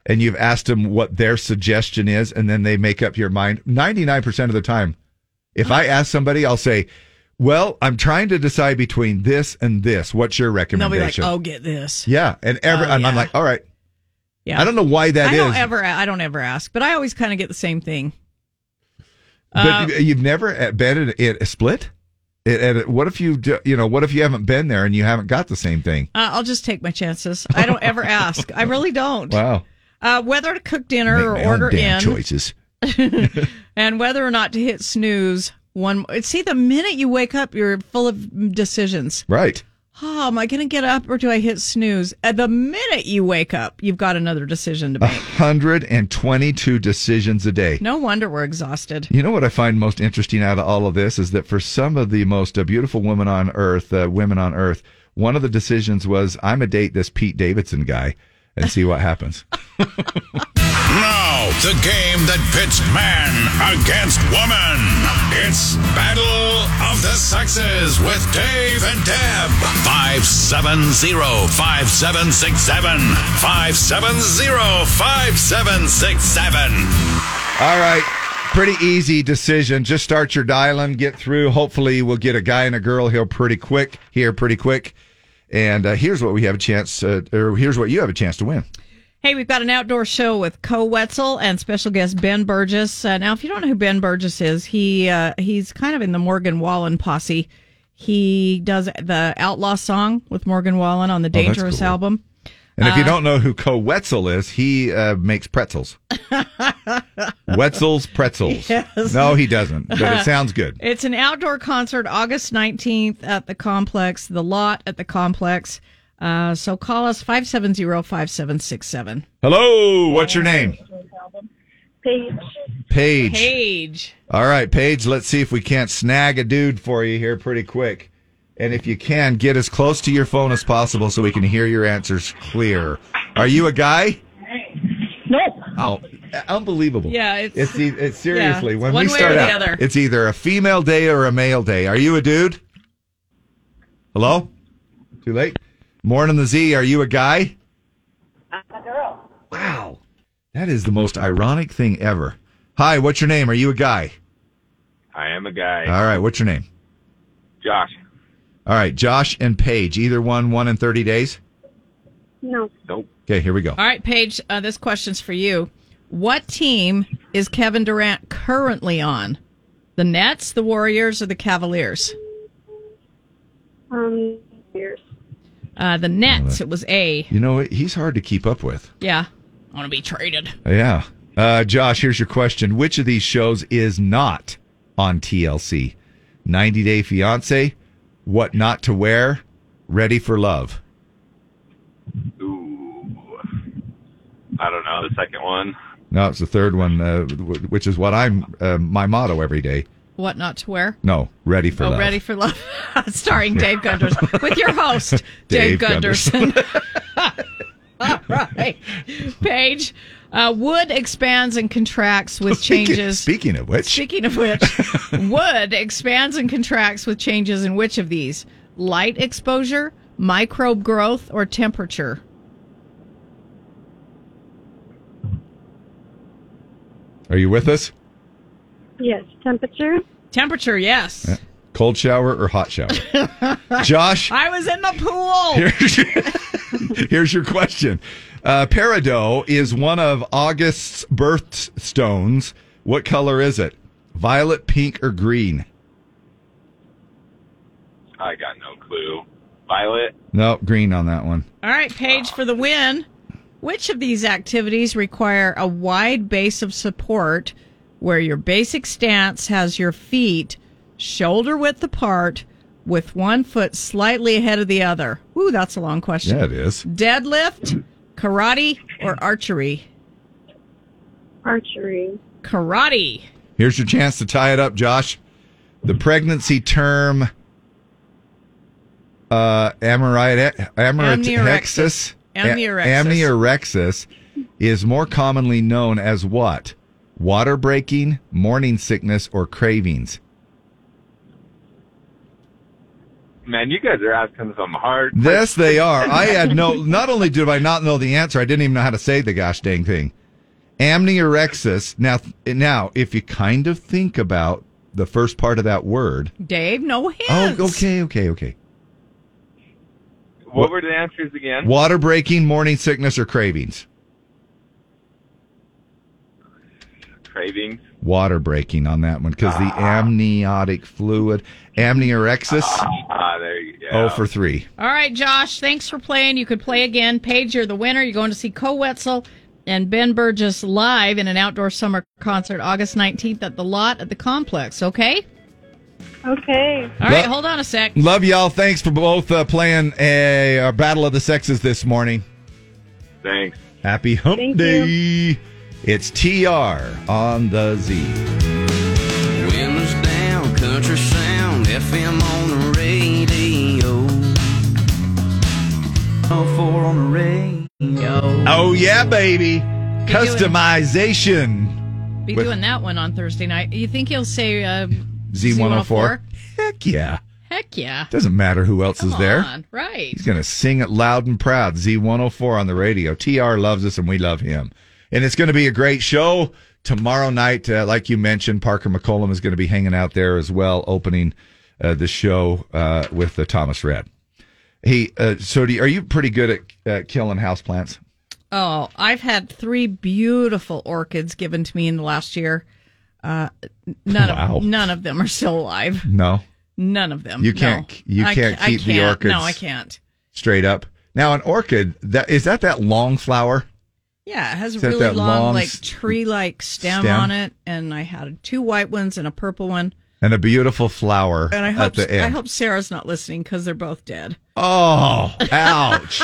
and you've asked them what their suggestion is, and then they make up your mind? Ninety nine percent of the time, if I ask somebody, I'll say. Well, I'm trying to decide between this and this. What's your
And they'll be like,
recommendation?
"Oh, get this." Oh,
Yeah, and every I'm, I'm like, all right.
Yeah,
I don't know why that
I
is,
don't ever. I don't ever ask, but I always kind of get the same thing. Uh,
but you- you've never at- been at, at a split. At, at- what if you do- you know what if you haven't been there and you haven't got the same thing?
Uh, I'll just take my chances. I don't
<laughs>
ever ask. I really don't.
Wow,
Uh, whether to cook dinner
Make
or
my own
order
damn
in,
choices.
and whether or not to hit snooze. One see, the minute you wake up, you're full of decisions.
Right.
Oh, am I going to get up or do I hit snooze? At the minute you wake up, you've got another decision to make.
Hundred and twenty-two decisions a day.
No wonder we're exhausted.
You know what I find most interesting out of all of this is that for some of the most uh, beautiful women on earth, uh, women on earth, one of the decisions was I'm a date this Pete Davidson guy and see what happens.
Now, the game that pits man against woman. It's Battle of the Sexes with Dave and Deb. 570-5767. 570-5767.
All right. Pretty easy decision. Just start your dialing, get through. Hopefully, we'll get a guy and a girl here pretty quick. Here, pretty quick. And uh, here's what we have a chance, uh, or here's what you have a chance to win.
Hey, we've got an outdoor show with Co Wetzel and special guest Ben Burgess. Uh, now, if you don't know who Ben Burgess is, he uh, he's kind of in the Morgan Wallen posse. He does the Outlaw song with Morgan Wallen on the
Oh, that's
Dangerous
cool.
album.
And if you
Uh,
don't know who Co Wetzel is, he uh, makes
<laughs>
pretzels. Wetzel's pretzels.
Yes.
No, he doesn't, but
<laughs>
it sounds good.
It's an outdoor concert August 19th at the complex, the lot at the complex. Uh, so call us 570 5767.
Hello, what's your name?
Paige.
Paige.
Paige.
All right, Paige, let's see if we can't snag a dude for you here pretty quick. And if you can, get as close to your phone as possible so we can hear your answers clear. Are you a guy?
Nope.
Oh, unbelievable.
Yeah, it's-
it's, e- it's seriously
yeah,
when
one
we
way or
start
the
out,
other.
it's either a female day or a male day. Are you a dude? Hello? Too late. Morning the Z, are you a guy? Wow. That is the most ironic thing ever. Hi, what's your name? Are you a guy?
I am a guy.
All right, what's your name?
Josh.
All right, Josh and Paige, either one, one in 30 days.
No.
Nope.
Okay, here we go.
All right, Paige, uh, this question's for you. What team is Kevin Durant currently on? The Nets, the Warriors, or the Cavaliers?
Um,
Uh, the Nets, it was A.
You know, what? he's hard to keep up with.
Yeah. I want to be traded.
Yeah. Uh, Josh, here's your question. Which of these shows is not on TLC? 90 Day Fiance, What Not to Wear, Ready for Love.
I don't know the second one.
No, it's the third one, uh, w- which is what I'm, uh, my motto every day.
What not to wear?
No, Ready for
oh,
Love. <laughs>
Ready for Love, <laughs> starring Dave Gunders, with your host,
Dave
Dave, Gunderson. <laughs>
<laughs>
All right. Paige, uh, wood expands and contracts
<laughs>
with
Speaking-
changes.
Speaking of which,
Speaking of which, wood expands and contracts with changes in which of these? Light exposure, microbe growth, or temperature?
are you with us?
yes, temperature.
Temperature, yes.
Uh, Cold shower or hot
<laughs>
shower? Josh?
I was in the pool.
Here's your, here's your question. Uh, peridot is one of August's birthstones. What color is it? Violet, pink, or green?
I got no clue. Violet.
No, green on that one.
All right, Paige, for the win. Which of these activities require a wide base of support where your basic stance has your feet shoulder width apart with one foot slightly ahead of the other? Ooh, that's a long question.
Yeah, it is.
Deadlift, karate, or archery?
Archery.
Karate.
Here's your chance to tie it up, Josh. The pregnancy term uh, amorit- amorit-
Amniorexis.
hexis- a-
Amniorexis.
amniorexis is more commonly known as what? Water breaking, morning sickness, or cravings?
Man, you guys are asking some hard.
Yes, they are. I had no. Not only did I not know the answer, I didn't even know how to say the gosh dang thing. Amniorexis. Now, now, if you kind of think about the first part of that word.
Dave, no hints.
Oh, okay, okay, okay.
What were the answers again?
Water breaking, morning sickness, or cravings.
Cravings.
Water breaking on that one because the amniotic fluid, amniorexis.
Ah, there you go.
Oh for three.
All right, Josh, thanks for playing. You could play again. Paige, you're the winner. You're going to see Co Wetzel and Ben Burgess live in an outdoor summer concert August 19th at the lot at the complex, okay?
Okay.
All right,
Lo-
hold on a sec.
Love y'all. Thanks for both uh, playing a, a battle of the sexes this morning.
Thanks.
Happy Hump
Thank
Day. It's TR on the Z.
Windows down, country sound, FM on the radio. All
Oh,
four on the radio.
Oh, yeah, baby. Customization.
Be
With-
doing that one on Thursday night. You think he'll say uh,
Z104. Heck yeah.
Heck yeah.
Doesn't matter who else is there.
on, right.
He's going to sing it loud and proud. Z104 on the radio. TR loves us and we love him. And it's going to be a great show. Tomorrow night, uh, like you mentioned, Parker McCollum is going to be hanging out there as well, opening uh, the show uh, with uh, Thomas Red. He, uh, so do you, are you pretty good at uh, killing houseplants?
Oh, I've had three beautiful orchids given to me in the last year. Uh, none
Wow.
of none of them are still alive.
No,
None of them.
You
No.
can't- you
I
can't
ca- I
keep the
can't.
orchids.
No, I can't.
straight up. Now, an orchid that is that that long flower?
Yeah, it has a
Except
really
that
long,
long
like
s-
tree like stem,
stem.
on it, and I had two white ones and a purple one.
and a beautiful flower
And I hope
at the end.
I hope Sarah's not listening because they're both dead.
oh,
<laughs>
ouch!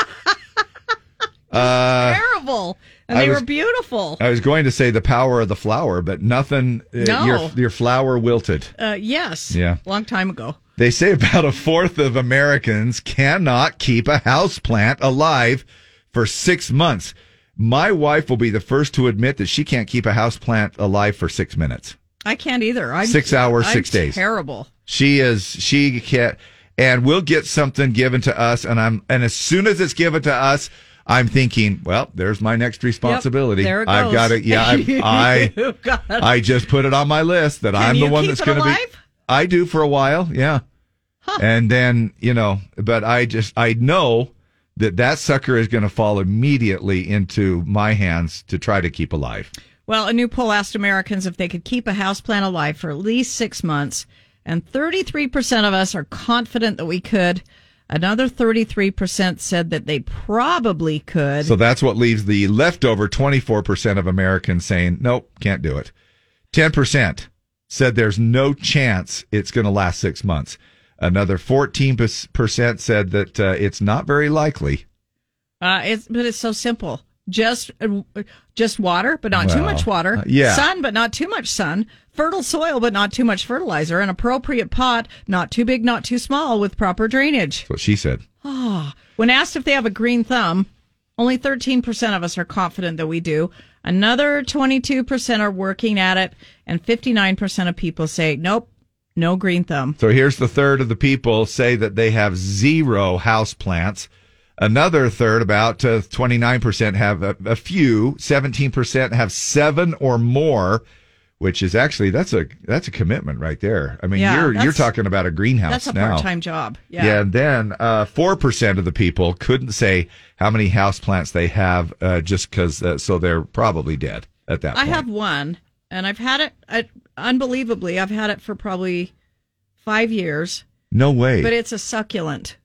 uh,
Terrible, and
I
they
was-
were beautiful.
I was going to say the power of the flower, but nothing. uh,
No.
Your your flower wilted.
Uh, yes.
Yeah.
Long time ago.
They say about a fourth of Americans cannot keep a house plant alive for six months. My wife will be the first to admit that she can't keep a house plant alive for six minutes.
I can't either. I'm
Six hours,
I'm
six days.
Terrible.
She is she can and we'll get something given to us and I'm and as soon as it's given to us, I'm thinking, well, there's my next responsibility.
there it
I've
goes.
got it.
<laughs>
Yeah, I I,
You got it.
I just put it on my list that I'm the
you
one
keep
that's
it
going to be
alive?
I do for a while, yeah. And then, you know, but I just I know that that sucker is going to fall immediately into my hands to try to keep alive.
Well, a new poll asked Americans if they could keep a houseplant alive for at least six months, and 33% of us are confident that we could. Another 33% said that they probably could.
So that's what leaves the leftover 24% of Americans saying, nope, can't do it. 10% said there's no chance it's going to last six months. Another 14% said that uh, it's not very likely.
uh, it's, but it's so simple. Just uh, just water, but not too
Well,
much water.
uh, yeah.
Sun, but not too much sun. Fertile soil, but not too much fertilizer. An appropriate pot, not too big, not too small, with proper drainage.
That's what she said.
Ah, <sighs> when asked if they have a green thumb, only 13% of us are confident that we do. Another 22% are working at it, and 59% of people say, nope, no green thumb.
So here's the third of the people say that they have zero house plants. Another third, about uh, 29%, have uh, a, a few. 17% have seven or more, which is actually that's a that's a commitment right there. I mean,
Yeah,
you're you're
that's-
talking about a greenhouse
That's a
now.
part time job.
Yeah.
Yeah.
and then uh, four percent of the people couldn't say how many house plants they have, uh, just because uh, so they're probably dead at that
I
point.
have one, and I've had it, I, unbelievably, I've had it for probably five years,
no way.
but it's a succulent.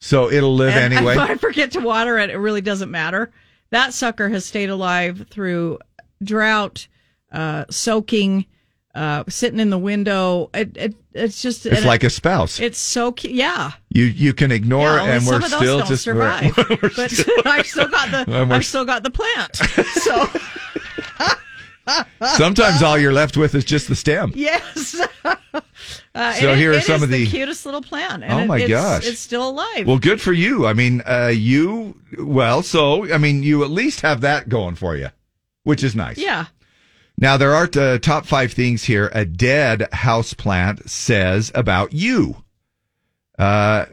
so it'll live
And <laughs>
anyway.
If I forget to water it, it really doesn't matter. That sucker has stayed alive through drought, uh, soaking, uh, sitting in the window. It, it, it's just
It's
and
like
it-
a spouse.
It's so cute. Yeah,
You you can ignore
Yeah, only
and we're
some of those
still
don't
just
survive.
We're, we're
but <laughs>
still-
I've still got the
<laughs> And we're
I've still got the plant. So
<laughs> sometimes all you're left with is just the stem.
<laughs> yes. <laughs> Uh,
So
it-
here are
it
some
is
of the-
cutest little plant. And
Oh
it-
my
it's,
gosh.
it's still alive.
Well, good for you. I mean, uh, you well, so I mean, you at least have that going for you, which is nice.
yeah.
Now there are uh, top five things here a dead houseplant says about you. Uh,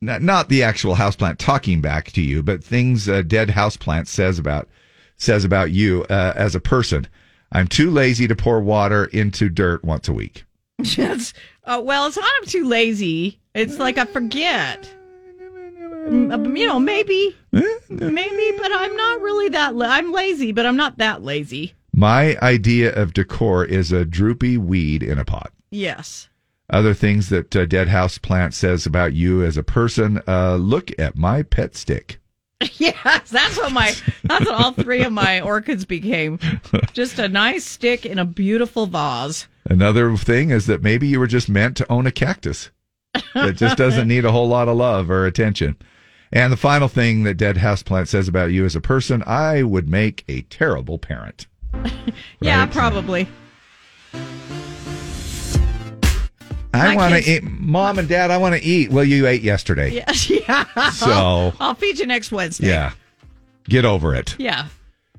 not, not the actual houseplant talking back to you, but things a dead houseplant says about says about you uh, as a person. I'm too lazy to pour water into dirt once a week.
Yes. Uh, well, it's not I'm too lazy. It's like I forget. M- uh, You know, maybe, maybe, but I'm not really that. La- I'm lazy, but I'm not that lazy.
My idea of decor is a droopy weed in a pot.
Yes.
Other things that uh, Dead House Plant says about you as a person: uh, look at my pet stick.
<laughs> Yes, that's what my that's what all three of my orchids became. Just a nice stick in a beautiful vase.
Another thing is that maybe you were just meant to own a cactus that just
<laughs>
doesn't need a whole lot of love or attention. And the final thing that Dead Houseplant says about you as a person, I would make a terrible parent.
Yeah, probably.
I
My
want
kids-
to eat, mom and dad. I want to eat. Well, you ate yesterday.
Yeah, <laughs> yeah.
So-
I'll, I'll feed you next Wednesday.
Yeah. Get over it.
Yeah.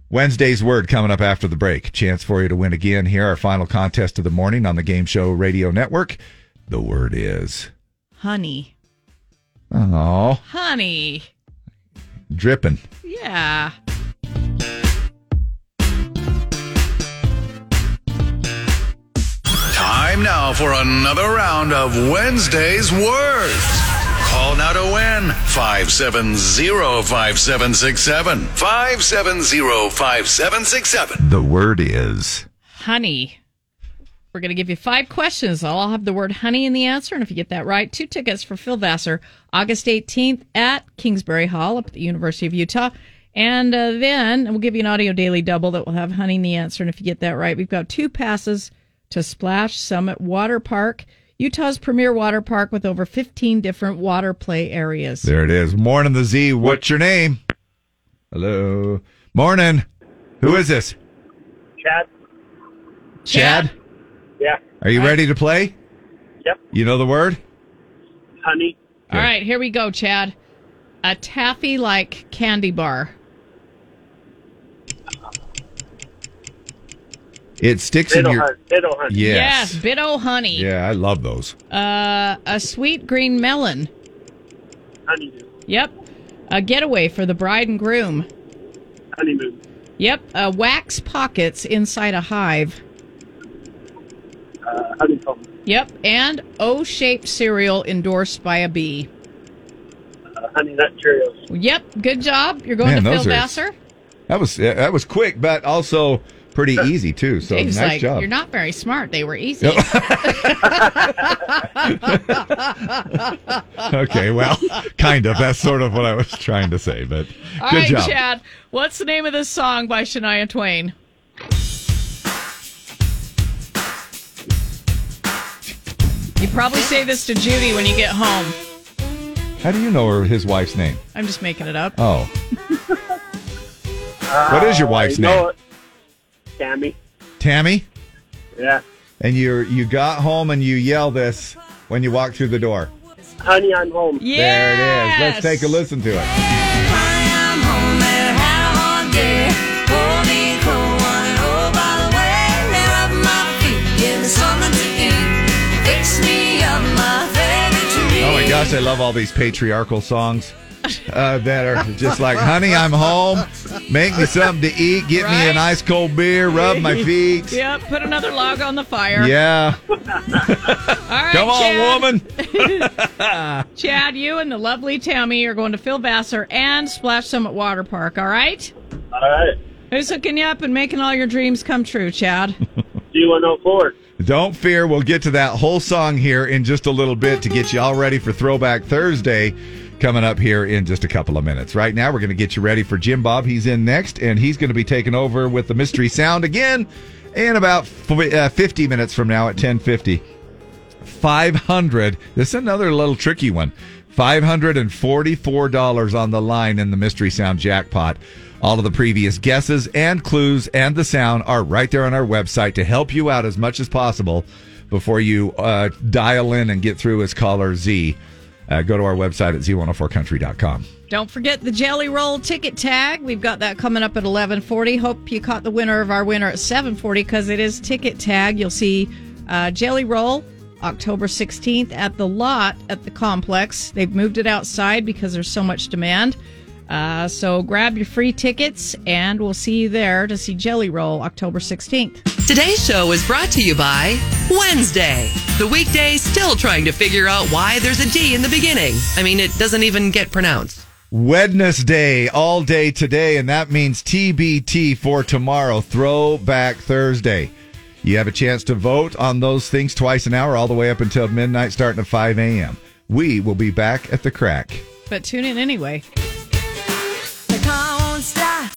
Wednesday's word coming up after the break. Chance for you to win again here. Our final contest of the morning on the Game Show Radio Network. The word is
Honey.
oh,
Honey.
dripping.
Yeah.
Time now for another round of Wednesday's Words. Call now to win 570-5767. 570-5767.
The word is
honey. We're going to give you five questions. I'll all have the word honey in the answer. And if you get that right, two tickets for Phil Vassar, August 18th at Kingsbury Hall up at the University of Utah. And uh, then we'll give you an audio daily double that will have honey in the answer. And if you get that right, we've got two passes to Splash Summit Water Park, Utah's premier water park with over 15 different water play areas.
There it is. Morning the Z. What's your name? Hello. Morning. Who is this?
Chad.
Chad.
Yeah.
Are you ready to play?
Yep.
You know the word?
Honey.
Good.
All right, here we go, Chad. A taffy like candy bar.
It sticks in your
Biddle honey.
Yes,
Yes.
bit o' honey.
Yeah, I love those.
Uh, a sweet green melon.
Honeydew.
Yep. A getaway for the bride and groom.
Honeymoon.
Yep. Uh, wax pockets inside a hive.
Uh, honeycomb.
Yep. And O shaped cereal endorsed by a bee.
Uh, honey nut Cheerios.
Yep. Good job. You're going
Man,
to Phil
those are-
Vassar.
That was yeah, that was quick, but also pretty easy too. So
Dave's
nice
like,
job.
You're not very smart. They were easy.
<laughs> okay, well,
<laughs>
<laughs> kind of. That's sort of what I was trying to say, but
All
good
right,
job.
Chad. What's the name of this song by Shania Twain? You probably say this to Judy when you get home.
How do you know her, his wife's name?
I'm just making it up.
Oh, What is your wife's
you know
name?
it. Tammy.
Tammy.
Yeah.
And you you got home and you yell this when you walk through the door.
Honey, I'm home.
There it is. Let's take a listen to it. Oh my gosh, I love all these patriarchal songs uh, that are just like, "Honey, I'm home. Make me something to eat. Get me an ice cold beer. Rub
<laughs>
my feet."
Yep, put another log on the fire.
Yeah.
All right,
Come on,
Chad.
woman.
Chad, you and the lovely Tammy are going to Phil Vassar and Splash Summit Water Park, all right?
All right.
Who's hooking you up and making all your dreams come true, Chad?
D104.
Don't fear, we'll get to that whole song here in just a little bit to get you all ready for Throwback Thursday coming up here in just a couple of minutes. Right now, we're going to get you ready for Jim Bob. He's in next, and he's going to be taking over with the mystery sound again in about f- uh, 50 minutes from now at 1050 500 this is another little tricky one $544 on the line in the mystery sound jackpot all of the previous guesses and clues and the sound are right there on our website to help you out as much as possible before you uh, dial in and get through as caller z uh, go to our website at z104country.com
Don't forget the Jelly Roll ticket tag. We've got that coming up at 11:40. Hope you caught the winner of our winner at 7:40 because it is ticket tag. You'll see uh, Jelly Roll October 16th at the lot at the complex. They've moved it outside because there's so much demand. Uh, so grab your free tickets, and we'll see you there to see Jelly Roll October 16th.
Today's show is brought to you by Wednesday, the weekday still trying to figure out why there's a D in the beginning. I mean, it doesn't even get pronounced.
Wednesday all day today, and that means TBT for tomorrow, Throwback Thursday. You have a chance to vote on those things twice an hour, all the way up until midnight, starting at 5 a.m. We will be back at the crack.
But tune in anyway.